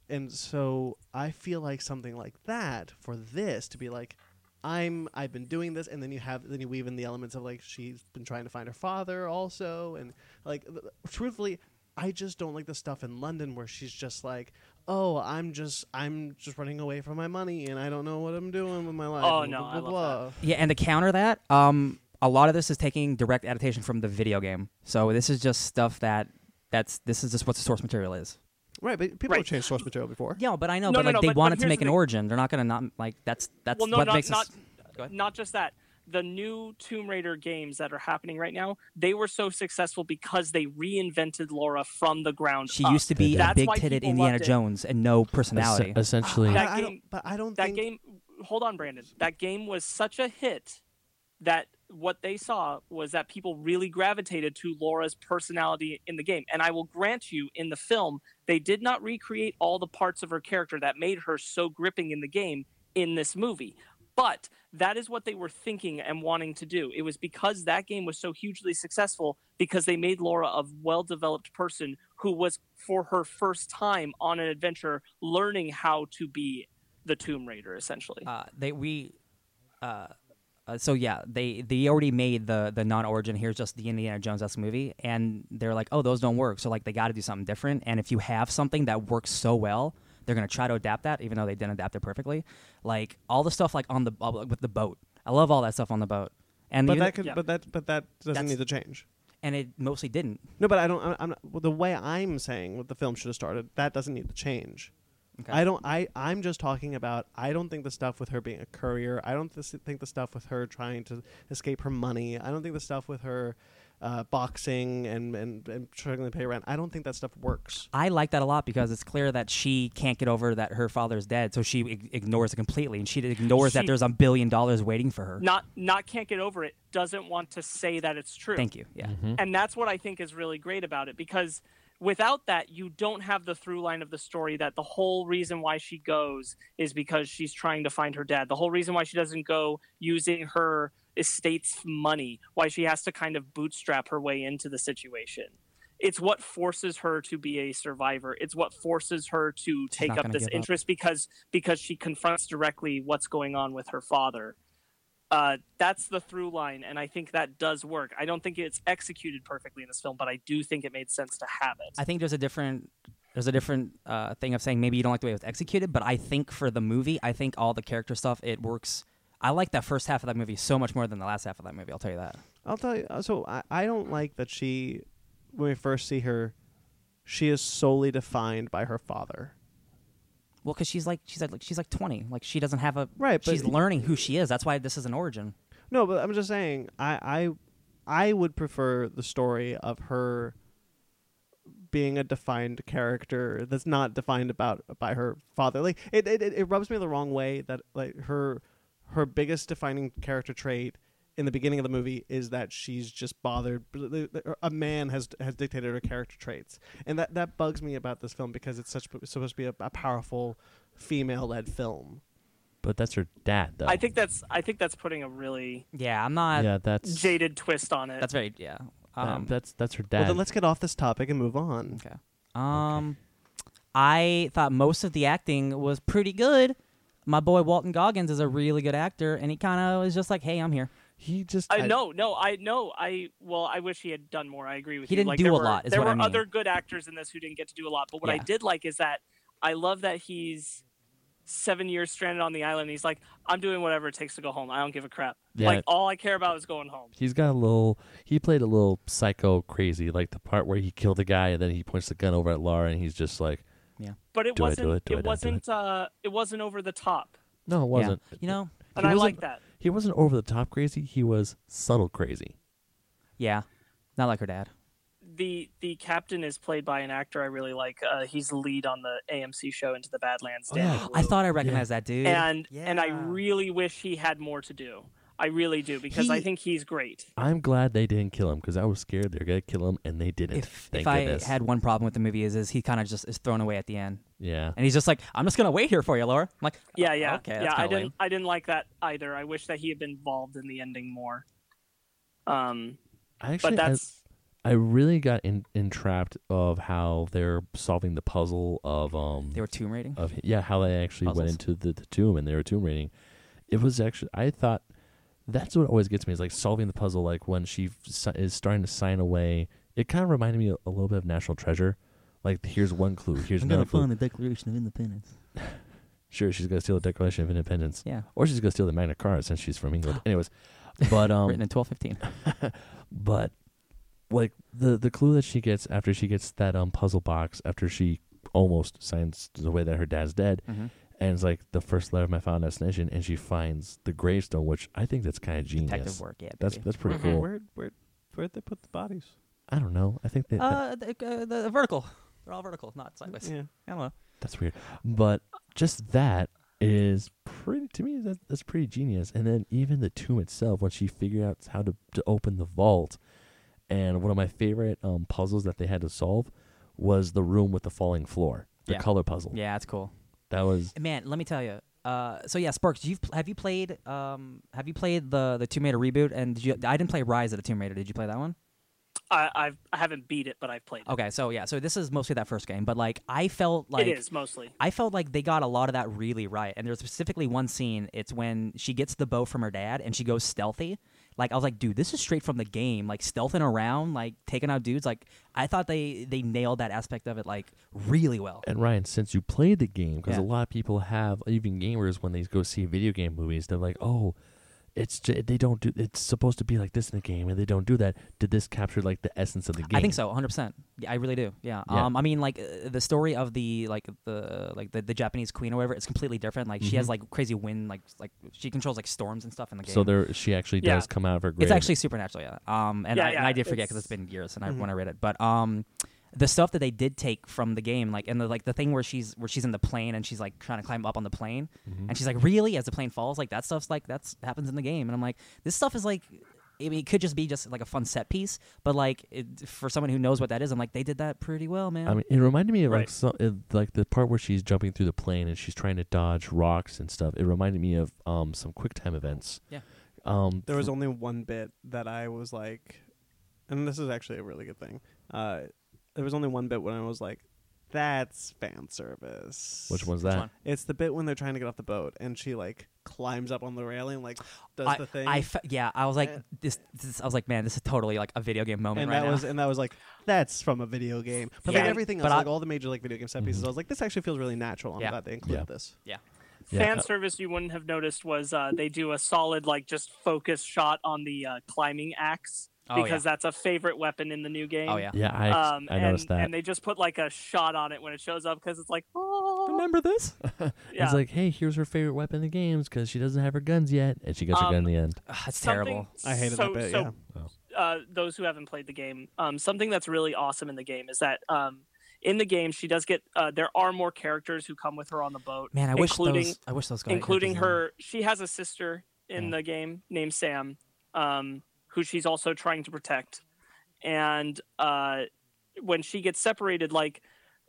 Speaker 1: and so I feel like something like that for this to be like I'm I've been doing this and then you have then you weave in the elements of like she's been trying to find her father also and like th- truthfully I just don't like the stuff in London where she's just like oh I'm just I'm just running away from my money and I don't know what I'm doing with my life.
Speaker 5: Oh,
Speaker 1: and
Speaker 5: no,
Speaker 1: blah,
Speaker 5: I
Speaker 1: blah,
Speaker 5: love
Speaker 1: blah.
Speaker 4: Yeah, and to counter that, um, a lot of this is taking direct adaptation from the video game. So this is just stuff that that's this is just what the source material is.
Speaker 1: Right, but people
Speaker 5: Right.
Speaker 1: have changed source material before.
Speaker 4: Yeah, but I know,
Speaker 5: No,
Speaker 4: but
Speaker 5: no,
Speaker 4: like
Speaker 5: no,
Speaker 4: they
Speaker 5: but- but
Speaker 4: wanted to
Speaker 5: here's
Speaker 4: make
Speaker 5: the
Speaker 4: an
Speaker 5: thing.
Speaker 4: origin. They're not gonna not like that's that's
Speaker 5: Well, no,
Speaker 4: what
Speaker 5: not-
Speaker 4: makes
Speaker 5: not-
Speaker 4: us. Go ahead.
Speaker 5: not just that the new tomb raider games that are happening right now they were so successful because they reinvented laura from the ground
Speaker 4: She
Speaker 5: up.
Speaker 4: used to be a
Speaker 5: Uh, That's
Speaker 4: big
Speaker 5: why
Speaker 4: titted
Speaker 5: people
Speaker 4: Indiana
Speaker 5: loved it.
Speaker 4: Jones and no
Speaker 2: Es-
Speaker 4: personality.
Speaker 2: essentially,
Speaker 5: That
Speaker 1: I, I don't,
Speaker 5: game-
Speaker 1: but I don't
Speaker 5: that
Speaker 1: think
Speaker 5: game hold on brandon that game was such a hit that what they saw was that people really gravitated to laura's personality in the game and i will grant you in the film they did not recreate all the parts of her character that made her so gripping in the game in this movie but that is what they were thinking and wanting to do it was because that game was so hugely successful because they made laura a well-developed person who was for her first time on an adventure learning how to be the Tomb Raider, essentially.
Speaker 4: uh, they we uh, uh, so yeah they they already made the the non-origin here's just the indiana jones esque movie and they're like oh those don't work so like they got to do something different and if you have something that works so well they're gonna try to adapt that even though they didn't adapt it perfectly like all the stuff like on the uh, with the boat i love all that stuff on the boat and
Speaker 1: but
Speaker 4: you-
Speaker 1: that could
Speaker 5: yeah.
Speaker 1: but that but that doesn't
Speaker 4: That's-
Speaker 1: need to change.
Speaker 4: and it mostly didn't
Speaker 1: No, but I don't. I'm, I'm not, well, the way I'm saying what the film should have started. That doesn't need to change.
Speaker 4: Okay.
Speaker 1: I don't. I I'm just talking about. I don't think the stuff with her being a courier. I don't th- think the stuff with her trying to escape her money. I don't think the stuff with her uh, boxing and, and and struggling to pay rent. I don't think that stuff works.
Speaker 4: I like that a lot because it's clear that she can't get over that her father's dead, so she ig- ignores it completely, and she ignores that
Speaker 5: She-
Speaker 4: there's a billion dollars waiting for her.
Speaker 5: Not not can't get over it. Doesn't want to say that it's true.
Speaker 4: Thank you. Yeah.
Speaker 1: Mm-hmm.
Speaker 5: and that's what I think is really great about it because without that you don't have the through line of the story that the whole reason why she goes is because she's trying to find her dad the whole reason why she doesn't go using her estate's money why she has to kind of bootstrap her way into the situation it's what forces her to be a survivor it's what forces her to take
Speaker 4: not
Speaker 5: up
Speaker 4: gonna
Speaker 5: this
Speaker 4: give up.
Speaker 5: interest because because she confronts directly what's going on with her father uh, that's the through line, and I think that does work. I don't think it's executed perfectly in this film, but I do think it made sense to have it.
Speaker 4: I think there's a different there's a different uh, thing of saying maybe you don't like the way it was executed, but I think for the movie, I think all the character stuff it works. I like that first half of that movie so much more than the last half of that movie. I'll tell you that.
Speaker 1: I'll tell you. uh, So I I don't like that she when we first see her, she is solely defined by her father.
Speaker 4: Well, because she's like she's like she's like twenty, like she doesn't have a
Speaker 1: Right, but-
Speaker 4: She's learning who she is. That's why this is an origin.
Speaker 1: No, but I'm just saying I I I would prefer the story of her being a defined character that's not defined about by her father. Like it it, it it rubs me the wrong way that like her her biggest defining character trait in the beginning of the movie is that she's just bothered a man has has dictated her character traits and that that bugs me about this film because it's such supposed to be a, a powerful female led film
Speaker 2: But that's her dad, though.
Speaker 5: I think that's I think that's putting a really
Speaker 4: Yeah, I'm not.
Speaker 2: yeah, that's
Speaker 5: jaded twist on it.
Speaker 4: that's very yeah.
Speaker 2: that-
Speaker 4: Um,
Speaker 2: that's that's her
Speaker 1: well
Speaker 2: dad.
Speaker 1: then let's get off this topic and move on
Speaker 4: Okay. Um, I thought most of the acting was pretty good. My boy Walton Goggins is a really good actor, and he kind of was just like, "Hey, I'm here."
Speaker 2: he just
Speaker 5: I no no I no I well I wish he had done more. I agree with
Speaker 4: He
Speaker 5: you.
Speaker 4: didn't
Speaker 5: like,
Speaker 4: do
Speaker 5: there
Speaker 4: a
Speaker 5: were,
Speaker 4: lot, is
Speaker 5: there
Speaker 4: what
Speaker 5: were
Speaker 4: I mean.
Speaker 5: other good actors in this who didn't get to do a lot. But what I
Speaker 4: Yeah.
Speaker 5: did like is that I love that he's seven years stranded on the island. And he's like, I'm doing whatever it takes to go home. I don't give a crap.
Speaker 2: Yeah.
Speaker 5: Like all I care about is going home.
Speaker 2: He's got a little. He played a little psycho crazy, like the part where he killed the guy and then he points the gun over at Laura and he's just like,
Speaker 5: But it
Speaker 2: Do I do
Speaker 5: wasn't
Speaker 2: it? Do I not do
Speaker 5: wasn't uh it wasn't over the top.
Speaker 2: "No, it
Speaker 4: Yeah.
Speaker 2: wasn't."
Speaker 4: You know.
Speaker 5: And I
Speaker 2: wasn't-
Speaker 5: like that.
Speaker 2: he wasn't over the top crazy. He was subtle crazy.
Speaker 4: Yeah. Not like her dad.
Speaker 5: the the captain is played by an actor I really like. Uh, he's the lead on the AMC show Into the Badlands. Danny
Speaker 4: Oh, I
Speaker 5: Blue.
Speaker 4: thought I recognized that dude.
Speaker 5: and and I
Speaker 4: Yeah.
Speaker 5: really wish he had more to do. I really do because I
Speaker 2: He-
Speaker 5: think he's great.
Speaker 4: Oh,
Speaker 2: I'm glad they didn't kill him because I was scared they were gonna kill him and they didn't.
Speaker 4: if
Speaker 2: Thank
Speaker 4: if I
Speaker 2: goodness.
Speaker 4: had one problem with the movie is is he kind of just is thrown away at the end,
Speaker 2: yeah,
Speaker 4: and he's just like, "I'm just gonna wait here for you, Laura." I'm like,
Speaker 5: Yeah, yeah,
Speaker 4: okay, that's
Speaker 5: yeah. I
Speaker 4: kinda
Speaker 5: didn't
Speaker 4: lame.
Speaker 5: I didn't like that either. I wish that he had been involved in the ending more. Um,
Speaker 2: I actually
Speaker 5: but
Speaker 2: I,
Speaker 5: that's
Speaker 2: I really got in, entrapped of how they're solving the puzzle of um
Speaker 4: They were tomb raiding.
Speaker 2: of yeah how they actually went
Speaker 4: Puzzles.
Speaker 2: into the, the tomb and they were tomb raiding. It was actually I thought that's what always gets me is like solving the puzzle like when she f- si- is starting to sign away. It kind of reminded me a, a little bit of National Treasure. Like here's one clue, here's another clue.
Speaker 3: the Declaration of Independence.
Speaker 2: Sure, she's gonna steal the Declaration of Independence.
Speaker 4: Yeah.
Speaker 2: or she's gonna steal the Magna Carta since she's from England. Anyways, but
Speaker 4: Written
Speaker 2: um,
Speaker 4: in 1215.
Speaker 2: but like the the clue that she gets after she gets that um puzzle box after she almost signs the way that her dad's dead,
Speaker 4: Mhm.
Speaker 2: and it's like the first letter of my final destination, and she finds the gravestone, which I think that's kind of genius.
Speaker 4: Detective work. Yeah.
Speaker 2: That's
Speaker 4: baby.
Speaker 2: that's pretty
Speaker 5: Mhm.
Speaker 2: cool.
Speaker 1: where where where'd they put the bodies
Speaker 2: I don't know. I think that, that-
Speaker 4: uh, the, uh, the vertical. They're all vertical, not sideways.
Speaker 1: yeah
Speaker 4: I don't know.
Speaker 2: that's weird, but just that is pretty to me that, that's pretty genius and then even the tomb itself when she figured out how to, to open the vault and one of my favorite um, puzzles that they had to solve was the room with the falling floor the
Speaker 4: Yeah.
Speaker 2: color puzzle
Speaker 4: Yeah, it's cool.
Speaker 2: that was
Speaker 4: Man, let me tell you. Uh, so yeah, Sparks, you've pl- have you played um have you played the the Tomb Raider reboot and did you I didn't play Rise of the Tomb Raider. Did you play that one?
Speaker 5: I I've, I haven't beat it, but I've played it.
Speaker 4: Okay, so yeah, so this is mostly that first game, but like I felt like
Speaker 5: it is mostly.
Speaker 4: I felt like they got a lot of that really right. And there's specifically one scene. It's when she gets the bow from her dad and she goes stealthy. Like I was like, dude, this is straight from the game. Like stealthing around, like taking out dudes. Like I thought they they nailed that aspect of it like really well.
Speaker 2: and ryan since you played the game because
Speaker 4: Yeah.
Speaker 2: a lot of people have even gamers when they go see video game movies they're like oh it's ju- they don't do. It's supposed to be like this in the game, and they don't do that. Did this capture like the essence of the game?
Speaker 4: I think so, 100. percent Yeah, I really do. Yeah.
Speaker 2: Yeah.
Speaker 4: Um, I mean, like uh, the story of the like the like the, the Japanese queen or whatever, it's completely different. Like she has
Speaker 2: Mhm.
Speaker 4: like crazy wind, like like she controls like storms and stuff in the game.
Speaker 2: So there, she actually
Speaker 5: Yeah.
Speaker 2: does come out of her grave.
Speaker 4: It's actually supernatural, yeah. Um, and,
Speaker 5: Yeah,
Speaker 4: I, and
Speaker 5: yeah,
Speaker 4: I did forget because
Speaker 5: it's-
Speaker 4: it's been years, and I
Speaker 5: Mhm.
Speaker 4: when I read it, but um, the stuff that they did take from the game, like and the like the thing where she's where she's in the plane and she's like trying to climb up on the plane,
Speaker 2: Mhm.
Speaker 4: and she's like, really, as the plane falls, like that stuff's like that's happens in the game, and I'm like, this stuff is like. I mean, it could just be just like a fun set piece, but like it, for someone who knows what that is, I'm like they did that pretty well, man.
Speaker 2: I mean, it reminded me of like
Speaker 5: Right.
Speaker 2: so, it, like the part where she's jumping through the plane and she's trying to dodge rocks and stuff. It reminded me of um some quick time events.
Speaker 4: Yeah.
Speaker 2: Um.
Speaker 1: There was
Speaker 2: fr-
Speaker 1: only one bit that I was like, and this is actually a really good thing. Uh, there was only one bit when I was like, that's fan service.
Speaker 2: which one's
Speaker 4: Which
Speaker 2: that?
Speaker 4: one?
Speaker 1: It's the bit when they're trying to get off the boat and she like climbs up on the railing, like does
Speaker 4: I,
Speaker 1: the thing.
Speaker 4: I fe- yeah, I was like
Speaker 1: Yeah.
Speaker 4: this, this. I was like, man, this is totally like a video game moment
Speaker 1: and
Speaker 4: right
Speaker 1: that
Speaker 4: now.
Speaker 1: was and that was like that's from a video game. But
Speaker 4: Yeah.
Speaker 1: like everything
Speaker 4: But
Speaker 1: else,
Speaker 4: I-
Speaker 1: like all the major like video game set pieces,
Speaker 2: Mhm.
Speaker 1: I was like, this actually feels really natural. I'm
Speaker 4: Yeah.
Speaker 1: glad they included
Speaker 2: Yeah.
Speaker 1: this.
Speaker 2: Yeah.
Speaker 5: Fan service you wouldn't have noticed was uh, they do a solid like just focus shot on the uh, climbing axe
Speaker 4: Oh, yeah.
Speaker 5: because that's a favorite weapon in the new game.
Speaker 4: oh yeah,
Speaker 2: Yeah, I
Speaker 5: Um,
Speaker 2: I noticed
Speaker 5: and,
Speaker 2: that.
Speaker 5: and they just put like a shot on it when it shows up because it's like, oh,
Speaker 4: remember this?
Speaker 5: yeah.
Speaker 2: It's like, hey, here's her favorite weapon in the games because she doesn't have her guns yet, and she gets her
Speaker 5: Um,
Speaker 2: gun in the end.
Speaker 4: it's
Speaker 5: Something
Speaker 4: terrible.
Speaker 1: I hated
Speaker 5: so,
Speaker 1: that bit.
Speaker 5: So
Speaker 1: yeah.
Speaker 5: uh, those who haven't played the game, um, something that's really awesome in the game is that um, in the game she does get. Uh, there are more characters who come with her on the boat,
Speaker 4: Man, I wish
Speaker 5: including
Speaker 4: those. I wish those guys.
Speaker 5: including her. She has a sister in
Speaker 4: Yeah.
Speaker 5: the game named Sam, um, who she's also trying to protect. And uh, when she gets separated, like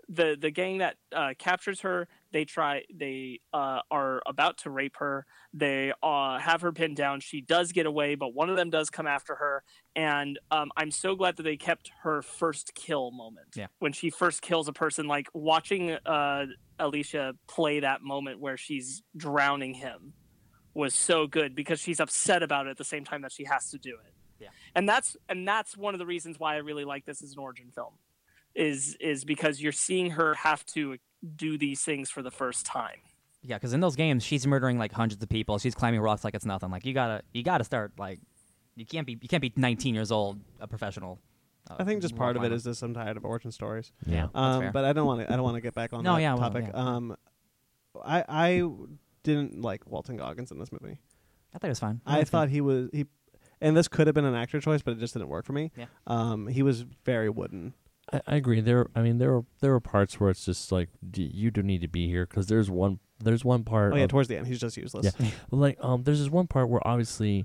Speaker 5: the the gang that uh, captures her, they try. They uh, are about to rape her. They uh, have her pinned down. She does get away, but one of them does come after her. And um, I'm so glad that they kept her first kill moment.
Speaker 4: Yeah.
Speaker 5: When she first kills a person, like watching uh, Alicia play that moment where she's drowning him was so good because she's upset about it at the same time that she has to do it.
Speaker 4: Yeah.
Speaker 5: And that's and that's one of the reasons why I really like this as an origin film is is because you're seeing her have to do these things for the first time.
Speaker 4: Yeah, because in those games, she's murdering like hundreds of people. She's climbing rocks like it's nothing. Like you gotta, you gotta start like, you can't be, you can't be 19 years old, a professional. Uh,
Speaker 1: I think just
Speaker 4: rock
Speaker 1: part of it
Speaker 4: climber.
Speaker 1: is this. I'm tired of origin stories.
Speaker 2: Yeah.
Speaker 4: That's fair.
Speaker 1: Um, but I don't want to. I don't want to get back on
Speaker 4: No,
Speaker 1: that
Speaker 4: yeah, well,
Speaker 1: topic.
Speaker 4: yeah.
Speaker 1: Um, I I didn't like Walton Goggins in this movie.
Speaker 4: I thought it was fine.
Speaker 1: I thought he was he, and this could have been an actor choice, but it just didn't work for me.
Speaker 4: Yeah.
Speaker 1: Um, he was very wooden.
Speaker 2: I, I agree. There, I mean, there are there are parts where it's just like d- you don't need to be here because there's one there's one part.
Speaker 1: Oh yeah,
Speaker 2: of-
Speaker 1: towards the end, he's just useless.
Speaker 2: Yeah. like um, there's this one part where obviously,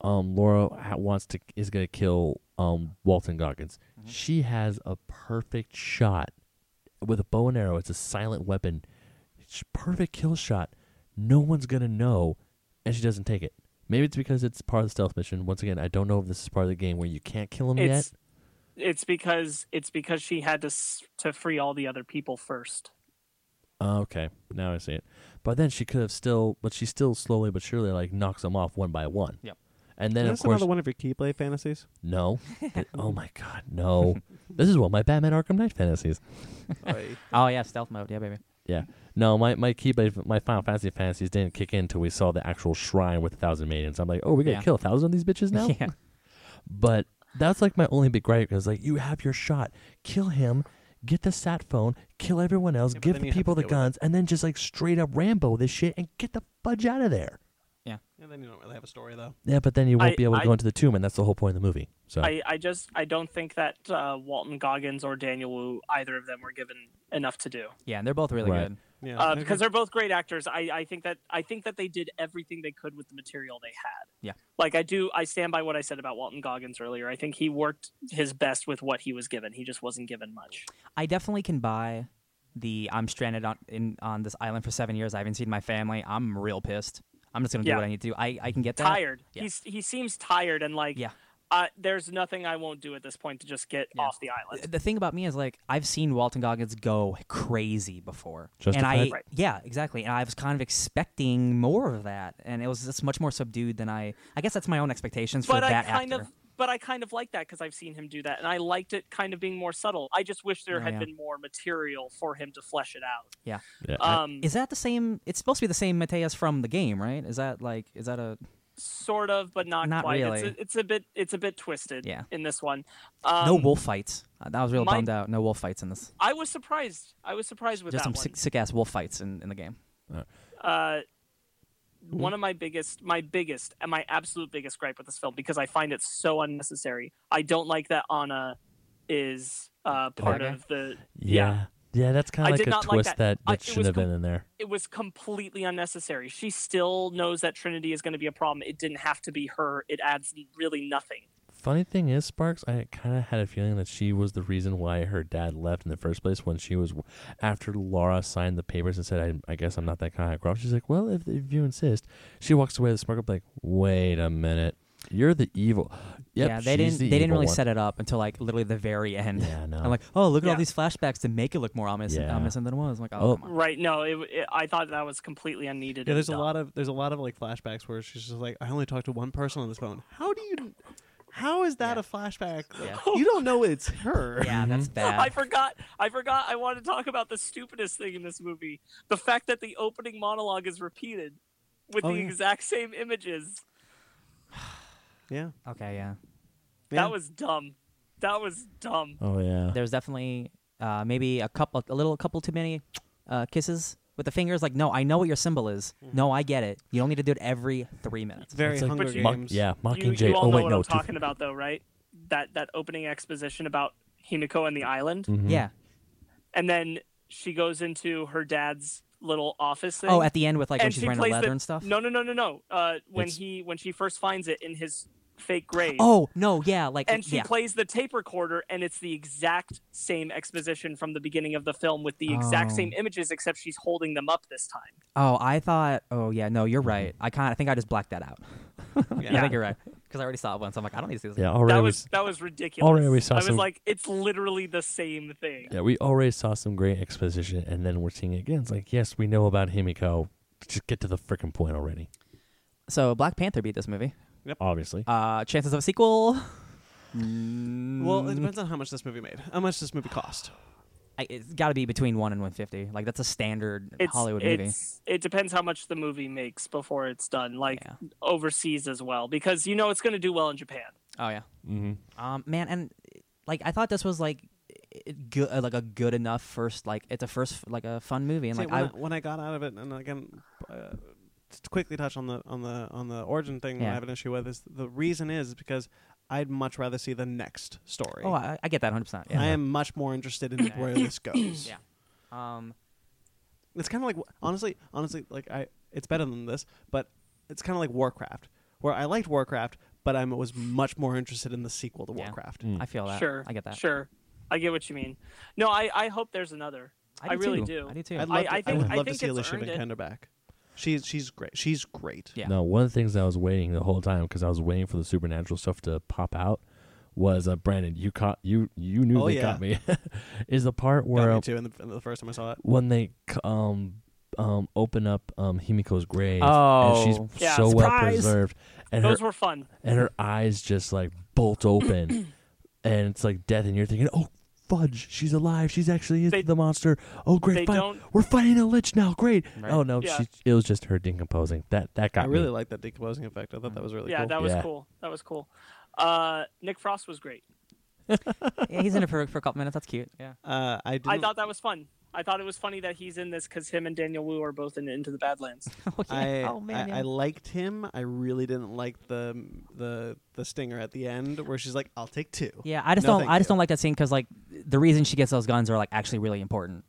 Speaker 2: um, Laura ha- wants to is gonna kill um Walton Goggins.
Speaker 1: Mm-hmm.
Speaker 4: Mhm.
Speaker 2: She has a perfect shot with a bow and arrow. It's a silent weapon, it's a perfect kill shot. No one's gonna know, and she doesn't take it. Maybe it's because it's part of the stealth mission. Once again, I don't know if this is part of the game where you can't kill him yet.
Speaker 5: It's it's because it's because she had to s- to free all the other people first.
Speaker 2: Oh, okay, now I see it. But then she could have still, but she still slowly but surely like knocks them off one by one.
Speaker 4: Yep.
Speaker 2: And then
Speaker 1: Is
Speaker 2: of
Speaker 1: this
Speaker 2: course,
Speaker 1: another one of your keyblade fantasies?
Speaker 2: no. Th- oh my God, no! this is one of my Batman Arkham Knight fantasies.
Speaker 4: Oh yeah, stealth mode. Yeah, baby.
Speaker 2: No, my my keyblade, my Final Fantasy fantasies didn't kick in until we saw the actual shrine with a thousand maidens. I'm like, oh, we're gonna
Speaker 4: Yeah.
Speaker 2: kill a thousand of these bitches now.
Speaker 4: yeah.
Speaker 2: But that's like my only big gripe because like you have your shot, kill him, get the sat phone, kill everyone else,
Speaker 1: Yeah, but
Speaker 2: give
Speaker 1: then
Speaker 2: the
Speaker 1: you have to
Speaker 2: people the
Speaker 1: deal with it.
Speaker 2: guns, and then just like straight up Rambo this shit and get the fudge out of there.
Speaker 1: And then you don't really have a story though.
Speaker 2: Yeah, but then you won't
Speaker 5: I-
Speaker 2: be able to
Speaker 5: I-
Speaker 2: go into the tomb, and that's the whole point of the movie. So
Speaker 5: I, I just I don't think that uh, Walton Goggins or Daniel Wu either of them were given enough to do.
Speaker 4: Yeah, and they're both really
Speaker 2: Right.
Speaker 4: good.
Speaker 1: Yeah.
Speaker 5: uh, because they're both great actors. I, I think that I think that they did everything they could with the material they had.
Speaker 4: Yeah.
Speaker 5: Like I do, I stand by what I said about Walton Goggins earlier. I think he worked his best with what he was given. He just wasn't given much.
Speaker 4: I definitely can buy the I'm stranded on in on this island for seven years. I haven't seen my family. I'm real pissed. I'm just gonna do
Speaker 5: Yeah.
Speaker 4: what I need to do. I I can get that.
Speaker 5: Tired.
Speaker 4: yeah.
Speaker 5: He's he seems tired and like
Speaker 4: Yeah.
Speaker 5: Uh, there's nothing I won't do at this point to just get
Speaker 4: Yeah. Uh,
Speaker 5: off the island.
Speaker 4: the thing about me is like I've seen Walton Goggins go crazy before, and I
Speaker 2: Justified?
Speaker 5: Right.
Speaker 4: yeah exactly, and I was kind of expecting more of that, and it was just much more subdued than I. I guess that's my own expectations for
Speaker 5: but I
Speaker 4: that
Speaker 5: kind
Speaker 4: actor.
Speaker 5: of but I kind of like that because I've seen him do that, and I liked it kind of being more subtle. I just wish there
Speaker 4: Oh,
Speaker 5: had
Speaker 4: yeah.
Speaker 5: been more material for him to flesh it out.
Speaker 2: yeah,
Speaker 5: Um,
Speaker 4: Is that the same? It's supposed to be the same Mateus from the game, right? Is that like is that a
Speaker 5: sort of, but not,
Speaker 4: Not
Speaker 5: quite.
Speaker 4: really.
Speaker 5: It's, a, it's a bit it's a bit twisted.
Speaker 4: Yeah.
Speaker 5: In this one, um,
Speaker 4: no wolf fights. Uh, that was real
Speaker 5: my-
Speaker 4: bummed out. No wolf fights in this.
Speaker 5: I was surprised. I was surprised with
Speaker 4: Just
Speaker 5: that
Speaker 4: some
Speaker 5: one.
Speaker 4: sick, sick ass wolf fights in, in the game.
Speaker 5: Uh, one of my biggest, my biggest, and my absolute biggest gripe with this film because I find it so unnecessary. I don't like that Anna is uh, part
Speaker 4: Okay.
Speaker 5: of the.
Speaker 2: Yeah. Yeah, that's kind
Speaker 5: I
Speaker 2: of like
Speaker 5: did
Speaker 2: a
Speaker 5: not like
Speaker 2: twist
Speaker 5: that.
Speaker 2: that,
Speaker 5: I-
Speaker 2: that
Speaker 5: it
Speaker 2: shouldn't
Speaker 5: was
Speaker 2: have
Speaker 5: com-
Speaker 2: been in there.
Speaker 5: It was completely unnecessary. She still knows that Trinity is going to be a problem. It didn't have to be her. It adds really nothing.
Speaker 2: Funny thing is, Sparks, I kind of had a feeling that she was the reason why her dad left in the first place when she was, after Laura signed the papers and said, I, I guess I'm not that kind of girl. She's like, well, if, if you insist. She walks away with a smirk up like, wait a minute. You're the evil. Yep,
Speaker 4: yeah, they
Speaker 2: she's
Speaker 4: didn't.
Speaker 2: the
Speaker 4: they didn't
Speaker 2: evil
Speaker 4: really
Speaker 2: one.
Speaker 4: set it up until like literally the very end.
Speaker 2: Yeah, no.
Speaker 4: I'm like, oh, look at all
Speaker 5: Yeah.
Speaker 4: these flashbacks to make it look more ominous,
Speaker 2: Yeah.
Speaker 4: ominous than it was. I'm like,
Speaker 2: Oh.
Speaker 4: oh, come on.
Speaker 5: Right? No, it, it- I thought that was completely unneeded.
Speaker 1: Yeah,
Speaker 5: and
Speaker 1: there's a
Speaker 5: dumb.
Speaker 1: lot of there's a lot of like flashbacks where she's just like, I only talked to one person on this phone. How do you? How is that
Speaker 4: Yeah.
Speaker 1: a flashback?
Speaker 4: Yeah.
Speaker 1: You don't know it's her.
Speaker 4: yeah, that's bad.
Speaker 5: I forgot. I forgot. I want to talk about the stupidest thing in this movie: the fact that the opening monologue is repeated with
Speaker 1: Oh,
Speaker 5: the
Speaker 1: yeah.
Speaker 5: exact same images.
Speaker 1: Yeah.
Speaker 4: okay, yeah.
Speaker 1: Yeah.
Speaker 5: That was dumb. That was dumb.
Speaker 2: Oh, yeah.
Speaker 4: There's definitely uh, maybe a couple, a little couple too many uh, kisses with the fingers. Like, no, I know what your symbol is.
Speaker 5: Mm-hmm.
Speaker 4: No, I get it. You don't need to do it every three minutes.
Speaker 1: very
Speaker 2: It's like
Speaker 1: Hunger
Speaker 5: But you-
Speaker 2: Mock-
Speaker 1: Games.
Speaker 2: yeah,
Speaker 5: You,
Speaker 2: Mockingjay.
Speaker 5: you all
Speaker 2: oh,
Speaker 5: know
Speaker 2: wait,
Speaker 5: what
Speaker 2: no.
Speaker 5: I'm
Speaker 2: two-
Speaker 5: talking about, though, right? That that opening exposition about Himiko
Speaker 4: Mm-hmm.
Speaker 5: and the island,
Speaker 2: Mhm.
Speaker 4: Yeah.
Speaker 5: and then she goes into her dad's little office thing.
Speaker 4: Oh, at the end with like when
Speaker 5: and
Speaker 4: she's
Speaker 5: she
Speaker 4: wearing the
Speaker 5: plays
Speaker 4: leather
Speaker 5: the-
Speaker 4: and stuff.
Speaker 5: No, no, no, no, no. Uh, when
Speaker 2: It's-
Speaker 5: he when she first finds it in his fake grave.
Speaker 4: Oh no, yeah, like
Speaker 5: and she
Speaker 4: yeah.
Speaker 5: plays the tape recorder and it's the exact same exposition from the beginning of the film with the exact
Speaker 4: Oh.
Speaker 5: same images except she's holding them up this time
Speaker 4: oh, I thought. Oh yeah, no, you're right. I kind of I think I just blacked that out. I think you're right because I already saw it once. I'm like, I don't need to see this.
Speaker 2: Yeah,
Speaker 4: again.
Speaker 2: already
Speaker 5: that
Speaker 2: we
Speaker 5: was
Speaker 2: s-
Speaker 5: that was ridiculous
Speaker 2: Already we saw
Speaker 5: i was
Speaker 2: some-
Speaker 5: like it's literally the same thing
Speaker 2: Yeah, we already saw some great exposition, and then we're seeing it again. It's like, yes, we know about Himiko. Just get to the freaking point already.
Speaker 4: So Black Panther beat this movie.
Speaker 2: Obviously.
Speaker 4: Uh, chances of a sequel?
Speaker 1: Well,
Speaker 4: mm.
Speaker 1: it depends on how much this movie made. How much this movie cost?
Speaker 4: I, it's got to be between one and one fifty. Like that's a standard
Speaker 5: it's,
Speaker 4: Hollywood movie.
Speaker 5: it's, it depends how much the movie makes before it's done like
Speaker 4: Yeah.
Speaker 5: overseas as well because you know it's going to do well in japan
Speaker 4: Oh yeah.
Speaker 2: mm-hmm.
Speaker 4: Um, man, and like I thought this was like it, good, uh, like a good enough first. Like it's a first, like a fun movie, and
Speaker 1: See,
Speaker 4: like
Speaker 1: when, I,
Speaker 4: I,
Speaker 1: when I got out of it, and again, uh, just to quickly touch on the on the on the origin thing that
Speaker 4: Yeah.
Speaker 1: I have an issue with is the reason is because I'd much rather see the next story.
Speaker 4: oh, I, I get that hundred percent. Yeah.
Speaker 1: I am much more interested in where this goes.
Speaker 4: Yeah. Um,
Speaker 1: It's kind of like honestly, honestly, like I, it's better than this, but it's kind of like Warcraft, where I liked Warcraft, but I was much more interested in the sequel to
Speaker 4: Yeah.
Speaker 1: Warcraft.
Speaker 2: Mm.
Speaker 4: I feel Oh, that.
Speaker 5: sure
Speaker 4: I get that.
Speaker 5: sure i get what you mean no i i hope there's another
Speaker 4: I, do
Speaker 5: really
Speaker 4: too.
Speaker 5: do.
Speaker 4: I do too.
Speaker 1: I'd love
Speaker 5: I-
Speaker 1: to,
Speaker 5: I think-
Speaker 1: would
Speaker 5: I
Speaker 1: love to
Speaker 5: think
Speaker 1: see
Speaker 5: it's
Speaker 1: Alicia
Speaker 5: earned it.
Speaker 1: Vikander back. She's she's great. She's great.
Speaker 4: Yeah.
Speaker 2: No, one of the things I was waiting the whole time because I was waiting for the supernatural stuff to pop out was uh, Brandon. You caught you. You knew
Speaker 1: Oh,
Speaker 2: they
Speaker 1: yeah.
Speaker 2: got me. is the part
Speaker 1: Got
Speaker 2: where
Speaker 1: me
Speaker 2: uh,
Speaker 1: too. In the, in the first time I saw it,
Speaker 2: when they c- um um open up um Himiko's grave
Speaker 4: Oh.
Speaker 2: and she's
Speaker 5: Yeah.
Speaker 2: so well
Speaker 4: Surprise!
Speaker 2: preserved and her
Speaker 5: those were fun
Speaker 2: and her eyes just like bolt open and it's like death and you're thinking oh fudge she's alive she's actually is
Speaker 5: They-
Speaker 2: the monster oh
Speaker 5: they
Speaker 2: great fine.
Speaker 5: don't-
Speaker 2: we're fighting a lich now great
Speaker 4: Right.
Speaker 2: oh no
Speaker 5: Yeah.
Speaker 2: she, it was just her decomposing that that got
Speaker 1: I really
Speaker 2: me
Speaker 1: liked that decomposing effect. I thought that was really
Speaker 5: yeah
Speaker 1: cool.
Speaker 5: that was
Speaker 2: Yeah.
Speaker 5: cool that was cool uh nick frost was great
Speaker 4: yeah, he's in it for, for a couple minutes. That's cute. Oh, Yeah.
Speaker 1: uh, I didn't,
Speaker 5: I thought that was fun. I thought it was funny that he's in this because him and Daniel Wu are both in Into the Badlands.
Speaker 4: oh, yeah.
Speaker 1: I,
Speaker 4: oh man.
Speaker 1: I, I liked him. I really didn't like the the the stinger at the end where she's like, "I'll take two.
Speaker 4: yeah. I just
Speaker 1: No,
Speaker 4: don't.
Speaker 1: thank
Speaker 4: I just
Speaker 1: you.
Speaker 4: don't like that scene because like the reason she gets those guns are like actually really important.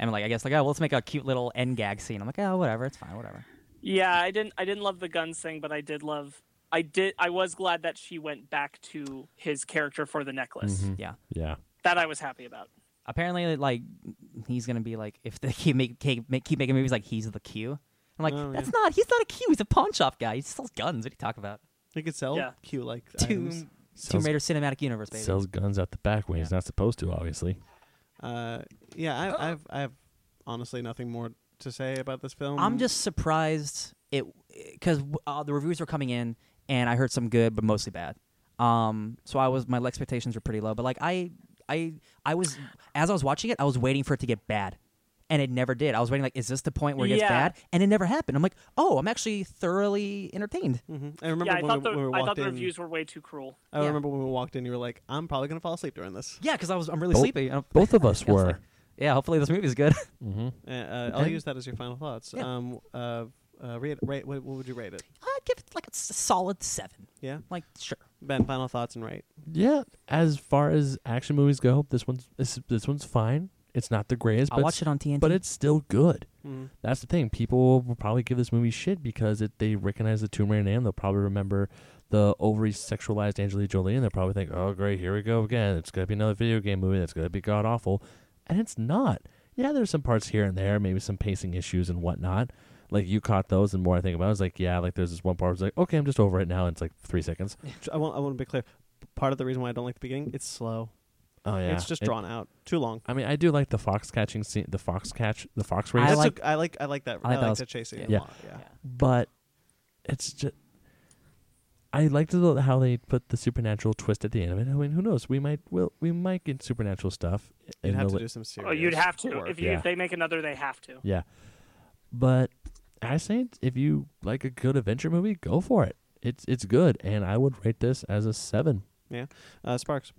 Speaker 4: And like I guess like oh well, let's make a cute little end gag scene. I'm like oh whatever, it's fine, whatever.
Speaker 5: yeah, I didn't. I didn't love the guns thing, but I did love. I did. I was glad that she went back to his character for the necklace.
Speaker 1: Mm-hmm. Hmm.
Speaker 2: Mhm.
Speaker 4: Yeah.
Speaker 2: yeah
Speaker 5: That I was happy about.
Speaker 4: apparently like he's gonna be like if they keep make, keep, make, keep making movies like he's the Q. I'm like
Speaker 1: Oh, yeah.
Speaker 4: that's not he's not a Q. He's a pawn shop guy. He sells guns. What are you talking about?
Speaker 1: They could sell
Speaker 5: Yeah.
Speaker 1: Q like items.
Speaker 4: Tomb, Tomb
Speaker 2: Sells-
Speaker 4: Raider cinematic universe, baby.
Speaker 2: sells guns out the back when he's
Speaker 4: Yeah.
Speaker 2: not supposed to obviously
Speaker 1: Uh, yeah, I, I've I have honestly nothing more to say about this film.
Speaker 4: I'm just surprised it because uh, the reviews were coming in and I heard some good but mostly bad. Um, so I was my expectations were pretty low, but like I I I was as I was watching it, I was waiting for it to get bad. and it never did. I was waiting like, is this the point where it gets
Speaker 5: Yeah.
Speaker 4: bad? And it never happened. I'm like, oh, I'm actually thoroughly entertained.
Speaker 1: hmm I remember
Speaker 5: yeah, I
Speaker 1: when,
Speaker 5: thought
Speaker 1: we,
Speaker 5: the,
Speaker 1: when we
Speaker 5: I
Speaker 1: walked
Speaker 5: thought the
Speaker 1: in.
Speaker 5: reviews were way too cruel.
Speaker 1: I
Speaker 4: Yeah.
Speaker 1: remember when we walked in, you were like, "I'm probably gonna fall asleep during this."
Speaker 4: Yeah, because I was I'm really
Speaker 2: Both-
Speaker 4: sleepy. and I'm-
Speaker 2: Both of us
Speaker 4: I was like,
Speaker 2: were.
Speaker 4: yeah, hopefully this movie's good.
Speaker 2: mm-hmm.
Speaker 1: Uh, uh, I'll
Speaker 2: Okay.
Speaker 1: use that as your final thoughts.
Speaker 4: Yeah.
Speaker 1: Um, uh, uh, rate, rate, what, what would you rate it?
Speaker 4: I'd give it like a s- solid seven.
Speaker 1: Yeah,
Speaker 4: Like sure.
Speaker 1: Ben, final thoughts and rate.
Speaker 2: Yeah, as far as action movies go, this one's this, this one's fine. It's not the greatest,
Speaker 3: I'll
Speaker 2: but
Speaker 3: watch
Speaker 2: it's-
Speaker 3: it on TNT.
Speaker 2: but it's still good.
Speaker 1: Mm.
Speaker 2: That's the thing. People will probably give this movie shit because it, they recognize the Tomb Raider name. They'll probably remember the overly sexualized Angelina Jolie, and they'll probably think, "Oh, great, here we go again. It's gonna be another video game movie that's gonna be god awful," and it's not. Yeah, there's some parts here and there, maybe some pacing issues and whatnot. Like you caught those, and more I think about, it, I was like, yeah, like there's this one part. I was like, okay, I'm just over it now. And it's like three seconds.
Speaker 1: J- I want, I want to be clear. Part of the reason why I don't like the beginning, it's slow.
Speaker 2: Oh yeah,
Speaker 1: It's just
Speaker 2: It-
Speaker 1: drawn out, too long.
Speaker 2: I mean, I do like the fox catching scene, the fox catch, the fox
Speaker 4: I
Speaker 2: race,
Speaker 1: That's
Speaker 4: like-
Speaker 1: a, I like, I like that.
Speaker 4: I like
Speaker 1: I
Speaker 4: that
Speaker 1: like
Speaker 4: was-
Speaker 1: that chase scene. a
Speaker 2: yeah.
Speaker 1: lot, yeah.
Speaker 2: but it's just. I liked the, how they put the supernatural twist at the end of it. I mean, who knows? We might will we might get supernatural stuff. in
Speaker 1: You'd have
Speaker 2: the
Speaker 1: to
Speaker 2: li-
Speaker 1: do some serious.
Speaker 5: Oh, you'd have to
Speaker 1: work.
Speaker 5: if you
Speaker 2: yeah.
Speaker 5: if they make another, they have to.
Speaker 2: yeah, but I say if you like a good adventure movie, go for it. It's it's good, and I would rate this as a seven.
Speaker 1: uh, Sparks.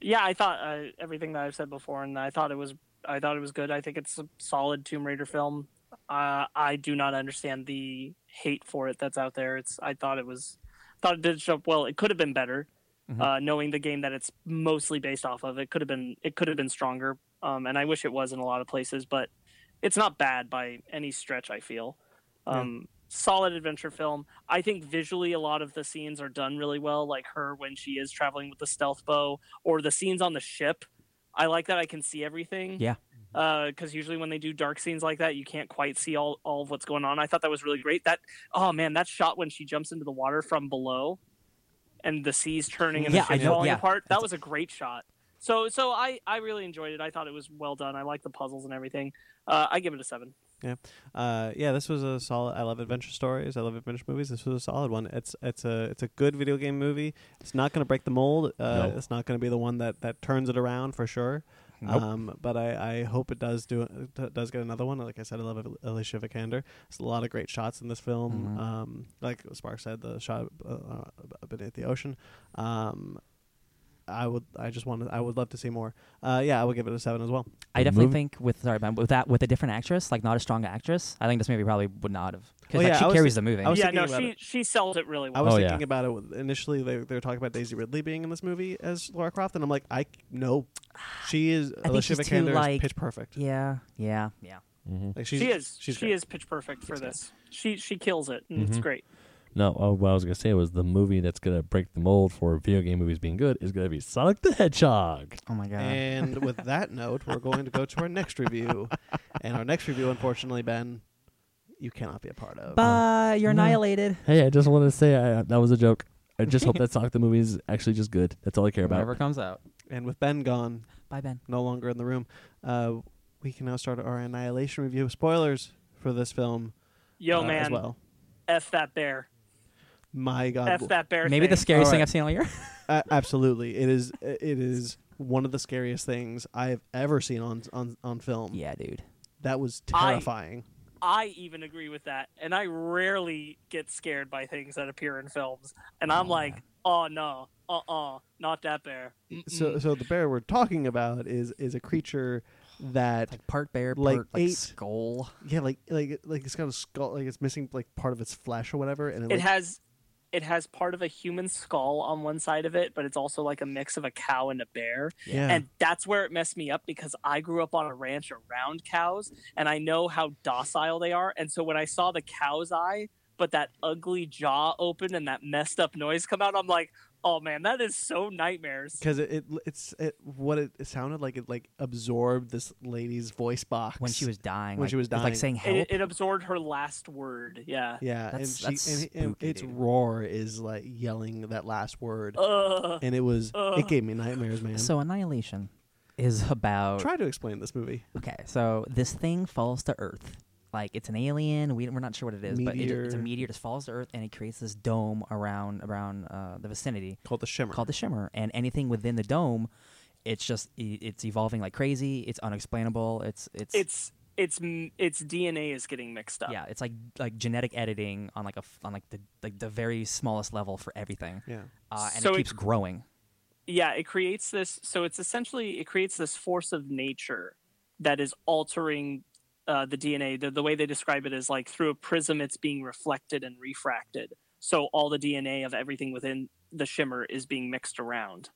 Speaker 5: Yeah, I thought uh, everything that I've said before, and I thought it was I thought it was good. I think it's a solid Tomb Raider film. Uh, I do not understand the hate for it that's out there. It's I thought it was thought it did show up well. It could have been better,
Speaker 4: Mhm.
Speaker 5: uh, knowing the game that it's mostly based off of. It could have been it could have been stronger, um, and I wish it was in a lot of places. But it's not bad by any stretch. I feel um, solid adventure film. I think visually a lot of the scenes are done really well, like her when she is traveling with the stealth bow, or the scenes on the ship. I like that I can see everything.
Speaker 4: Yeah.
Speaker 5: Because uh, usually when they do dark scenes like that, you can't quite see all, all of what's going on. I thought that was really great. That oh man, that shot when she jumps into the water from below, and the seas turning and
Speaker 4: Yeah,
Speaker 5: the
Speaker 4: I
Speaker 5: ship
Speaker 4: know,
Speaker 5: falling
Speaker 4: yeah.
Speaker 5: apart. That
Speaker 4: That's-
Speaker 5: was a great shot. So so I I really enjoyed it. I thought it was well done. I like the puzzles and everything. Uh, I give it a seven.
Speaker 1: Uh, yeah, this was a solid. I love adventure stories. I love adventure movies. This was a solid one. It's it's a it's a good video game movie. It's not going to break the mold. Uh,
Speaker 2: No.
Speaker 1: It's not going to be the one that, that turns it around for sure.
Speaker 2: Nope.
Speaker 1: Um, but I, I hope it does do it does get another one. Like I said, I love Al- Alicia Vikander. It's a lot of great shots in this film.
Speaker 4: Mhm.
Speaker 1: Um, like Spark said, the shot uh, uh, beneath the ocean. Um, I would I just want to I would love to see more. Uh, yeah, I would give it a seven as well.
Speaker 4: I definitely
Speaker 2: Movie-
Speaker 4: think with sorry, but with that with a different actress, like not a strong actress, I think this movie probably would not have because
Speaker 1: Oh, yeah,
Speaker 4: she
Speaker 1: I was
Speaker 4: carries
Speaker 1: thi-
Speaker 4: the movie.
Speaker 1: I was
Speaker 5: yeah,
Speaker 1: thinking
Speaker 5: no,
Speaker 1: about
Speaker 5: she she sells it really well.
Speaker 1: I was
Speaker 2: Oh,
Speaker 1: thinking
Speaker 2: yeah.
Speaker 1: about it with- initially. They, they were talking about Daisy Ridley being in this movie as Laura Croft, and I'm like, I c- no, she is
Speaker 4: think
Speaker 1: Alicia
Speaker 4: she's too,
Speaker 1: Vikander is
Speaker 4: like-
Speaker 1: pitch perfect.
Speaker 4: yeah, yeah, yeah.
Speaker 2: Mm-hmm.
Speaker 1: Like she's,
Speaker 5: she is
Speaker 1: She's
Speaker 5: she
Speaker 1: great. Mm-hmm.
Speaker 5: is pitch perfect for this. She she kills it. And It's
Speaker 2: Mhm.
Speaker 5: great.
Speaker 2: No, oh, what I was gonna say was the movie that's gonna break the mold for video game movies being good is gonna be Sonic the Hedgehog.
Speaker 4: Oh my god.
Speaker 1: And with that note, we're going to go to our next review, and our next review, unfortunately, Ben, you cannot be a part of.
Speaker 4: Bye, you're
Speaker 2: no.
Speaker 4: annihilated.
Speaker 2: Hey, I just want to say I, that was a joke. I just hope that Sonic the movie is actually just good. That's all I care
Speaker 4: Whatever
Speaker 2: about.
Speaker 4: comes out.
Speaker 1: And with Ben gone,
Speaker 4: Bye, Ben.
Speaker 1: no longer in the room, uh, we can now start our annihilation review. Spoilers for this film,
Speaker 5: Yo
Speaker 1: uh,
Speaker 5: man,
Speaker 1: as well. Uh,
Speaker 5: f that bear,
Speaker 1: My God,
Speaker 5: f that bear.
Speaker 4: Maybe the
Speaker 5: thing.
Speaker 4: scariest
Speaker 1: All
Speaker 4: thing
Speaker 1: right.
Speaker 4: I've seen all year.
Speaker 1: A- absolutely, it is. uh, It is one of the scariest things I have ever seen on on on film.
Speaker 4: yeah, dude.
Speaker 1: That was
Speaker 5: I-
Speaker 1: terrifying.
Speaker 5: I even agree with that, and I rarely get scared by things that appear in films, and I'm like, oh no, uh uh not that bear. Mm-mm."
Speaker 1: so, so the bear we're talking about is is a creature that
Speaker 4: Like part bear,
Speaker 1: Like
Speaker 4: part like
Speaker 1: eight-
Speaker 4: skull.
Speaker 1: yeah, like like like it's got a skull, like it's missing like part of its flesh or whatever, and it,
Speaker 5: it
Speaker 1: like,
Speaker 5: has, it has part of a human skull on one side of it, but it's also like a mix of a cow and a bear,
Speaker 1: yeah,
Speaker 5: and that's where it messed me up because I grew up on a ranch around cows, and I know how docile they are, and so when I saw the cow's eye, but that ugly jaw open and that messed up noise come out, I'm like, oh man, that is so nightmares.
Speaker 1: because it, it it's it what it, it sounded like it like absorbed this lady's voice box
Speaker 4: When she was dying.
Speaker 1: When
Speaker 4: like,
Speaker 1: she was
Speaker 4: it Like
Speaker 1: dying.
Speaker 4: saying help.
Speaker 5: it, it absorbed her last word. Yeah.
Speaker 1: yeah,
Speaker 4: That's-
Speaker 1: and
Speaker 4: that's
Speaker 1: she and, and
Speaker 4: spooky,
Speaker 1: its
Speaker 4: dude.
Speaker 1: roar is like yelling that last word,
Speaker 5: Uh,
Speaker 1: and it was
Speaker 5: uh.
Speaker 1: it gave me nightmares, man.
Speaker 4: so Annihilation is about
Speaker 1: try to explain this movie.
Speaker 4: Okay, so this thing falls to Earth. Like it's an alien. We, we're not sure what it is, but it, it's a
Speaker 1: Meteor.
Speaker 4: meteor. Just falls to Earth and it creates this dome around around uh, the vicinity
Speaker 1: Called the Shimmer.
Speaker 4: called the Shimmer. And anything within the dome it's just e- it's evolving like crazy. It's unexplainable. It's it's
Speaker 5: It's uh, it's m- its DNA is getting mixed up.
Speaker 4: yeah. It's like like genetic editing on like a f- on like the like the very smallest level for everything,
Speaker 1: Yeah.
Speaker 4: uh, and
Speaker 5: So
Speaker 4: it
Speaker 5: it-
Speaker 4: keeps growing.
Speaker 5: yeah it creates this so it's essentially it creates this force of nature that is altering uh, the dna the, the way they describe it is like through a prism it's being reflected and refracted so all the dna of everything within the shimmer is being mixed around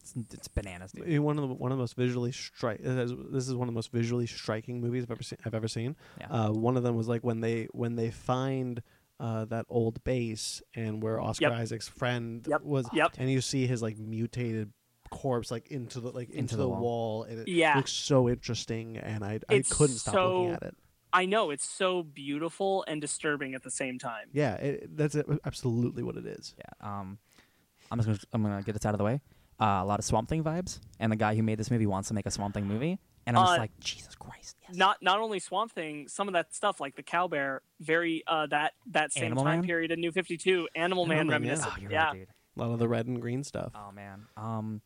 Speaker 4: It's, it's bananas, dude.
Speaker 1: Eh, One of the one of the most visually strike. This is one of the most visually striking movies I've ever seen. I've ever seen.
Speaker 4: Yeah.
Speaker 1: Uh, one of them was like when they when they find uh, that old base and where Oscar
Speaker 5: Yep.
Speaker 1: Isaac's friend
Speaker 5: Yep.
Speaker 1: was.
Speaker 5: Yep.
Speaker 1: And you see his like mutated corpse like into the like into, the, wall. and it
Speaker 5: Yeah.
Speaker 1: looks so interesting, and I I
Speaker 5: It's
Speaker 1: couldn't stop looking
Speaker 5: so-
Speaker 1: at it.
Speaker 5: i know it's so beautiful and disturbing at the same time
Speaker 1: Yeah, it, that's it, absolutely what it is.
Speaker 4: Yeah. Um, I'm just gonna, I'm gonna get this out of the way. Uh, a lot of Swamp Thing vibes, and the guy who made this movie wants to make a Swamp Thing movie, and I'm just
Speaker 5: Uh,
Speaker 4: like, Jesus Christ, yes.
Speaker 5: not not only Swamp Thing, some of that stuff like the Cow Bear, very uh, that that same
Speaker 4: Animal
Speaker 5: time
Speaker 4: Man?
Speaker 5: period in New Fifty Two, Animal,
Speaker 1: Animal
Speaker 5: Man
Speaker 1: Man, yeah.
Speaker 5: reminiscent.
Speaker 4: oh, you're
Speaker 5: yeah,
Speaker 4: right, dude.
Speaker 1: A lot of the red and green stuff.
Speaker 4: Oh man. Um,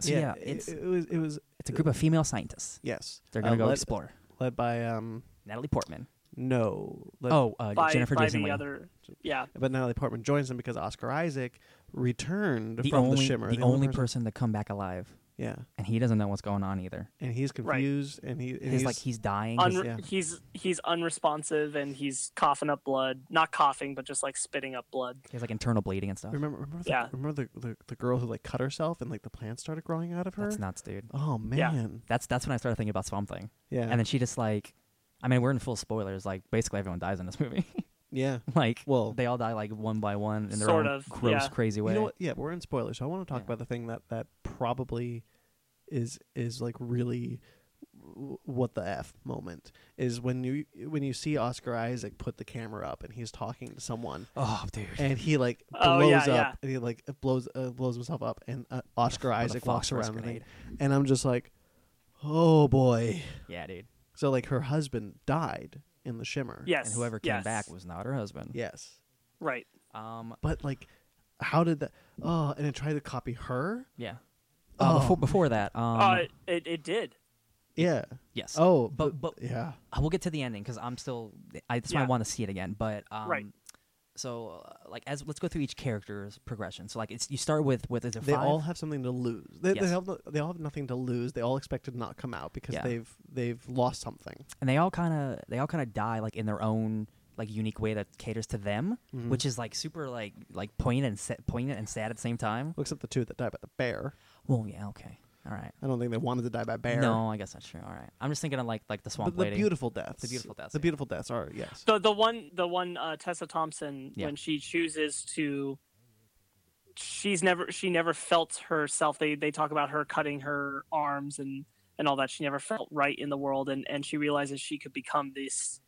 Speaker 4: so yeah,
Speaker 1: it-
Speaker 4: it's
Speaker 1: it, was it was
Speaker 4: it's a group of female scientists.
Speaker 1: yes.
Speaker 4: They're gonna
Speaker 1: Uh,
Speaker 4: go
Speaker 1: led,
Speaker 4: explore.
Speaker 1: led by um
Speaker 4: Natalie Portman.
Speaker 1: no led
Speaker 4: oh, uh,
Speaker 5: by,
Speaker 4: Jennifer
Speaker 5: by
Speaker 4: Jason
Speaker 5: the
Speaker 4: Leigh.
Speaker 5: other, yeah,
Speaker 1: But Natalie Portman joins them because Oscar Isaac returned
Speaker 4: the
Speaker 1: from
Speaker 4: only
Speaker 1: the Shimmer.
Speaker 4: the, only person to come back alive,
Speaker 1: Yeah,
Speaker 4: and he doesn't know what's going on either.
Speaker 1: and he's
Speaker 5: Right.
Speaker 1: confused, and he and
Speaker 4: He's, like he's dying.
Speaker 5: Un-
Speaker 4: he's-
Speaker 1: yeah.
Speaker 5: he's he's unresponsive and he's coughing up blood, not coughing but just like spitting up blood.
Speaker 4: he has like internal bleeding and stuff.
Speaker 1: remember remember the,
Speaker 5: Yeah.
Speaker 1: remember the, the the girl who like cut herself and like the plants started growing out of her.
Speaker 4: That's nuts, dude.
Speaker 1: oh
Speaker 5: Yeah.
Speaker 1: man,
Speaker 4: That's that's when I started thinking about Swamp Thing.
Speaker 1: yeah,
Speaker 4: And then she just like, I mean, we're in full spoilers. Like, basically everyone dies in this movie.
Speaker 1: yeah.
Speaker 4: like,
Speaker 1: Well,
Speaker 4: they all die like one by one in their
Speaker 5: Sort
Speaker 4: own
Speaker 5: of,
Speaker 4: gross,
Speaker 5: yeah.
Speaker 4: crazy way.
Speaker 1: you know what? Yeah, we're in spoilers, so I want to talk
Speaker 4: Yeah.
Speaker 1: about the thing that that probably is is like really w- what the f moment is when you when you see Oscar Isaac put the camera up and he's talking to someone
Speaker 4: Oh, dude.
Speaker 1: and he like blows
Speaker 5: Oh, yeah,
Speaker 1: up
Speaker 5: yeah.
Speaker 1: and he like blows uh, blows himself up and uh, Oscar
Speaker 4: a
Speaker 1: Isaac walks
Speaker 4: phosphorus
Speaker 1: around the thing.
Speaker 4: grenade.
Speaker 1: and I'm just like oh boy
Speaker 4: yeah, dude.
Speaker 1: so like her husband died in the shimmer
Speaker 5: Yes,
Speaker 4: And whoever came
Speaker 5: yes,
Speaker 4: back was not her husband.
Speaker 1: yes
Speaker 5: right.
Speaker 4: Um.
Speaker 1: but like how did that oh and it tried to copy her
Speaker 4: Yeah. Uh,
Speaker 1: Oh,
Speaker 4: before before that. Um.
Speaker 5: uh, it it did.
Speaker 1: yeah
Speaker 4: yes.
Speaker 1: oh
Speaker 4: But but
Speaker 1: yeah
Speaker 4: I will get to the ending because I'm still. I, that's why I
Speaker 5: Yeah.
Speaker 4: want to see it again. But um,
Speaker 5: Right.
Speaker 4: So uh, like as let's go through each character's progression. So like it's you start with with is it
Speaker 1: they
Speaker 4: five?
Speaker 1: all have something to lose they,
Speaker 4: Yes.
Speaker 1: they, have, no- they all have nothing to lose they all expect to not come out because
Speaker 4: Yeah.
Speaker 1: they've they've lost something
Speaker 4: and they all kind of they all kind of die like in their own like unique way that caters to them,
Speaker 1: Mm-hmm.
Speaker 4: which is like super like like poignant and sa- poignant and sad at the same time.
Speaker 1: except the two that died by the bear
Speaker 4: Well, yeah, okay, all right.
Speaker 1: I don't think they wanted to die by bear
Speaker 4: No, I guess that's true. All right, I'm just thinking of like like the swamp
Speaker 1: But the
Speaker 4: lady.
Speaker 1: beautiful deaths.
Speaker 4: The beautiful deaths,
Speaker 1: The
Speaker 4: yeah.
Speaker 1: beautiful deaths are yes.
Speaker 5: The the one the one uh, Tessa Thompson
Speaker 4: Yeah.
Speaker 5: when she chooses to she's never she never felt herself. They they talk about her cutting her arms and and all that. She never felt right in the world and and she realizes she could become this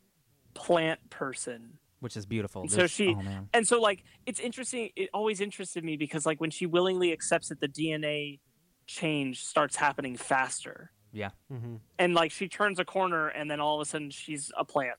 Speaker 5: plant person
Speaker 4: which is beautiful.
Speaker 5: And so
Speaker 4: There's-
Speaker 5: she-
Speaker 4: oh, man.
Speaker 5: and so like it's interesting it always interested me because like when she willingly accepts it the dna change starts happening faster
Speaker 4: yeah,
Speaker 1: Mm-hmm.
Speaker 5: and like she turns a corner and then all of a sudden she's a plant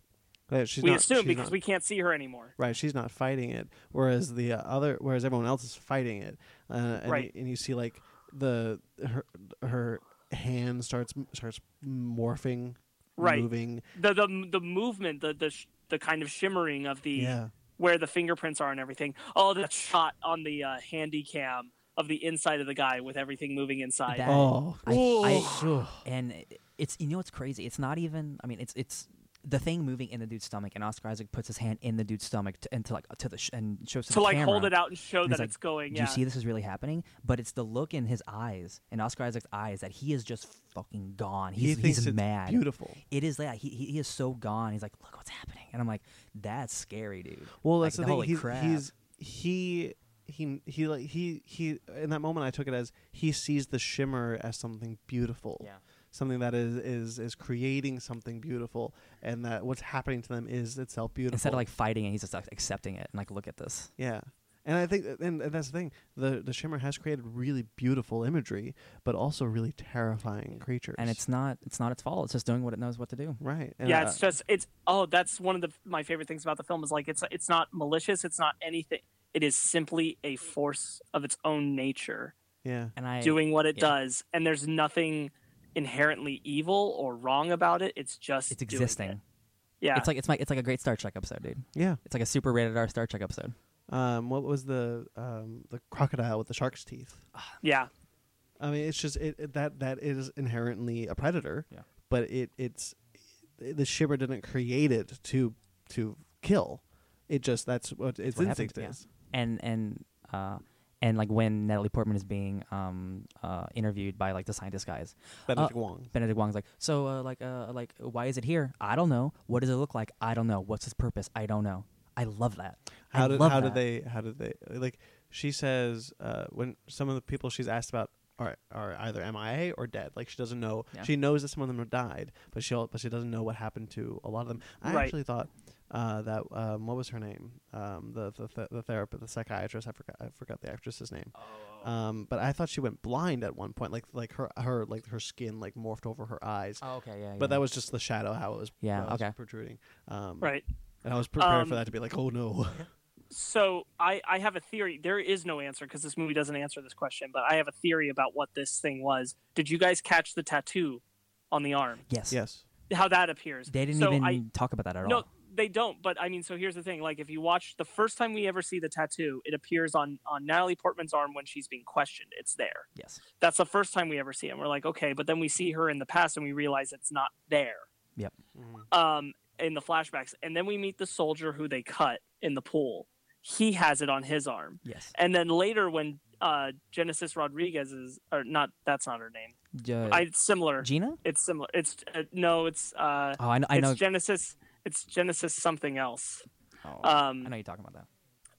Speaker 1: she's
Speaker 5: we
Speaker 1: not,
Speaker 5: assume
Speaker 1: she's
Speaker 5: because
Speaker 1: not-
Speaker 5: we can't see her anymore
Speaker 1: right. She's not fighting it, whereas the uh, other, whereas everyone else is fighting it. Uh, and
Speaker 5: Right.
Speaker 1: You, and you see like the her her hand starts starts morphing,
Speaker 5: Right.
Speaker 1: moving.
Speaker 5: the the, the movement the the, sh- the kind of shimmering of the
Speaker 1: Yeah,
Speaker 5: where the fingerprints are and everything oh that shot on the uh, handy cam of the inside of the guy with everything moving inside
Speaker 4: That-
Speaker 1: Oh.
Speaker 4: I- I-
Speaker 1: Ugh.
Speaker 4: and it- it's you know it's crazy. It's not even. I mean, it's it's the thing moving in the dude's stomach, and Oscar Isaac puts his hand in the dude's stomach to, and to like to the sh- and shows to,
Speaker 5: to
Speaker 4: the
Speaker 5: like
Speaker 4: camera.
Speaker 5: hold it out and show
Speaker 4: And he's
Speaker 5: that
Speaker 4: like,
Speaker 5: it's going
Speaker 4: Do
Speaker 5: yeah
Speaker 4: you see this is really happening? But it's the look in his eyes, in Oscar Isaac's eyes, that he is just fucking gone.
Speaker 1: he
Speaker 4: He's,
Speaker 1: thinks
Speaker 4: he's
Speaker 1: it's
Speaker 4: mad.
Speaker 1: beautiful.
Speaker 4: It is that he, he he is so gone. He's like, look what's happening, and I'm like, that's scary, dude.
Speaker 1: Well,
Speaker 4: Like,
Speaker 1: that's the thing.
Speaker 4: holy
Speaker 1: He's,
Speaker 4: crap.
Speaker 1: he's he he he like he he in that moment I took it as he sees the shimmer as something beautiful.
Speaker 4: Yeah.
Speaker 1: Something that is is is creating something beautiful and that what's happening to them is itself beautiful.
Speaker 4: instead of like fighting it, he's just like accepting it and like, look at this.
Speaker 1: Yeah. And I think and, and that's the thing. The the shimmer has created really beautiful imagery, but also really terrifying creatures.
Speaker 4: And it's not it's not its fault. It's just doing what it knows what to do.
Speaker 1: right. And
Speaker 5: yeah,
Speaker 1: uh,
Speaker 5: it's just it's oh, that's one of the my favorite things about the film is like it's it's not malicious, it's not anything. It is simply a force of its own nature
Speaker 1: Yeah.
Speaker 4: and I
Speaker 5: doing what it
Speaker 4: yeah.
Speaker 5: does, and there's nothing inherently evil or wrong about it. It's just
Speaker 4: it's
Speaker 5: doing it.
Speaker 4: existing.
Speaker 5: Yeah,
Speaker 4: It's like it's my it's like a great Star Trek episode, dude.
Speaker 1: Yeah.
Speaker 4: It's like a super rated R Star Trek episode.
Speaker 1: Um, what was the um, the crocodile with the shark's teeth?
Speaker 5: yeah,
Speaker 1: I mean, it's just it, it- that that is inherently a predator.
Speaker 4: Yeah.
Speaker 1: But it it's the shimmer didn't create it to to kill. It just that's what its
Speaker 4: what happens,
Speaker 1: instinct
Speaker 4: yeah.
Speaker 1: is.
Speaker 4: And and uh and like when Natalie Portman is being um uh interviewed by like the scientist guys, uh,
Speaker 1: Benedict Wong.
Speaker 4: Benedict Wong's like, so uh, like uh like why is it here? I don't know. What does it look like? I don't know. What's its purpose? I don't know. I love that. I
Speaker 1: How did
Speaker 4: love
Speaker 1: how did
Speaker 4: that.
Speaker 1: they how did they like? She says uh, when some of the people she's asked about are are either MIA or dead. Like she doesn't know.
Speaker 4: Yeah.
Speaker 1: She knows that some of them have died, but she al- but she doesn't know what happened to a lot of them. I
Speaker 5: Right.
Speaker 1: actually thought uh, that um, what was her name? Um, the the the, the therapist, the psychiatrist. I forgot I forgot the actress's name.
Speaker 4: Oh.
Speaker 1: Um, but I thought she went blind at one point. Like like her her like her skin like morphed over her eyes.
Speaker 4: Oh, okay, yeah.
Speaker 1: But that was just the shadow how it was.
Speaker 4: Yeah,
Speaker 1: how it was
Speaker 4: okay.
Speaker 1: Protruding. Um,
Speaker 5: right.
Speaker 1: And I was prepared for
Speaker 5: Um,
Speaker 1: that to be like, oh no.
Speaker 5: So I I have a theory. There is no answer because this movie doesn't answer this question. But I have a theory about what this thing was. Did you guys catch the tattoo on the arm?
Speaker 4: yes.
Speaker 1: yes.
Speaker 5: How that appears?
Speaker 4: They didn't
Speaker 5: so
Speaker 4: even
Speaker 5: I,
Speaker 4: talk about that at
Speaker 5: No,
Speaker 4: all.
Speaker 5: they don't. But I mean, so here's the thing: like, if you watch the first time we ever see the tattoo, it appears on on Natalie Portman's arm when she's being questioned. It's there.
Speaker 4: Yes.
Speaker 5: That's the first time we ever see it. And we're like, okay, but then we see her in the past and we realize it's not there.
Speaker 4: Yep.
Speaker 5: Um, in the flashbacks, and then we meet the soldier who they cut in the pool. He has it on his arm,
Speaker 4: Yes.
Speaker 5: and then later when uh Genesis Rodriguez is or not that's not her name.
Speaker 4: Uh,
Speaker 5: I it's similar.
Speaker 4: Gina?
Speaker 5: It's similar. It's uh, no, it's uh
Speaker 4: Oh, I know. I
Speaker 5: it's
Speaker 4: know.
Speaker 5: Genesis. It's Genesis something else.
Speaker 4: oh,
Speaker 5: Um,
Speaker 4: I know you're talking about that.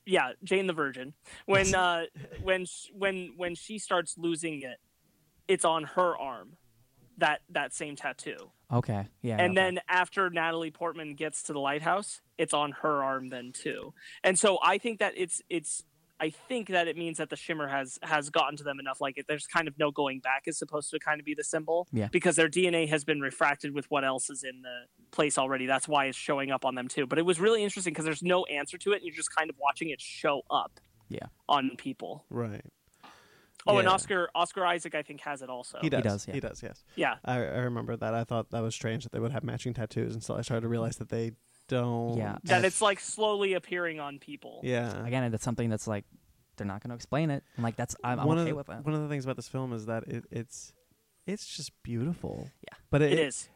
Speaker 5: yeah, Jane the Virgin. When uh, when sh- when when she starts losing it, it's on her arm, that that same tattoo.
Speaker 4: Okay. Yeah.
Speaker 5: and
Speaker 4: okay.
Speaker 5: then after Natalie Portman gets to the lighthouse, it's on her arm then too. And so I think that it's it's I think that it means that the shimmer has has gotten to them enough. Like it, there's kind of no going back. Is supposed to kind of be the symbol
Speaker 4: Yeah.
Speaker 5: because their DNA has been refracted with what else is in the place already. That's why it's showing up on them too. But it was really interesting because there's no answer to it. And you're just kind of watching it show up.
Speaker 4: Yeah.
Speaker 5: On people.
Speaker 1: Right.
Speaker 5: Oh, and
Speaker 1: Yeah.
Speaker 5: Oscar Oscar Isaac I think has it also.
Speaker 1: He does. He does.
Speaker 4: does, yeah.
Speaker 1: yes.
Speaker 5: Yeah.
Speaker 1: I, I remember that. I thought that was strange that they would have matching tattoos until I started to realize that they don't.
Speaker 4: Yeah.
Speaker 5: That it's like slowly appearing on people.
Speaker 1: Yeah.
Speaker 4: again, that's something that's like they're not going to explain it. I'm like, that's I'm, I'm
Speaker 1: one
Speaker 4: okay
Speaker 1: of the,
Speaker 4: with that.
Speaker 1: One of the things about this film is that it, it's it's just beautiful.
Speaker 4: Yeah.
Speaker 1: But it,
Speaker 5: It is.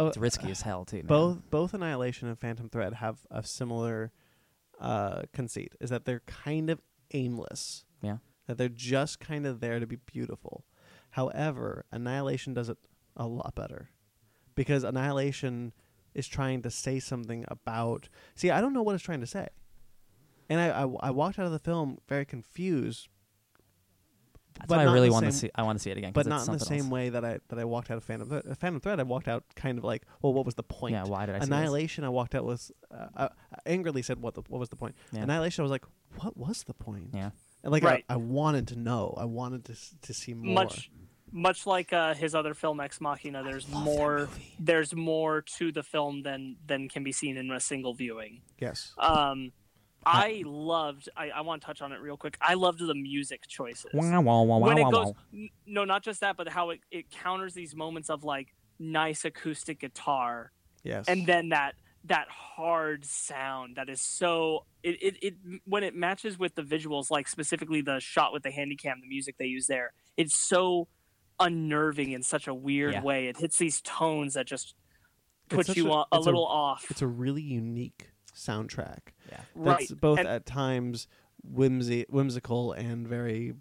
Speaker 1: oh,
Speaker 4: It's risky as hell too. man.
Speaker 1: Both both Annihilation and Phantom Thread have a similar uh, conceit is that they're kind of aimless.
Speaker 4: Yeah.
Speaker 1: That they're just kind of there to be beautiful. However, Annihilation does it a lot better. Because Annihilation is trying to say something about See, I don't know what it's trying to say. And I I, I walked out of the film very confused,
Speaker 4: That's
Speaker 1: but
Speaker 4: why I
Speaker 1: not
Speaker 4: really
Speaker 1: the
Speaker 4: want to
Speaker 1: same-
Speaker 4: see. I want to see it again. 'cause
Speaker 1: but not
Speaker 4: it's
Speaker 1: in the
Speaker 4: something
Speaker 1: same
Speaker 4: else.
Speaker 1: way that I that I walked out of Phantom Thread. Phantom Thread I walked out kind of like, well, what was the point?
Speaker 4: Yeah. Why did I see this?
Speaker 1: Annihilation, I walked out was uh, I angrily said, "What the, what was the point?"
Speaker 4: Yeah.
Speaker 1: Annihilation, I was like, "What was the point?"
Speaker 4: Yeah.
Speaker 1: And like
Speaker 5: Right.
Speaker 1: I, I wanted to know, I wanted to s- to see more.
Speaker 5: much much like uh, his other film Ex Machina there's more there's more to the film than than can be seen in a single viewing
Speaker 1: yes,
Speaker 5: um I loved I, I want to touch on it real quick I loved the music choices
Speaker 4: Wah, wah, wah,
Speaker 5: when
Speaker 4: wah,
Speaker 5: it
Speaker 4: wah,
Speaker 5: goes
Speaker 4: wah.
Speaker 5: n- no not just that but how it, it counters these moments of like nice acoustic guitar
Speaker 1: yes,
Speaker 5: and then that that hard sound that is so it, it, it when it matches with the visuals like specifically the shot with the handycam the music they use there it's so unnerving in such a weird
Speaker 4: Yeah.
Speaker 5: way it hits these tones that just
Speaker 1: It's
Speaker 5: put
Speaker 1: such
Speaker 5: you
Speaker 1: a-
Speaker 5: a, a
Speaker 1: it's a-
Speaker 5: little off
Speaker 1: it's a really unique soundtrack.
Speaker 5: right
Speaker 1: That's both
Speaker 5: And-
Speaker 1: at times whimsy, whimsical, and very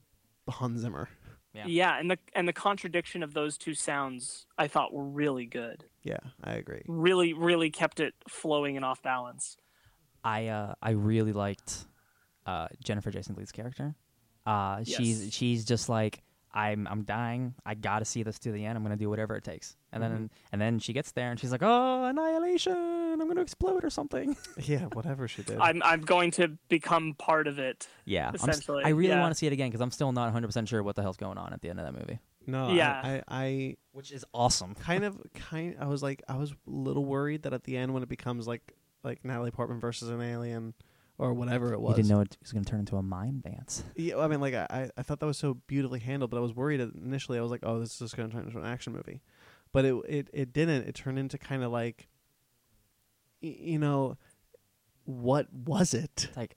Speaker 1: Hans Zimmer.
Speaker 4: Yeah.
Speaker 5: yeah and the and the contradiction of those two sounds i thought were really good
Speaker 1: Yeah, I agree.
Speaker 5: really really kept it flowing and off balance
Speaker 4: I uh, I really liked uh, Jennifer Jason Lee's character. Uh, she's
Speaker 5: Yes.
Speaker 4: she's just like I'm I'm dying. I gotta see this to the end. I'm gonna do whatever it takes. And then and then she gets there and she's like, oh annihilation! I'm gonna explode or something.
Speaker 1: Yeah, whatever she did.
Speaker 5: i'm i'm going to become part of it
Speaker 4: yeah. I'm s-
Speaker 5: Essentially,
Speaker 4: I really
Speaker 5: yeah.
Speaker 4: want to see it again because I'm still not 100 percent sure what the hell's going on at the end of that movie,
Speaker 1: no,
Speaker 5: yeah.
Speaker 1: I, I, I
Speaker 4: which is awesome.
Speaker 1: kind of kind I was like I was a little worried that at the end when it becomes like like Natalie Portman versus an alien or whatever it
Speaker 3: You
Speaker 1: was.
Speaker 3: didn't know it was going to turn into a mime dance.
Speaker 1: Yeah, I mean, like I- I, I thought that was so beautifully handled, but I was worried at- initially. I was like, oh, this is just going to turn into an action movie, but it it it didn't. It turned into kind of like, y- you know, what was it?
Speaker 4: It's like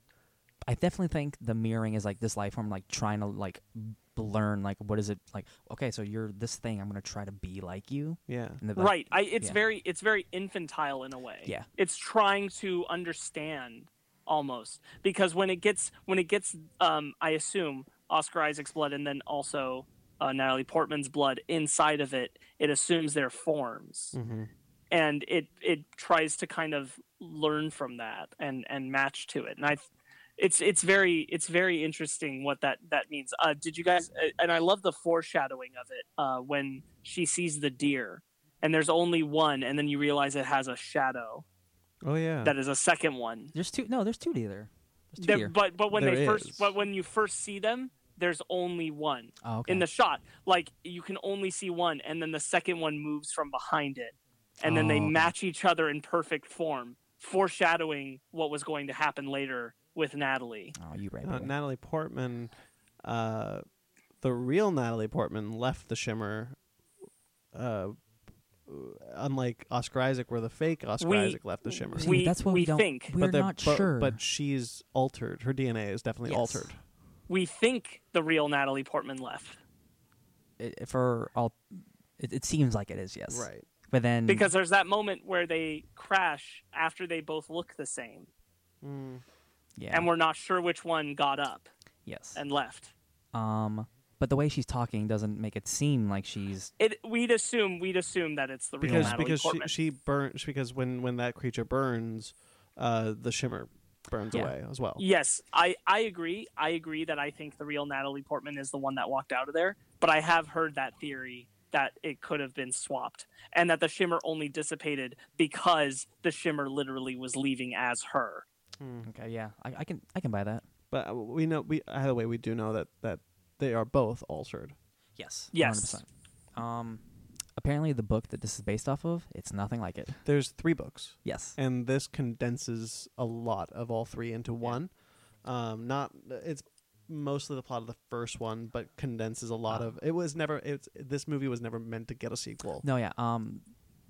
Speaker 4: I definitely think the mirroring is like this life form like trying to like b- learn like what is it like okay so you're this thing I'm gonna try to be like you
Speaker 1: Yeah,
Speaker 4: and the, like,
Speaker 5: right I, it's
Speaker 4: yeah.
Speaker 5: very it's very infantile in a way
Speaker 4: Yeah.
Speaker 5: it's trying to understand almost because when it gets when it gets um i assume oscar isaac's blood and then also uh, natalie portman's blood inside of it it assumes their forms
Speaker 1: mm-hmm.
Speaker 5: and it it tries to kind of learn from that and and match to it and i it's it's very it's very interesting what that that means uh did you guys uh, and i love the foreshadowing of it uh when she sees the deer and there's only one and then you realize it has a shadow
Speaker 1: oh yeah,
Speaker 5: that is a second one
Speaker 4: there's two no there's two D there there's two
Speaker 5: There-
Speaker 4: here
Speaker 5: but but when
Speaker 1: There
Speaker 5: they
Speaker 1: is.
Speaker 5: first but when you first see them there's only one
Speaker 4: oh, okay
Speaker 5: in the shot like you can only see one and then the second one moves from behind it and then
Speaker 4: Oh,
Speaker 5: they
Speaker 4: okay.
Speaker 5: match each other in perfect form foreshadowing what was going to happen later with natalie
Speaker 4: oh you right
Speaker 1: Uh,
Speaker 4: boy.
Speaker 1: Natalie Portman, uh, the real Natalie Portman left the Shimmer, uh, unlike Oscar Isaac, where the fake Oscar
Speaker 5: We-
Speaker 1: Isaac left the Shimmer.
Speaker 5: we-
Speaker 4: See, that's what we,
Speaker 5: we
Speaker 4: don't
Speaker 5: think.
Speaker 1: but
Speaker 3: We're
Speaker 1: they're-
Speaker 3: not
Speaker 1: but-
Speaker 3: sure.
Speaker 1: But she's altered. Her DNA is definitely
Speaker 4: Yes.
Speaker 1: altered.
Speaker 5: we think the real natalie portman left
Speaker 4: it, it- for all it, it seems like it is yes
Speaker 1: Right.
Speaker 4: but
Speaker 1: Hmm.
Speaker 4: then
Speaker 5: because there's that moment where they crash after they both look the same
Speaker 4: yeah
Speaker 5: and we're not sure which one got up
Speaker 4: yes
Speaker 5: and left
Speaker 4: um but the way she's talking doesn't make it seem like she's
Speaker 5: it we'd assume we'd assume that it's the real
Speaker 1: because
Speaker 5: natalie
Speaker 1: because she,
Speaker 5: portman
Speaker 1: she burns because when when that creature burns, uh, the shimmer burns
Speaker 4: Yeah.
Speaker 1: away as well.
Speaker 5: Yes, I, I agree. I agree that I think the real Natalie Portman is the one that walked out of there, but I have heard that theory that it could have been swapped and that the shimmer only dissipated because the shimmer literally was leaving as her.
Speaker 1: Mm-hmm.
Speaker 4: okay yeah I, I can I can buy that
Speaker 1: But uh, we know we either way we do know that that they are both altered.
Speaker 4: yes
Speaker 5: Yes.
Speaker 4: 100%. um apparently the book that this is based off of it's nothing like it
Speaker 1: There's three books,
Speaker 4: yes
Speaker 1: and this condenses a lot of all three into one. Um, not it's mostly the plot of the first one, but condenses a lot
Speaker 4: Ah.
Speaker 1: of it was never it's this movie was never meant to get a sequel.
Speaker 4: No, yeah. Um,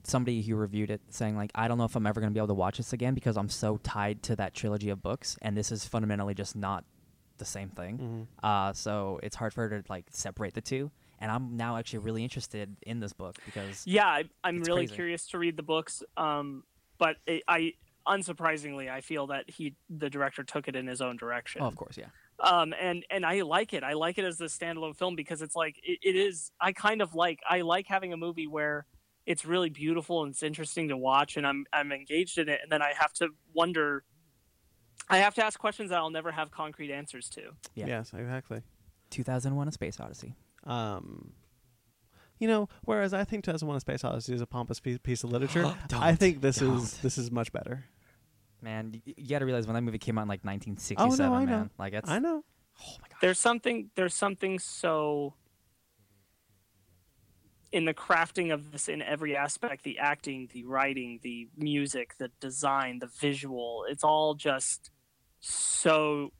Speaker 4: somebody who reviewed it saying like, I don't know if I'm ever gonna be able to watch this again because I'm so tied to that trilogy of books, and this is fundamentally just not the same thing. Uh, so it's hard for her to like separate the two. And I'm now actually really interested in this book because
Speaker 5: Yeah, I, I'm
Speaker 4: It's
Speaker 5: really
Speaker 4: crazy.
Speaker 5: curious to read the books, um, but it, I unsurprisingly I feel that he the director took it in his own direction.
Speaker 4: oh, of course, yeah,
Speaker 5: um and and i like it i like it as the standalone film because it's like it, it is i kind of like i like having a movie where it's really beautiful and it's interesting to watch and i'm i'm engaged in it and then i have to wonder i have to ask questions that i'll never have concrete answers to
Speaker 4: Yeah.
Speaker 1: Yes, exactly.
Speaker 4: 2001: A Space Odyssey.
Speaker 1: Um, you know, whereas I think 2001: A Space Odyssey is a pompous piece, piece of literature, I
Speaker 4: Don't.
Speaker 1: think this is
Speaker 4: Don't.
Speaker 1: this is much better.
Speaker 4: Man, you, you gotta realize when that movie came out in like 1967,
Speaker 1: I know.
Speaker 4: man. Like that's
Speaker 1: I know.
Speaker 4: oh my god.
Speaker 5: there's something there's something so in the crafting of this in every aspect the acting the writing the music the design the visual it's all just so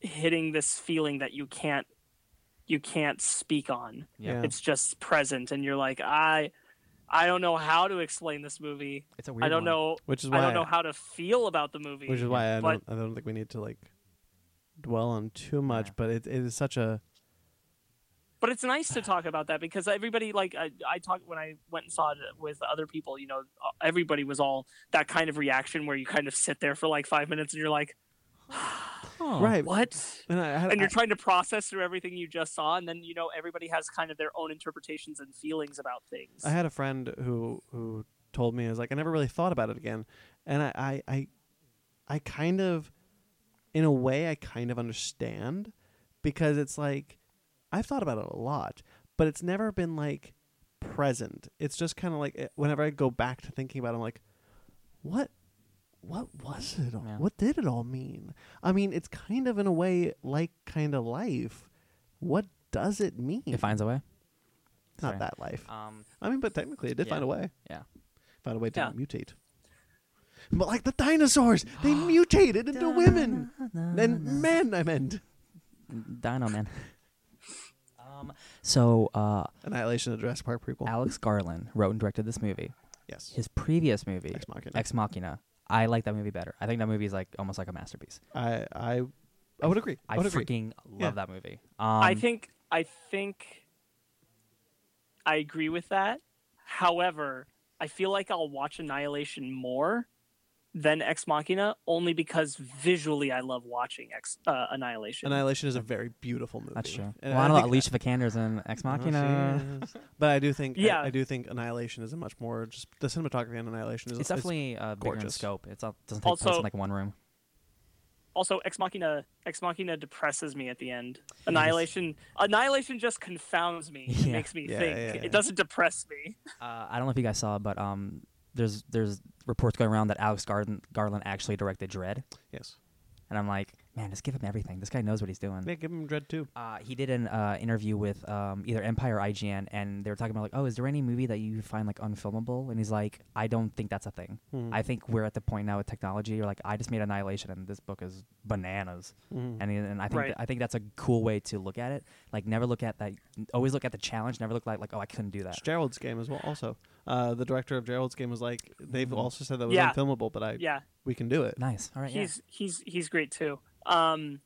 Speaker 5: hitting this feeling that you can't you can't speak on
Speaker 1: Yeah.
Speaker 5: it's just present and you're like i i don't know how to explain this movie
Speaker 4: it's a weird.
Speaker 5: i don't
Speaker 4: one.
Speaker 5: know
Speaker 1: Which is why
Speaker 5: i don't know how to feel about the movie
Speaker 1: which is why I don't
Speaker 5: but-
Speaker 1: I don't think we need to like dwell on too much,
Speaker 4: Yeah.
Speaker 1: but it, it is such a
Speaker 5: but it's nice to talk about that because everybody like I, I talked when I went and saw it with other people. You know, uh, everybody was all that kind of reaction where you kind of sit there for like five minutes and you're like,
Speaker 4: Huh.
Speaker 1: right.
Speaker 5: Oh, what?
Speaker 1: And I had,
Speaker 5: And you're
Speaker 1: I-
Speaker 5: trying to process through everything you just saw, and then you know everybody has kind of their own interpretations and feelings about things.
Speaker 1: I had a friend who who told me I was like I never really thought about it again, and I I I, I kind of, in a way, I kind of understand, because it's like, I've thought about it a lot, but it's never been like present. It's just kind of like eh, whenever I go back to thinking about, it, I'm like, what. What was it all?
Speaker 4: Yeah.
Speaker 1: What did it all mean? I mean, it's kind of in a way like kind of life. What does it mean?
Speaker 4: It finds a way.
Speaker 1: Not
Speaker 4: Sorry.
Speaker 1: that life.
Speaker 4: Um,
Speaker 1: I mean, but technically, it did
Speaker 4: Yeah.
Speaker 1: find a way.
Speaker 4: Yeah.
Speaker 1: Found a way to
Speaker 5: Yeah.
Speaker 1: mutate. But like the dinosaurs, they mutated into women. Then men, I meant.
Speaker 4: Dino Man. um, so uh,
Speaker 1: Annihilation of Jurassic Park prequel.
Speaker 4: Alex Garland wrote and directed this movie.
Speaker 1: yes.
Speaker 4: His previous movie,
Speaker 1: Ex Machina.
Speaker 4: Ex Machina. I like that movie better. I think that movie is like almost like a masterpiece.
Speaker 1: I I I would agree.
Speaker 4: I
Speaker 1: I would agree.
Speaker 4: freaking love
Speaker 1: Yeah.
Speaker 4: that movie. Um,
Speaker 5: I think I think I agree with that. However, I feel like I'll watch Annihilation more than Ex Machina only because visually I love watching Ex uh, Annihilation.
Speaker 1: Annihilation is a very beautiful movie.
Speaker 4: that's true.
Speaker 1: And
Speaker 4: well, I,
Speaker 1: I
Speaker 4: don't know.
Speaker 1: think-
Speaker 4: Alicia Vikander's in Ex
Speaker 1: Oh, she
Speaker 4: Machina.
Speaker 1: is. But I do think yeah.
Speaker 5: Yeah.
Speaker 1: I, do think Annihilation is a much more just the cinematography on Annihilation is
Speaker 4: it's definitely uh, bigger in
Speaker 1: gorgeous.
Speaker 4: scope. It's not doesn't take place
Speaker 5: Also-
Speaker 4: in like one room.
Speaker 5: also, Ex Machina Ex Machina depresses me at the end. Annihilation Annihilation just confounds me. It
Speaker 4: Yeah.
Speaker 5: makes me
Speaker 1: Yeah,
Speaker 5: think.
Speaker 1: yeah, yeah.
Speaker 5: It doesn't depress me.
Speaker 4: Uh, I don't know if you guys saw, but um, there's there's reports going around that Alex Garland, Garland actually directed Dread,
Speaker 1: yes.
Speaker 4: and I'm like, man, just give him everything. This guy knows what he's doing.
Speaker 1: Yeah, give him Dread too.
Speaker 4: Uh, he did an uh, interview with um, either Empire or IGN, and they were talking about like, oh, is there any movie that you find like unfilmable? And he's like, I don't think that's a thing. I think we're at the point now with technology. You're like, I just made Annihilation, and this book is bananas.
Speaker 1: Mm-hmm. Hmm.
Speaker 4: And he- and I think
Speaker 5: Right.
Speaker 4: that- I think that's a cool way to look at it. Like, never look at that. Always look at the challenge. Never look like like, oh, I couldn't do that.
Speaker 1: It's Gerald's game as well. Also, uh, the director of Gerald's game was like, they've
Speaker 4: Mm-hmm.
Speaker 1: also said that was
Speaker 5: Yeah.
Speaker 1: unfilmable, but I
Speaker 5: Yeah.
Speaker 1: we can do it.
Speaker 4: Nice. All right. yeah.
Speaker 5: he's he's he's great too. Um,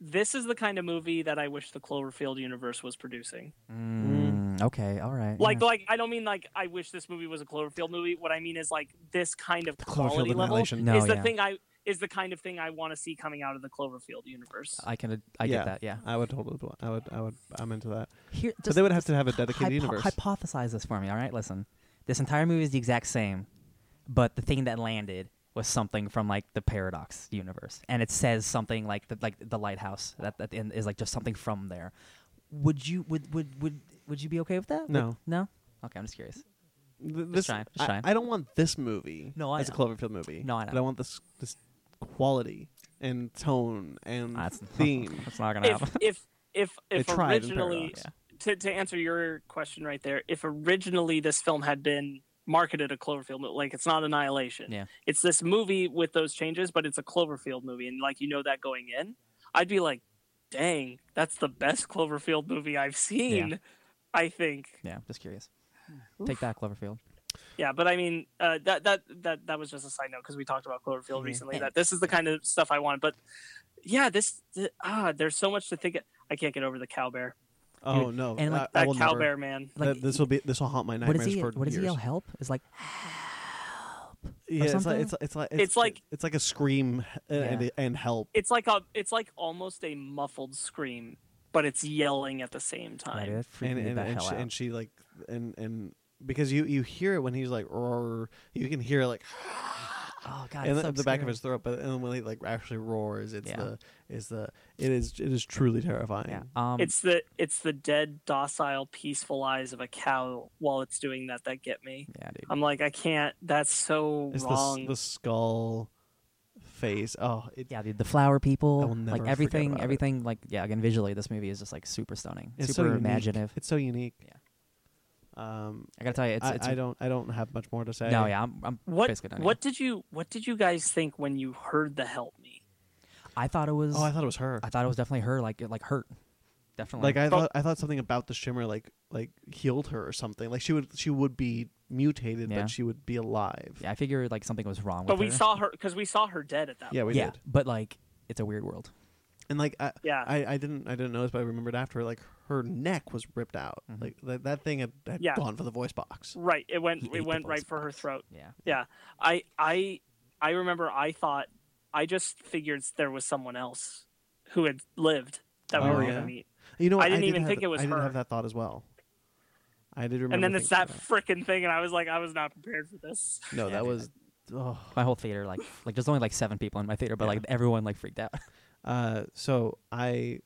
Speaker 5: this is the kind of movie that I wish the Cloverfield universe was producing.
Speaker 4: Mm, okay. All right.
Speaker 5: Like
Speaker 4: yeah.
Speaker 5: like I don't mean like I wish this movie was a Cloverfield movie. What I mean is like this kind of quality
Speaker 1: Cloverfield
Speaker 5: level
Speaker 1: Annihilation.
Speaker 4: No,
Speaker 5: is the
Speaker 4: yeah.
Speaker 5: thing I is the kind of thing I want to see coming out of the Cloverfield universe.
Speaker 4: I can. I
Speaker 1: yeah,
Speaker 4: get that. Yeah.
Speaker 1: I would totally. want- I would. I would. I'm into that.
Speaker 4: Here,
Speaker 1: but
Speaker 4: just-
Speaker 1: they would have
Speaker 4: just
Speaker 1: to have a
Speaker 4: hy-
Speaker 1: dedicated
Speaker 4: hypo-
Speaker 1: universe.
Speaker 4: Hypothesize this for me. All right. Listen, this entire movie is the exact same, but the thing that landed was something from like the paradox universe, and it says something like the like the lighthouse that that in, is like just something from there. Would you would would would would you be okay with that? Would-
Speaker 1: No.
Speaker 4: no. Okay, I'm just curious.
Speaker 1: Th- this,
Speaker 4: trying, just
Speaker 1: I-
Speaker 4: trying.
Speaker 1: I, don't want this movie.
Speaker 4: No, I
Speaker 1: as a
Speaker 4: know.
Speaker 1: Cloverfield movie.
Speaker 4: No, I
Speaker 1: But
Speaker 4: know.
Speaker 1: I want this this quality and tone and
Speaker 4: Ah, That's-
Speaker 1: Mm. theme.
Speaker 4: That's not gonna
Speaker 5: if
Speaker 4: happen.
Speaker 5: if if
Speaker 1: They
Speaker 5: if
Speaker 1: tried in
Speaker 5: originally
Speaker 1: Paradox.
Speaker 5: to, to answer your question right there, if originally this film had been marketed a Cloverfield movie, like it's not Annihilation.
Speaker 4: Yeah.
Speaker 5: It's this movie with those changes, but it's a Cloverfield movie and like you know that going in, I'd be like, dang, that's the best Cloverfield movie I've seen. I think.
Speaker 4: Yeah, just curious. Take that, Cloverfield.
Speaker 5: Yeah, but I mean, uh, that that that that was just a side note because we talked about Cloverfield recently. That this is the kind of stuff I want. But yeah, this th- ah, there's so much to think. I can't get over the cow bear.
Speaker 1: Oh no,
Speaker 4: and, like,
Speaker 1: I, I
Speaker 5: That
Speaker 1: will
Speaker 5: cow
Speaker 1: never-
Speaker 5: bear man.
Speaker 1: that-
Speaker 4: Like,
Speaker 1: this will be this will haunt my
Speaker 4: What
Speaker 1: nightmares
Speaker 4: does he?
Speaker 1: for
Speaker 4: What does
Speaker 1: years.
Speaker 4: he yell? Help! It's like
Speaker 1: yeah, it's like,
Speaker 4: something?
Speaker 1: it's, it's like
Speaker 5: It's like-
Speaker 1: it's like a scream uh,
Speaker 4: Yeah.
Speaker 1: and and help.
Speaker 5: It's like a it's like almost a muffled scream, but it's yelling at the same
Speaker 4: Yeah,
Speaker 5: time.
Speaker 4: dude, that freaked
Speaker 1: and
Speaker 4: me
Speaker 1: and,
Speaker 4: the
Speaker 1: and,
Speaker 4: hell
Speaker 1: she,
Speaker 4: out.
Speaker 1: and she like and and because you you hear it when he's like roar, you can hear like
Speaker 4: oh god,
Speaker 1: and
Speaker 4: it's
Speaker 1: the,
Speaker 4: so
Speaker 1: the back of
Speaker 4: scary.
Speaker 1: his throat, but and then when he like actually roars, it's
Speaker 4: Yeah.
Speaker 1: the is the it is it is truly terrifying.
Speaker 4: Yeah. Um,
Speaker 5: It's the it's the dead, docile, peaceful eyes of a cow while it's doing that that get me.
Speaker 4: yeah, dude.
Speaker 5: I'm like, I can't. That's so
Speaker 1: It's the, s-
Speaker 5: wrong.
Speaker 1: the skull face. Oh, it,
Speaker 4: Yeah, dude. The flower
Speaker 1: I
Speaker 4: people,
Speaker 1: will never
Speaker 4: like
Speaker 1: forget
Speaker 4: everything,
Speaker 1: about it.
Speaker 4: everything, like yeah. Again, visually, this movie is just like super stunning,
Speaker 1: it's so
Speaker 4: super
Speaker 1: unique.
Speaker 4: imaginative.
Speaker 1: It's so unique.
Speaker 4: Yeah.
Speaker 1: Yeah. Um,
Speaker 4: I gotta tell you, it's,
Speaker 1: I,
Speaker 4: it's
Speaker 1: I don't I don't have much more to say.
Speaker 4: no, yeah. I'm, I'm
Speaker 5: what
Speaker 4: basically done.
Speaker 5: what did you what did you guys think when you heard the help
Speaker 4: yeah.
Speaker 5: me?
Speaker 4: I thought it was.
Speaker 1: Oh, I thought it was her.
Speaker 4: I thought it was definitely her. Like it, like hurt. Definitely.
Speaker 1: like I
Speaker 5: But-
Speaker 1: thought I thought something about the shimmer like like healed her or something. Like she would she would be mutated,
Speaker 4: Yeah.
Speaker 1: but she would be alive.
Speaker 4: yeah, I figured like something was wrong.
Speaker 5: But
Speaker 4: with
Speaker 5: we
Speaker 4: her.
Speaker 5: saw her because we saw her dead at that.
Speaker 1: Yeah,
Speaker 5: point.
Speaker 1: we
Speaker 4: yeah,
Speaker 1: did.
Speaker 4: but like it's a weird world.
Speaker 1: And like I,
Speaker 5: Yeah.
Speaker 1: I I didn't I didn't notice, but I remembered after like her neck was ripped out. Like that that thing had, had
Speaker 5: Yeah.
Speaker 1: gone for the voice box.
Speaker 5: Right. It went.
Speaker 4: He ate the
Speaker 5: it went right
Speaker 4: voice
Speaker 5: for her
Speaker 4: box.
Speaker 5: throat.
Speaker 4: Yeah.
Speaker 5: Yeah. I I I remember. I thought. I just figured there was someone else who had lived that we
Speaker 1: Oh,
Speaker 5: were
Speaker 1: yeah.
Speaker 5: gonna meet.
Speaker 1: You know, what?
Speaker 5: I didn't
Speaker 1: did
Speaker 5: even
Speaker 1: have
Speaker 5: think
Speaker 1: th-
Speaker 5: it was
Speaker 1: I didn't
Speaker 5: her.
Speaker 1: have that thought as well. I did remember.
Speaker 5: And then it's that
Speaker 1: thinking
Speaker 5: frickin' thing, and I was like, I was not prepared for this.
Speaker 1: that. No,
Speaker 4: Yeah,
Speaker 1: that
Speaker 4: dude,
Speaker 1: was. Oh.
Speaker 4: My whole theater, like, like there's only like seven people in my theater, but
Speaker 1: Yeah.
Speaker 4: like everyone like freaked out.
Speaker 1: Uh, so I,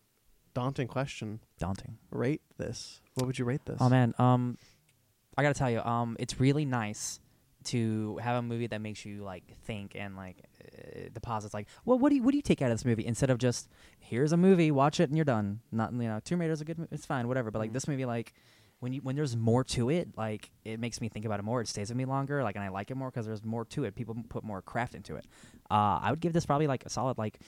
Speaker 1: daunting question.
Speaker 4: Daunting.
Speaker 1: Rate this. What would you rate this?
Speaker 4: Oh man, um, I gotta tell you, um, it's really nice to have a movie that makes you like think and like uh, deposits like, well, what do you what do you take out of this movie instead of just here's a movie, watch it and you're done. Not you know, Tomb Raider's a good, mo- it's fine, whatever. But like this movie, like when you when there's more to it, like it makes me think about it more. It stays with me longer, like, and I like it more because there's more to it. People m- put more craft into it. Uh, I would give this probably like a solid like,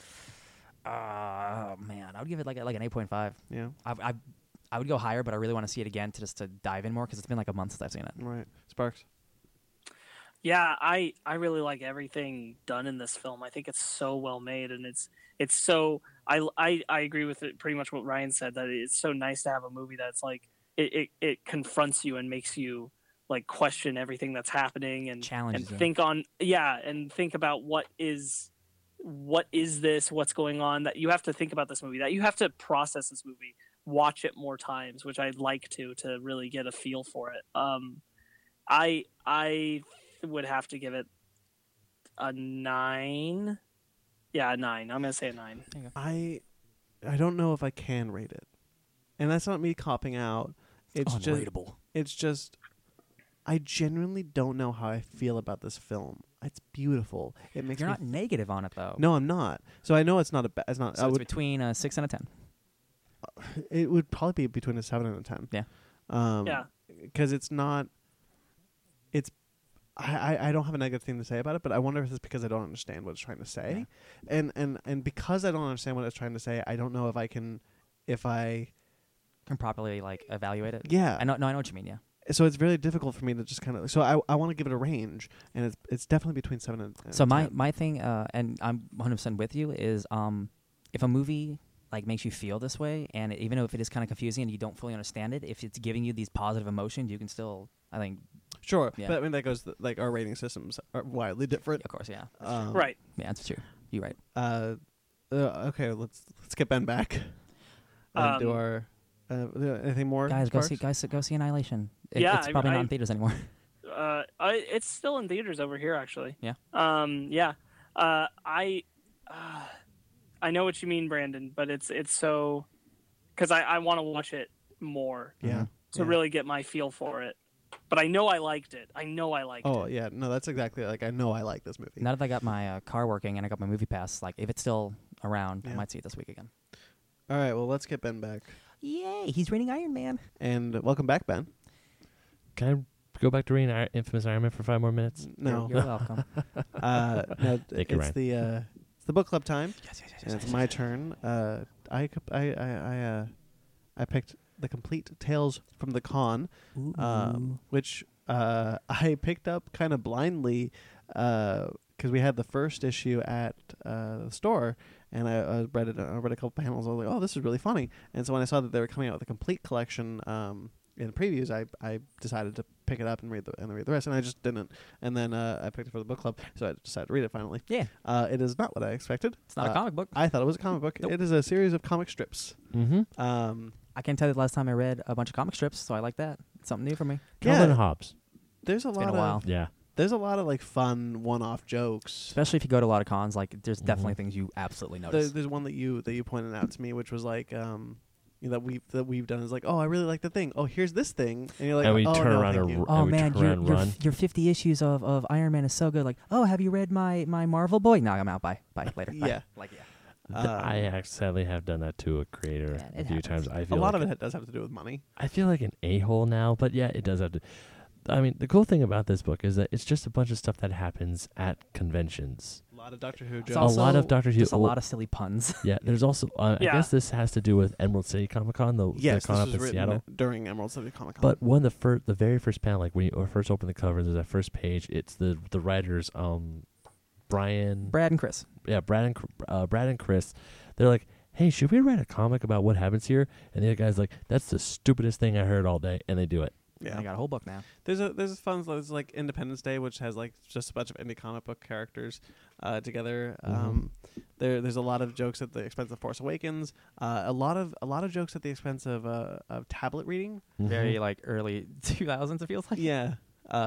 Speaker 4: uh, man, I would give it like a, like an eight point five.
Speaker 1: Yeah.
Speaker 4: I I I would go higher, but I really want to see it again to just to dive in more because it's been like a month since I've seen
Speaker 5: Mm.
Speaker 4: it.
Speaker 1: Right. Sparks.
Speaker 5: Yeah, I I really like everything done in this film. I think it's so well made, and it's it's so I I, I agree with it pretty much what Ryan said that it's so nice to have a movie that's like it it, it confronts you and makes you like question everything that's happening and
Speaker 4: Challenges you.
Speaker 5: and think on yeah and think about what is what is this what's going on that you have to think about this movie that you have to process this movie watch it more times which i'd like to to really get a feel for it um i i would have to give it a nine yeah a nine i'm gonna say a nine
Speaker 1: I I don't know if I can rate it. And that's not me copping out. It's just
Speaker 4: Unreadable.
Speaker 1: it's just I genuinely don't know how I feel about this film. It's beautiful. It makes
Speaker 4: You're
Speaker 1: me
Speaker 4: not negative on it though.
Speaker 1: No, I'm not. So I know it's not a ba- it's not
Speaker 4: so
Speaker 1: I
Speaker 4: it's
Speaker 1: would
Speaker 4: between a six and a ten.
Speaker 1: it would probably be between a 7 and a 10.
Speaker 4: Yeah.
Speaker 1: Um
Speaker 5: Yeah.
Speaker 1: cuz it's not it's I, I- I don't have a negative thing to say about it, but I wonder if it's because I don't understand what it's trying to say, and and and because I don't understand what it's trying to say, I don't know if I can, if I
Speaker 4: Can properly like evaluate it.
Speaker 1: yeah.
Speaker 4: I know. No, I know what you mean. Yeah.
Speaker 1: so it's really difficult for me to just kind of so I I want to give it a range and it's it's definitely between seven and, and
Speaker 4: So my
Speaker 1: 10.
Speaker 4: my thing, uh, and I'm 100 percent with you is um, if a movie like makes you feel this way, and even though if it is kind of confusing and you don't fully understand it, if it's giving you these positive emotions, you can still, I think,
Speaker 1: sure
Speaker 4: yeah.
Speaker 1: but I mean that goes th- like our rating systems are wildly different
Speaker 4: of course, yeah,
Speaker 1: um,
Speaker 5: right
Speaker 4: yeah, that's true. You're right.
Speaker 1: uh, uh okay let's let's get Ben back and do
Speaker 5: Um,
Speaker 1: our uh, anything more
Speaker 4: Guys, go
Speaker 1: Sparks?
Speaker 4: see guys go see Annihilation. It-
Speaker 5: Yeah,
Speaker 4: it's
Speaker 5: I-
Speaker 4: probably
Speaker 5: I-
Speaker 4: not in theaters anymore.
Speaker 5: uh, I, it's still in theaters over here, actually.
Speaker 4: Yeah.
Speaker 5: Um. Yeah. Uh. I. Uh, I know what you mean, Brandon, but it's it's so because I I want to watch it more
Speaker 4: mm-hmm.
Speaker 1: yeah
Speaker 5: to
Speaker 1: yeah.
Speaker 5: really get my feel for it. But I know I liked it. I know I liked
Speaker 1: oh
Speaker 5: it.
Speaker 1: yeah no that's exactly like I know I like this movie
Speaker 4: now that I got my uh, car working and I got my movie pass, like if it's still around,
Speaker 1: Yeah.
Speaker 4: I might see it this week again.
Speaker 1: all right well let's get Ben back
Speaker 4: Yay! He's reading Iron Man.
Speaker 1: and welcome back Ben
Speaker 2: Can I go back to reading Iron- Infamous Iron Man for five more minutes?
Speaker 1: no
Speaker 4: You're, you're welcome.
Speaker 1: uh no,
Speaker 2: Thank
Speaker 1: it's
Speaker 2: you, Ryan.
Speaker 1: the uh it's the book club time
Speaker 4: yes, yes, yes,
Speaker 1: and it's my turn. Uh, I c- I I I, uh, I picked the complete Tales from the Con, um, which uh, I picked up kind of blindly because we had the first issue at uh, the store, and I, I read it. I read a couple panels. I was like, "Oh, this is really funny!" And so when I saw that they were coming out with a complete collection. Um, in previews, I, I decided to pick it up and read the and read the rest, and I just didn't. And then uh, I picked it for the book club, so I decided to read it finally.
Speaker 4: Yeah,
Speaker 1: Uh, it is not what I expected.
Speaker 4: it's not
Speaker 1: Uh,
Speaker 4: a comic book.
Speaker 1: I thought it was a comic book.
Speaker 4: Nope.
Speaker 1: It is a series of comic strips.
Speaker 2: Mm-hmm.
Speaker 1: Um,
Speaker 4: I can tell you the last time I read a bunch of comic strips, so I like that. It's something new for me.
Speaker 2: Calvin
Speaker 1: Yeah.
Speaker 2: Hobbes.
Speaker 1: there's a
Speaker 4: been
Speaker 1: lot
Speaker 4: a while.
Speaker 1: of
Speaker 2: Yeah.
Speaker 1: there's a lot of like fun one-off jokes.
Speaker 4: Especially if you go to a lot of cons, like there's definitely
Speaker 2: Mhm.
Speaker 4: things you absolutely
Speaker 1: There,
Speaker 4: notice.
Speaker 1: there's one that you that you pointed out to me, which was like um, you know, that we that we've done is like, oh, I really like the thing. Oh, here's this thing, and you're like,
Speaker 2: And we
Speaker 1: oh
Speaker 2: turn
Speaker 1: no,
Speaker 2: around
Speaker 1: thank
Speaker 2: and
Speaker 1: you.
Speaker 2: r- Oh, and we man, turn your- around and your run.
Speaker 4: your 50 issues of, of Iron Man is so good. Like, oh, have you read my my Marvel boy? No, I'm out. Bye, bye later.
Speaker 1: Bye. Yeah.
Speaker 4: like yeah.
Speaker 2: Th-
Speaker 1: Um,
Speaker 2: I ac- sadly have done that to a creator
Speaker 4: Yeah,
Speaker 2: a
Speaker 4: it
Speaker 2: few
Speaker 4: happens.
Speaker 2: times. I
Speaker 1: a
Speaker 2: feel
Speaker 1: lot
Speaker 2: like
Speaker 1: of it does have to do with money.
Speaker 2: I feel like an a hole now, but yeah, it does have to. I mean, the cool thing about this book is that it's just a bunch of stuff that happens at conventions.
Speaker 1: A lot of Doctor Who
Speaker 4: all-
Speaker 1: jokes.
Speaker 2: a lot
Speaker 4: also
Speaker 2: of Doctor Who.
Speaker 4: Just a lot of silly puns.
Speaker 2: yeah, there's also. Uh,
Speaker 5: Yeah.
Speaker 2: I guess this has to do with Emerald City Comic Con, the,
Speaker 1: Yes,
Speaker 2: the con
Speaker 1: this
Speaker 2: up
Speaker 1: was
Speaker 2: in
Speaker 1: written
Speaker 2: Seattle.
Speaker 1: during Emerald City Comic Con.
Speaker 2: But one of the first, the very first panel, like when you o- first open the cover, there's that first page. It's the the writers, um, Brian,
Speaker 4: Brad and Chris.
Speaker 2: yeah, Brad and Cr- uh, Brad and Chris, they're like, "Hey, should we write a comic about what happens here?" And the other guy's like, "That's the stupidest thing I heard all day," and they do it.
Speaker 1: yeah,
Speaker 4: I got a whole book now.
Speaker 1: There's a there's a fun there's like Independence Day, which has like just a bunch of indie comic book characters uh, together.
Speaker 2: Mhm.
Speaker 1: Um, there there's a lot of jokes at the expense of Force Awakens. Uh, a lot of a lot of jokes at the expense of uh, of tablet reading.
Speaker 4: Very like early 2000s. It feels like.
Speaker 1: yeah,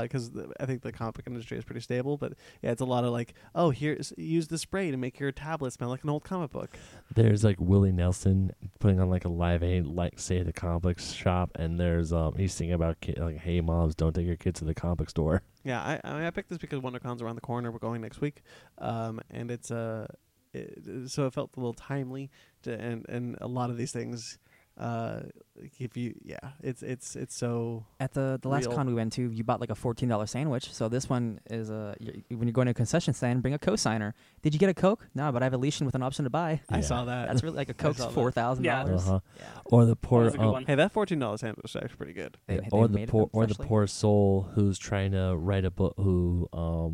Speaker 1: because Uh, the I think the comic book industry is pretty stable, but yeah, it's a lot of like oh here's use this spray to make your tablet smell like an old comic book.
Speaker 2: There's like Willie Nelson putting on like a live aid, like say the comic book shop, and there's um he's singing about ki- like, "Hey moms, don't take your kids to the comic book store."
Speaker 1: Yeah, I I, mean, I picked this because WonderCon's around the corner. We're going next week, um, and it's uh, it, so it felt a little timely. To, and and a lot of these things Uh, if you, yeah, it's it's it's so
Speaker 4: At the, the last
Speaker 1: Real.
Speaker 4: con we went to, you bought like a fourteen dollar sandwich. So this one is a y when you're going to a concession stand, bring a cosigner. Did you get a Coke? No, but I have a leash with an option to buy.
Speaker 1: I
Speaker 2: Yeah.
Speaker 1: saw that.
Speaker 4: That's really like a Coke's
Speaker 1: saw that.
Speaker 4: four thousand dollars.
Speaker 2: Uh-huh. Or the poor,
Speaker 5: was a good
Speaker 2: um,
Speaker 5: one.
Speaker 1: hey, that fourteen dollars sandwich was actually pretty good.
Speaker 4: They-
Speaker 2: yeah,
Speaker 4: they
Speaker 2: or the
Speaker 4: made
Speaker 2: poor,
Speaker 4: them
Speaker 2: or the
Speaker 4: freshly.
Speaker 2: poor soul who's trying to write a book, who um,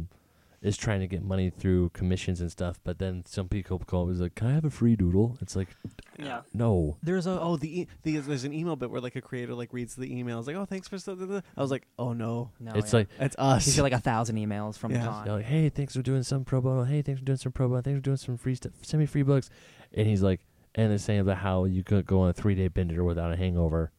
Speaker 2: is trying to get money through commissions and stuff. But then some people call is like, "Can I have a free doodle?" It's like,
Speaker 5: Yeah.
Speaker 2: no,
Speaker 1: There's a oh the, e- the there's an email bit where like a creator like reads the email. It's like oh thanks for something. I was like oh no,
Speaker 4: No,
Speaker 2: it's
Speaker 4: yeah.
Speaker 2: like.
Speaker 1: it's
Speaker 4: you
Speaker 1: us.
Speaker 4: get like a thousand emails from
Speaker 1: Yeah.
Speaker 4: the con.
Speaker 2: they're like, hey, thanks for doing some pro bono. Hey, thanks for doing some pro bono. Thanks for doing some free stuff. Send me free books. And he's like, and they're saying about how you could go on a three day bender without a hangover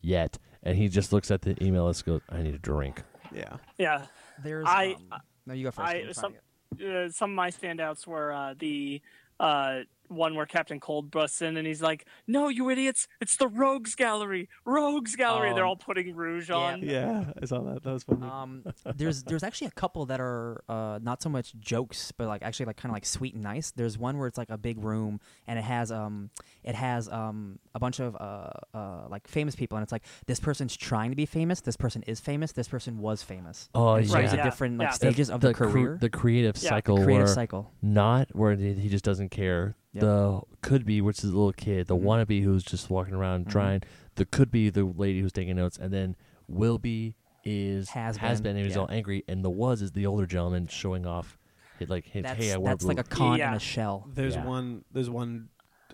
Speaker 2: yet. And he just looks at the email list and goes, I need a drink.
Speaker 1: yeah,
Speaker 5: Yeah.
Speaker 4: There's
Speaker 5: I-
Speaker 4: um, no, you go first.
Speaker 5: I-
Speaker 4: I'm trying to
Speaker 5: some-
Speaker 4: get-
Speaker 5: uh, some of my standouts were uh, the uh, one where Captain Cold busts in and he's like, "No, you idiots! It's the Rogues Gallery. Rogues Gallery. They're
Speaker 4: Um,
Speaker 5: all putting rouge
Speaker 4: yeah.
Speaker 5: on."
Speaker 1: yeah. I saw that. That was funny.
Speaker 4: Um, there's there's actually a couple that are uh, not so much jokes, but like actually like kind of like sweet and nice. There's one where it's like a big room and it has um it has um a bunch of uh, uh like famous people and it's like this person's trying to be famous, this person is famous, this person was famous.
Speaker 2: Oh,
Speaker 4: And it's
Speaker 5: Right,
Speaker 4: just the
Speaker 5: yeah.
Speaker 4: different like
Speaker 5: Yeah.
Speaker 4: stages of the,
Speaker 2: cre-
Speaker 4: career,
Speaker 2: the creative
Speaker 5: Yeah.
Speaker 2: cycle.
Speaker 4: creative
Speaker 2: where
Speaker 4: cycle.
Speaker 2: Not where the- he just doesn't care.
Speaker 4: Yep.
Speaker 2: The could be, which is the little kid, the
Speaker 4: Mhm.
Speaker 2: wannabe who's just walking around
Speaker 4: Mhm.
Speaker 2: trying. The could be, the lady who's taking notes. And then will be is
Speaker 4: Has been,
Speaker 2: and he's
Speaker 4: yeah.
Speaker 2: all angry. And the was is the older gentleman showing off. He, like, hey,
Speaker 4: That's
Speaker 2: hey, I wear
Speaker 4: that's
Speaker 2: blue.
Speaker 4: like a con and
Speaker 5: Yeah.
Speaker 4: a shell.
Speaker 1: There's
Speaker 2: Yeah.
Speaker 1: one. There's one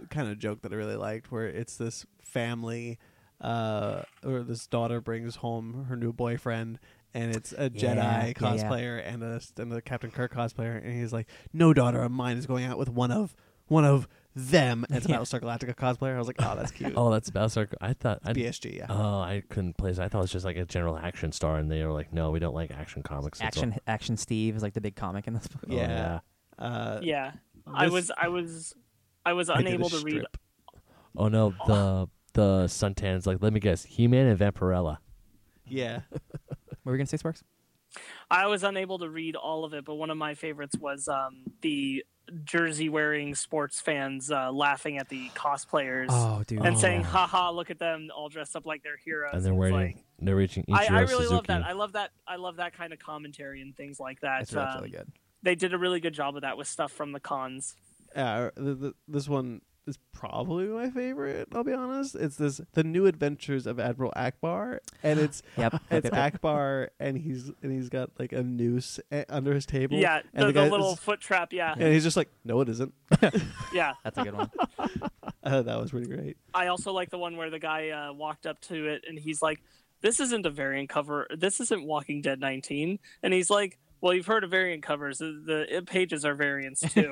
Speaker 1: kind of joke that I really liked where it's this family, uh, or this daughter brings home her new boyfriend, and it's a
Speaker 4: Yeah, yeah, yeah.
Speaker 1: Jedi cosplayer and a s- and a Captain Kirk cosplayer, and he's like, "No daughter of mine is going out with one of one of them." And it's
Speaker 4: Yeah.
Speaker 1: about Battlestar Galactica cosplayer. I was like, "Oh, that's cute."
Speaker 2: Oh, that's Battlestar. Gal- I thought. I,
Speaker 1: BSG, yeah.
Speaker 2: oh, I couldn't place. it. I thought it was just like a general action star, and they were like, "No, we don't like action comics." It's all-
Speaker 4: Action Action Steve is like the big comic in this book.
Speaker 2: oh, yeah.
Speaker 1: Uh,
Speaker 5: Yeah. I
Speaker 1: This-
Speaker 5: was. I was. I was
Speaker 1: I did a
Speaker 5: unable to read.
Speaker 1: strip.
Speaker 2: Oh no, the the suntan's like. Let me guess, He Man and Vampirella.
Speaker 1: Yeah,
Speaker 4: What were you gonna say, Sparks?
Speaker 5: I was unable to read all of it, but one of my favorites was um, the jersey-wearing sports fans uh, laughing at the cosplayers
Speaker 4: Oh, dude.
Speaker 5: and
Speaker 2: Oh.
Speaker 5: saying, "Haha! Look at them all dressed up like they're heroes."
Speaker 2: And they're
Speaker 5: It's
Speaker 2: wearing,
Speaker 5: like-
Speaker 2: they're reaching Ichiro
Speaker 5: I, I really
Speaker 2: Suzuki.
Speaker 5: love that. I love that. I love that kind of commentary and things like that.
Speaker 4: That's really,
Speaker 5: Um,
Speaker 4: really good.
Speaker 5: They did a really good job of that with stuff from the cons.
Speaker 1: uh, the, the, this one is probably my favorite. I'll be honest. It's this the new adventures of Admiral Akbar, and it's
Speaker 4: Yep. yep,
Speaker 1: it's
Speaker 4: yep, yep.
Speaker 1: Akbar, and he's and he's got like a noose uh, under his table.
Speaker 5: Yeah,
Speaker 1: and
Speaker 5: the, the,
Speaker 1: guy is-
Speaker 5: little foot trap. Yeah,
Speaker 1: and he's just like, no, it isn't.
Speaker 5: yeah.
Speaker 4: That's a good one.
Speaker 1: Uh, that was pretty great.
Speaker 5: I also like the one where the guy uh, walked up to it and he's like, "This isn't a variant cover. This isn't Walking Dead 19." And he's like, "Well, you've heard of variant covers. The, the it- pages are variants too."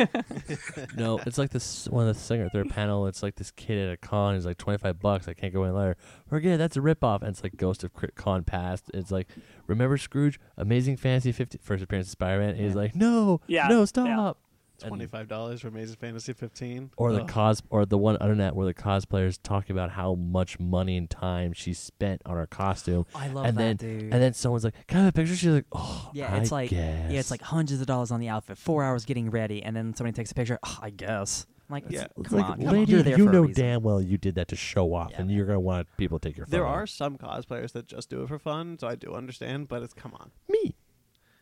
Speaker 2: no, it's like this one of the second or third panel. It's like this kid at a con. He's like twenty five bucks. I can't go any lower. Forget it, that's a ripoff. And it's like Ghost of Cri- Con Past. It's like remember Scrooge, Amazing Fantasy 50, first appearance of Spider Man. He's like no,
Speaker 5: Yeah, yeah.
Speaker 2: no stop. And-
Speaker 1: Twenty five dollars for Amazing Fantasy fifteen.
Speaker 2: or the
Speaker 1: Ugh.
Speaker 2: cos or the one on that where the cosplayers talking about how much money and time she spent on her costume.
Speaker 4: I love
Speaker 2: and
Speaker 4: that,
Speaker 2: then
Speaker 4: dude.
Speaker 2: and then someone's like, "Can I have a picture?" She's like, "Oh,
Speaker 4: Yeah,
Speaker 2: I
Speaker 4: it's like
Speaker 2: guess.
Speaker 4: yeah, it's like hundreds of dollars on the outfit, four hours getting ready, and then somebody takes a picture. "Ugh, I guess. I'm like,
Speaker 1: Yeah.
Speaker 4: come
Speaker 2: It's
Speaker 4: on,
Speaker 2: like,
Speaker 4: come on,
Speaker 2: lady,
Speaker 4: you're there
Speaker 2: you
Speaker 4: for a
Speaker 2: know
Speaker 4: reason.
Speaker 2: damn well you did that to show off,
Speaker 4: Yeah.
Speaker 2: and you're gonna want people to take your.
Speaker 1: There
Speaker 2: photo.
Speaker 1: are some cosplayers that just do it for fun, so I do understand. But it's come on.
Speaker 2: me.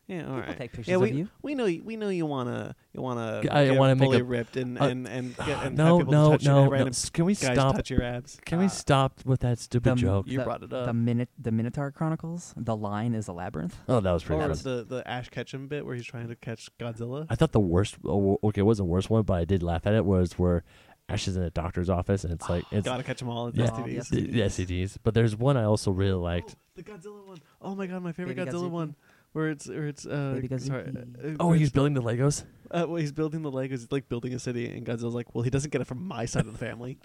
Speaker 1: Yeah, all
Speaker 4: People
Speaker 1: right.
Speaker 4: take pictures
Speaker 1: yeah,
Speaker 4: of
Speaker 1: we,
Speaker 4: you.
Speaker 1: we know we know you wanna you wanna
Speaker 2: G- I
Speaker 1: get
Speaker 2: wanna make
Speaker 1: fully
Speaker 2: a-
Speaker 1: ripped and
Speaker 2: uh,
Speaker 1: and and, get, and
Speaker 2: no,
Speaker 1: have people
Speaker 2: no,
Speaker 1: touch your
Speaker 2: no,
Speaker 1: random
Speaker 2: no. S- Can we
Speaker 1: guys
Speaker 2: stop?
Speaker 1: touch your abs. Ah.
Speaker 2: Can
Speaker 4: Uh,
Speaker 2: we stop with that stupid
Speaker 4: the-
Speaker 2: joke?
Speaker 1: You
Speaker 4: The-
Speaker 1: brought it
Speaker 4: The
Speaker 1: up.
Speaker 4: minute the Minotaur Chronicles, the line is a labyrinth.
Speaker 2: Oh, that was pretty
Speaker 1: or
Speaker 2: fun.
Speaker 1: the the Ash Ketchum bit where he's trying to catch Godzilla.
Speaker 2: I thought the worst. oh, Okay, it wasn't the worst one, but I did laugh at it. Was where Ash is in a doctor's office, and it's like it's
Speaker 1: Gotta catch them all. It's
Speaker 2: Yeah.
Speaker 1: STDs.
Speaker 2: the, the STDs. But there's one I also really liked.
Speaker 1: Oh, The Godzilla one. Oh my god, my favorite
Speaker 4: Baby
Speaker 1: Godzilla
Speaker 4: Godzuki.
Speaker 1: one. Where it's where it's uh
Speaker 4: Baby
Speaker 1: sorry,
Speaker 4: Godzuki.
Speaker 1: uh,
Speaker 2: Oh,
Speaker 1: where
Speaker 2: he's
Speaker 1: it's-
Speaker 2: building the Legos.
Speaker 1: uh, well, he's building the Legos. It's like building a city, and Godzilla's like, well, he doesn't get it from my side of the family.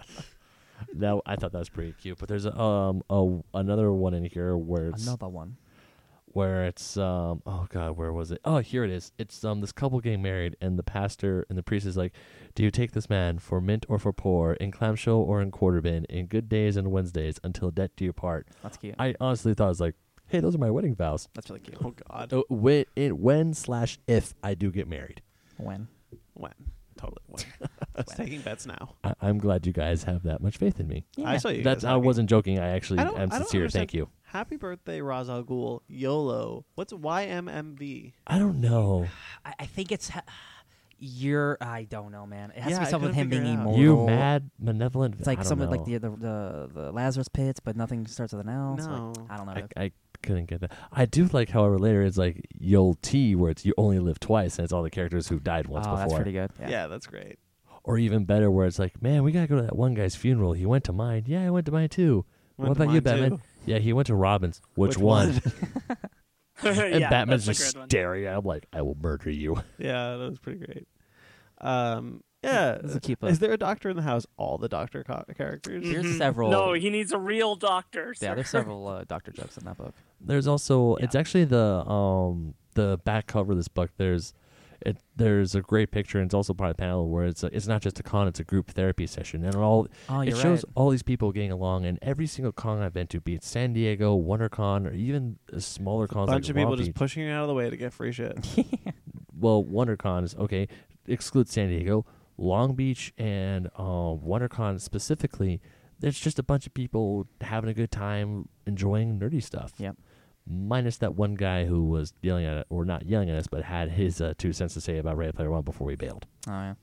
Speaker 2: That I thought that was pretty cute. But there's um a, another one in here where it's
Speaker 4: Another one.
Speaker 2: where it's um oh god where was it oh here it is it's um this couple getting married and the pastor and the priest is like do you take this man for mint or for poor in clamshell or in quarter bin in good days and Wednesdays until debt do you part
Speaker 4: That's cute.
Speaker 2: I honestly thought I was like hey those are my wedding vows
Speaker 4: That's really cute.
Speaker 1: oh god,
Speaker 2: when, when slash if I do get married
Speaker 4: When?
Speaker 1: when totally win. It's taking bets now.
Speaker 2: I- I'm glad you guys have that much faith in me.
Speaker 1: I saw you.
Speaker 2: That's
Speaker 1: guys
Speaker 2: I
Speaker 1: happy.
Speaker 2: wasn't joking. I actually
Speaker 1: I don't-
Speaker 2: am
Speaker 1: I don't
Speaker 2: sincere.
Speaker 1: understand.
Speaker 2: Thank you.
Speaker 1: Happy birthday, Ra's al Ghul. YOLO. What's YMMV?
Speaker 2: I don't know.
Speaker 4: I, I think it's. Ha- you're. I don't know, man. It has
Speaker 1: Yeah,
Speaker 4: to be
Speaker 1: I
Speaker 4: something with
Speaker 1: couldn't
Speaker 4: him
Speaker 1: figure it
Speaker 4: being
Speaker 1: out.
Speaker 4: immortal.
Speaker 2: You mad malevolent?
Speaker 4: It's like
Speaker 2: I don't
Speaker 4: something like
Speaker 2: know.
Speaker 4: the, the the the Lazarus pits, but nothing starts with an L. so, like,
Speaker 1: No.
Speaker 4: I don't know.
Speaker 2: I,
Speaker 4: dude.
Speaker 2: I couldn't get that. I do like, however, later it's like Yol T, where it's you only live twice, and it's all the characters who died once
Speaker 4: oh,
Speaker 2: before.
Speaker 4: that's pretty good.
Speaker 1: Yeah.
Speaker 4: Yeah.
Speaker 1: that's great.
Speaker 2: Or even better, where it's like, man, we gotta go to that one guy's funeral. He went to mine. Yeah, I went to mine too.
Speaker 1: Went
Speaker 2: what
Speaker 1: to
Speaker 2: about you,
Speaker 1: mine,
Speaker 2: Batman?
Speaker 1: too.
Speaker 2: Yeah, he went to Robin's. Which,
Speaker 1: Which
Speaker 2: one?
Speaker 1: one?
Speaker 2: and
Speaker 5: yeah,
Speaker 2: Batman's
Speaker 5: that's a
Speaker 2: just
Speaker 5: good one.
Speaker 2: staring. at him like, I will murder you.
Speaker 1: Yeah, that was pretty great. Um, yeah.
Speaker 4: This is a keeper.
Speaker 1: Is there a doctor in the house? All the doctor co- characters?
Speaker 4: There's
Speaker 5: Mhm.
Speaker 4: several-
Speaker 5: No, he needs a real doctor.
Speaker 4: Yeah,
Speaker 5: sir.
Speaker 4: there's several uh, Doctor jokes in that book.
Speaker 2: There's also
Speaker 5: Yeah.
Speaker 2: it's actually the um the back cover of this book. There's it there's a great picture and it's also part of the panel where it's a, it's not just a con, it's a group therapy session and it all
Speaker 4: Oh,
Speaker 2: it
Speaker 4: you're
Speaker 2: shows
Speaker 4: right.
Speaker 2: all these people getting along and every single con I've been to, be it San Diego, WonderCon, or even uh, smaller
Speaker 1: A
Speaker 2: cons
Speaker 1: bunch
Speaker 2: like
Speaker 1: of people
Speaker 2: Long
Speaker 1: just
Speaker 2: Beach.
Speaker 1: pushing you out of the way to get free shit.
Speaker 2: well WonderCon is okay, exclude San Diego, Long Beach and um, WonderCon specifically. There's just a bunch of people having a good time, enjoying nerdy stuff
Speaker 4: Yep.
Speaker 2: minus that one guy who was yelling at or not yelling at us, but had his uh, two cents to say about Ready Player One before we bailed.
Speaker 4: Oh yeah.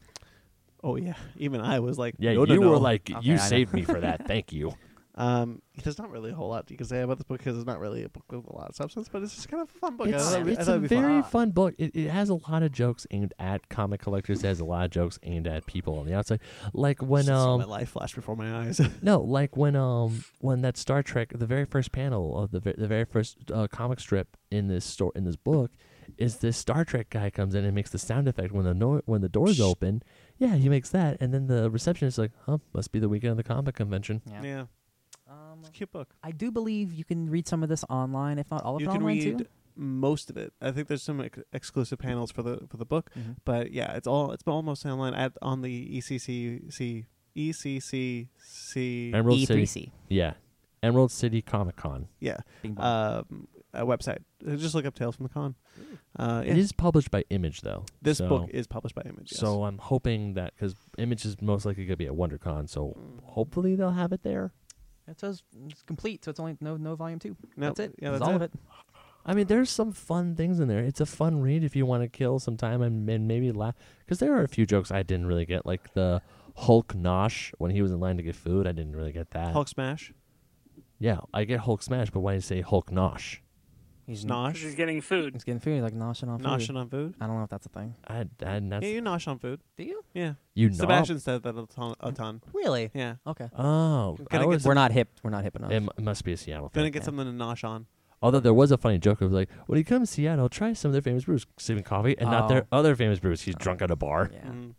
Speaker 1: Oh yeah, even I was like,
Speaker 2: Yeah,
Speaker 1: no, no,
Speaker 2: you
Speaker 1: no.
Speaker 2: were like,
Speaker 4: Okay, I
Speaker 2: you
Speaker 4: know.
Speaker 2: saved me for that. Thank you.
Speaker 1: um, there's not really a whole lot you can say about this book because it's not really a book with a lot of substance, but it's just kind of a fun book. I
Speaker 2: it's
Speaker 1: thought it'd be- I
Speaker 2: it's
Speaker 1: thought
Speaker 2: a
Speaker 1: it'd be fun.
Speaker 2: very fun book. It, it has a lot of jokes aimed at comic collectors. It has a lot of jokes aimed at people on the outside. Like when
Speaker 1: Just saw
Speaker 2: um
Speaker 1: my life flashed before my eyes.
Speaker 2: No, like when um when that Star Trek the very first panel of the ve- the very first uh, comic strip in this store in this book is this Star Trek guy comes in and makes the sound effect when the no- when the doors open. Yeah, he makes that, and then the receptionist is like, "Huh, must be the weekend of the comic convention."
Speaker 4: Yeah.
Speaker 1: yeah,
Speaker 4: Um,
Speaker 1: it's a cute book.
Speaker 3: I do believe you can read some of this online, if not all of
Speaker 1: You
Speaker 3: it
Speaker 1: can
Speaker 3: online
Speaker 1: read uh,
Speaker 3: too.
Speaker 1: most of it. I think there's some ex- exclusive panels for the for the book,
Speaker 4: Mhm.
Speaker 1: but yeah, it's all it's almost online at on the E ECCC ECCC
Speaker 4: E
Speaker 2: Emerald City,
Speaker 4: E3C.
Speaker 2: yeah, Emerald City Comic Con.
Speaker 1: yeah
Speaker 4: Bing bong.
Speaker 1: um, uh, website. Uh, Just look up Tales from the Con. Uh, yeah.
Speaker 2: Hmm. It is published by Image though.
Speaker 1: this
Speaker 2: so-
Speaker 1: book is published by Image. yes.
Speaker 2: So I'm hoping that because Image is most likely going to be at WonderCon, so
Speaker 1: Mm.
Speaker 2: hopefully they'll have it there.
Speaker 4: it says it's complete, so it's only no no volume two.
Speaker 1: No,
Speaker 4: that's it.
Speaker 1: Yeah,
Speaker 4: That's
Speaker 1: that's
Speaker 4: all
Speaker 1: it.
Speaker 4: of it.
Speaker 2: I mean, there's some fun things in there. It's a fun read if you want to kill some time and, and maybe laugh. Because there are a few jokes I didn't really get, like the Hulk Nosh when he was in line to get food. I didn't really get that.
Speaker 1: Hulk Smash,
Speaker 2: Yeah, I get Hulk Smash, but why do you say Hulk Nosh?
Speaker 4: He's
Speaker 5: Because He's
Speaker 1: Nosh,
Speaker 5: getting food.
Speaker 4: He's getting food. He's like noshing on food.
Speaker 1: Noshing on food.
Speaker 4: I don't know if that's a thing.
Speaker 2: I, I and that's
Speaker 1: Yeah, you nosh on food.
Speaker 4: Do you?
Speaker 1: Yeah,
Speaker 2: you
Speaker 1: Sebastian said that a ton. A ton.
Speaker 4: Really?
Speaker 1: Yeah,
Speaker 4: Okay.
Speaker 2: Knob? Oh, I
Speaker 1: Gonna get
Speaker 2: always-
Speaker 4: We're not hip. We're not hip enough.
Speaker 2: it m- must be a Seattle
Speaker 1: gonna
Speaker 2: thing.
Speaker 1: get
Speaker 4: yeah.
Speaker 1: something to nosh on.
Speaker 2: Although there was a funny joke of like, when you come to Seattle, try some of their famous brews, sipping coffee, and not their
Speaker 4: Oh.
Speaker 2: other famous brews. He's drunk at a bar.
Speaker 4: yeah.
Speaker 1: Mhm.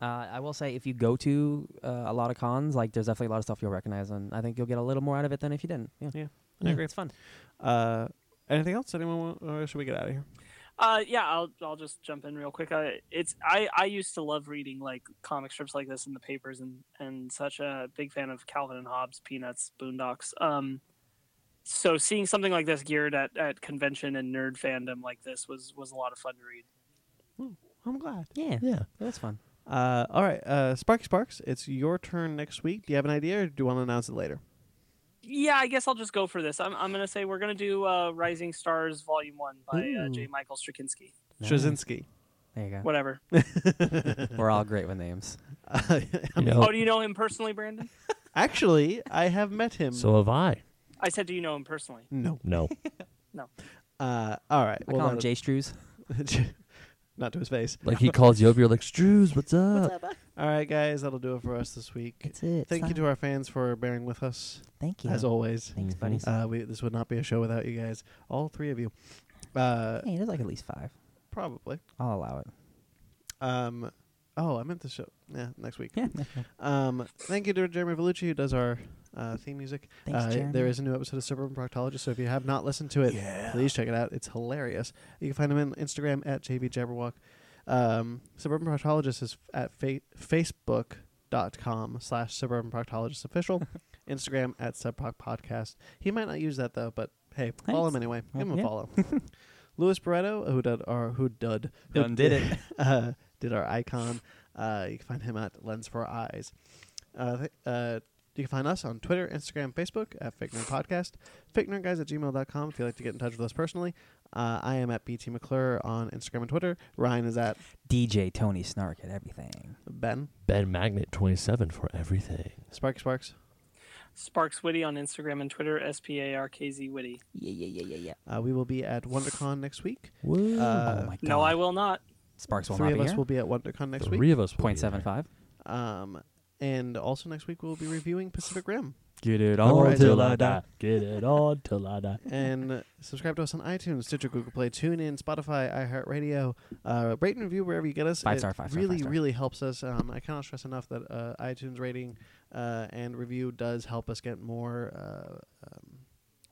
Speaker 4: Uh, I will say, if you go to uh, a lot of cons, like there's definitely a lot of stuff you'll recognize, and I think you'll get a little more out of it than if you didn't. Yeah,
Speaker 1: Yeah, I
Speaker 2: Yeah.
Speaker 1: agree.
Speaker 4: it's fun.
Speaker 1: Uh, anything else? Anyone? Want, or should we get out of here?
Speaker 5: Uh, yeah, I'll I'll just jump in real quick. I, it's I I used to love reading like comic strips like this in the papers and and such a big fan of Calvin and Hobbes, Peanuts, Boondocks. Um, so seeing something like this geared at, at convention and nerd fandom like this was was a lot of fun to read.
Speaker 1: I'm glad.
Speaker 4: Yeah,
Speaker 2: Yeah.
Speaker 4: it was fun.
Speaker 1: Uh, all right, uh, Sparky Sparks, it's your turn next week. Do you have an idea, or do you want to announce it later?
Speaker 5: Yeah, I guess I'll just go for this. I'm I'm gonna say we're gonna do uh, Rising Stars Volume One by uh,
Speaker 1: Ooh.
Speaker 5: J. Michael Straczynski.
Speaker 4: Nice.
Speaker 1: Straczynski.
Speaker 4: There you go.
Speaker 5: Whatever.
Speaker 4: We're all great with names.
Speaker 2: You know,
Speaker 5: Oh, do you know him personally, Brandon?
Speaker 1: Actually, I have met him.
Speaker 2: so have I.
Speaker 5: I said, do you know him personally?
Speaker 1: no.
Speaker 2: No.
Speaker 1: Uh, all right.
Speaker 4: I
Speaker 1: well,
Speaker 4: call him
Speaker 1: that-
Speaker 4: Jay Strews.
Speaker 1: Not to his face.
Speaker 2: Like he calls you up, you're like, Strews, what's up?
Speaker 1: All right, guys, that'll do it for us this week.
Speaker 3: That's it.
Speaker 1: Thank you to our fans for bearing with us,
Speaker 3: Thank you.
Speaker 1: as always.
Speaker 3: Thanks,
Speaker 2: Mhm.
Speaker 3: buddies.
Speaker 1: Uh, we, this would not be a show without you guys, all three of you, uh,
Speaker 3: hey, there's like at least five.
Speaker 1: probably.
Speaker 3: I'll allow it.
Speaker 1: Um, oh, I meant to show. Yeah, next week.
Speaker 3: Yeah.
Speaker 1: Um, thank you to Jeremy Vellucci who does our uh, theme music.
Speaker 3: Thanks,
Speaker 1: uh,
Speaker 3: Jeremy.
Speaker 1: There is a new episode of Suburban Proctologist, so if you have not listened to it, please check it out. It's hilarious. You can find him on Instagram at jbjabberwock. Um, Suburban Proctologist is at fa- facebook.com slash Suburban Proctologist Official. Instagram at subproc podcast. He might not use that though, but hey, follow him anyway. Give him a
Speaker 3: yeah.
Speaker 1: follow. Louis Barretto, who did our who dud who
Speaker 4: Done did it.
Speaker 1: uh, did our icon. Uh, you can find him at Lens for Eyes. Uh, th- uh, you can find us on Twitter, Instagram, Facebook at Fake Nerd Podcast, fakenerdguys at gmail.com if you'd like to get in touch with us personally. Uh, I am at BT McClure on Instagram and Twitter. Ryan is at
Speaker 4: DJ Tony Snark at everything.
Speaker 1: Ben,
Speaker 2: Ben Magnet 27 for everything.
Speaker 1: Sparky Sparks.
Speaker 5: Sparks Witty on Instagram and Twitter, S P A R K Z Witty.
Speaker 4: Yeah, yeah, yeah, yeah, yeah.
Speaker 1: Uh, we will be at WonderCon next week.
Speaker 2: Woo.
Speaker 1: Uh,
Speaker 4: oh my god.
Speaker 5: No, I will not.
Speaker 4: Sparks will
Speaker 1: Three
Speaker 4: not
Speaker 1: of
Speaker 4: be
Speaker 1: us
Speaker 4: here.
Speaker 1: will be at WonderCon next
Speaker 2: Three
Speaker 1: week.
Speaker 2: of us. will
Speaker 4: Point
Speaker 2: be
Speaker 4: seven
Speaker 2: there.
Speaker 4: five.
Speaker 1: Um, and also next week we'll be reviewing Pacific Rim.
Speaker 4: Get it
Speaker 2: On
Speaker 1: Alright.
Speaker 2: till I die. Get it on till I die.
Speaker 1: and subscribe to us on iTunes, Stitcher, Google Play, TuneIn, Spotify, iHeartRadio. Uh, rate and review wherever you get us.
Speaker 4: Five
Speaker 1: It
Speaker 4: star, five star,
Speaker 1: really,
Speaker 4: five star.
Speaker 1: really helps us. Um, I cannot stress enough that uh, iTunes rating uh, and review does help us get more. Uh, um,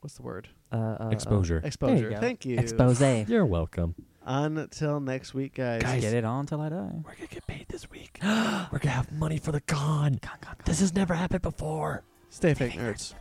Speaker 1: what's the word?
Speaker 4: Uh, uh,
Speaker 2: Exposure.
Speaker 1: Exposure.
Speaker 4: go.
Speaker 1: Thank you.
Speaker 4: Expose. Guys,
Speaker 2: You're welcome.
Speaker 1: Until next week, guys.
Speaker 4: get it on till I die.
Speaker 2: We're going to get paid this week. We're going to have money for the con.
Speaker 4: Con, con, con.
Speaker 2: This has never happened before.
Speaker 1: Stay fake nerds.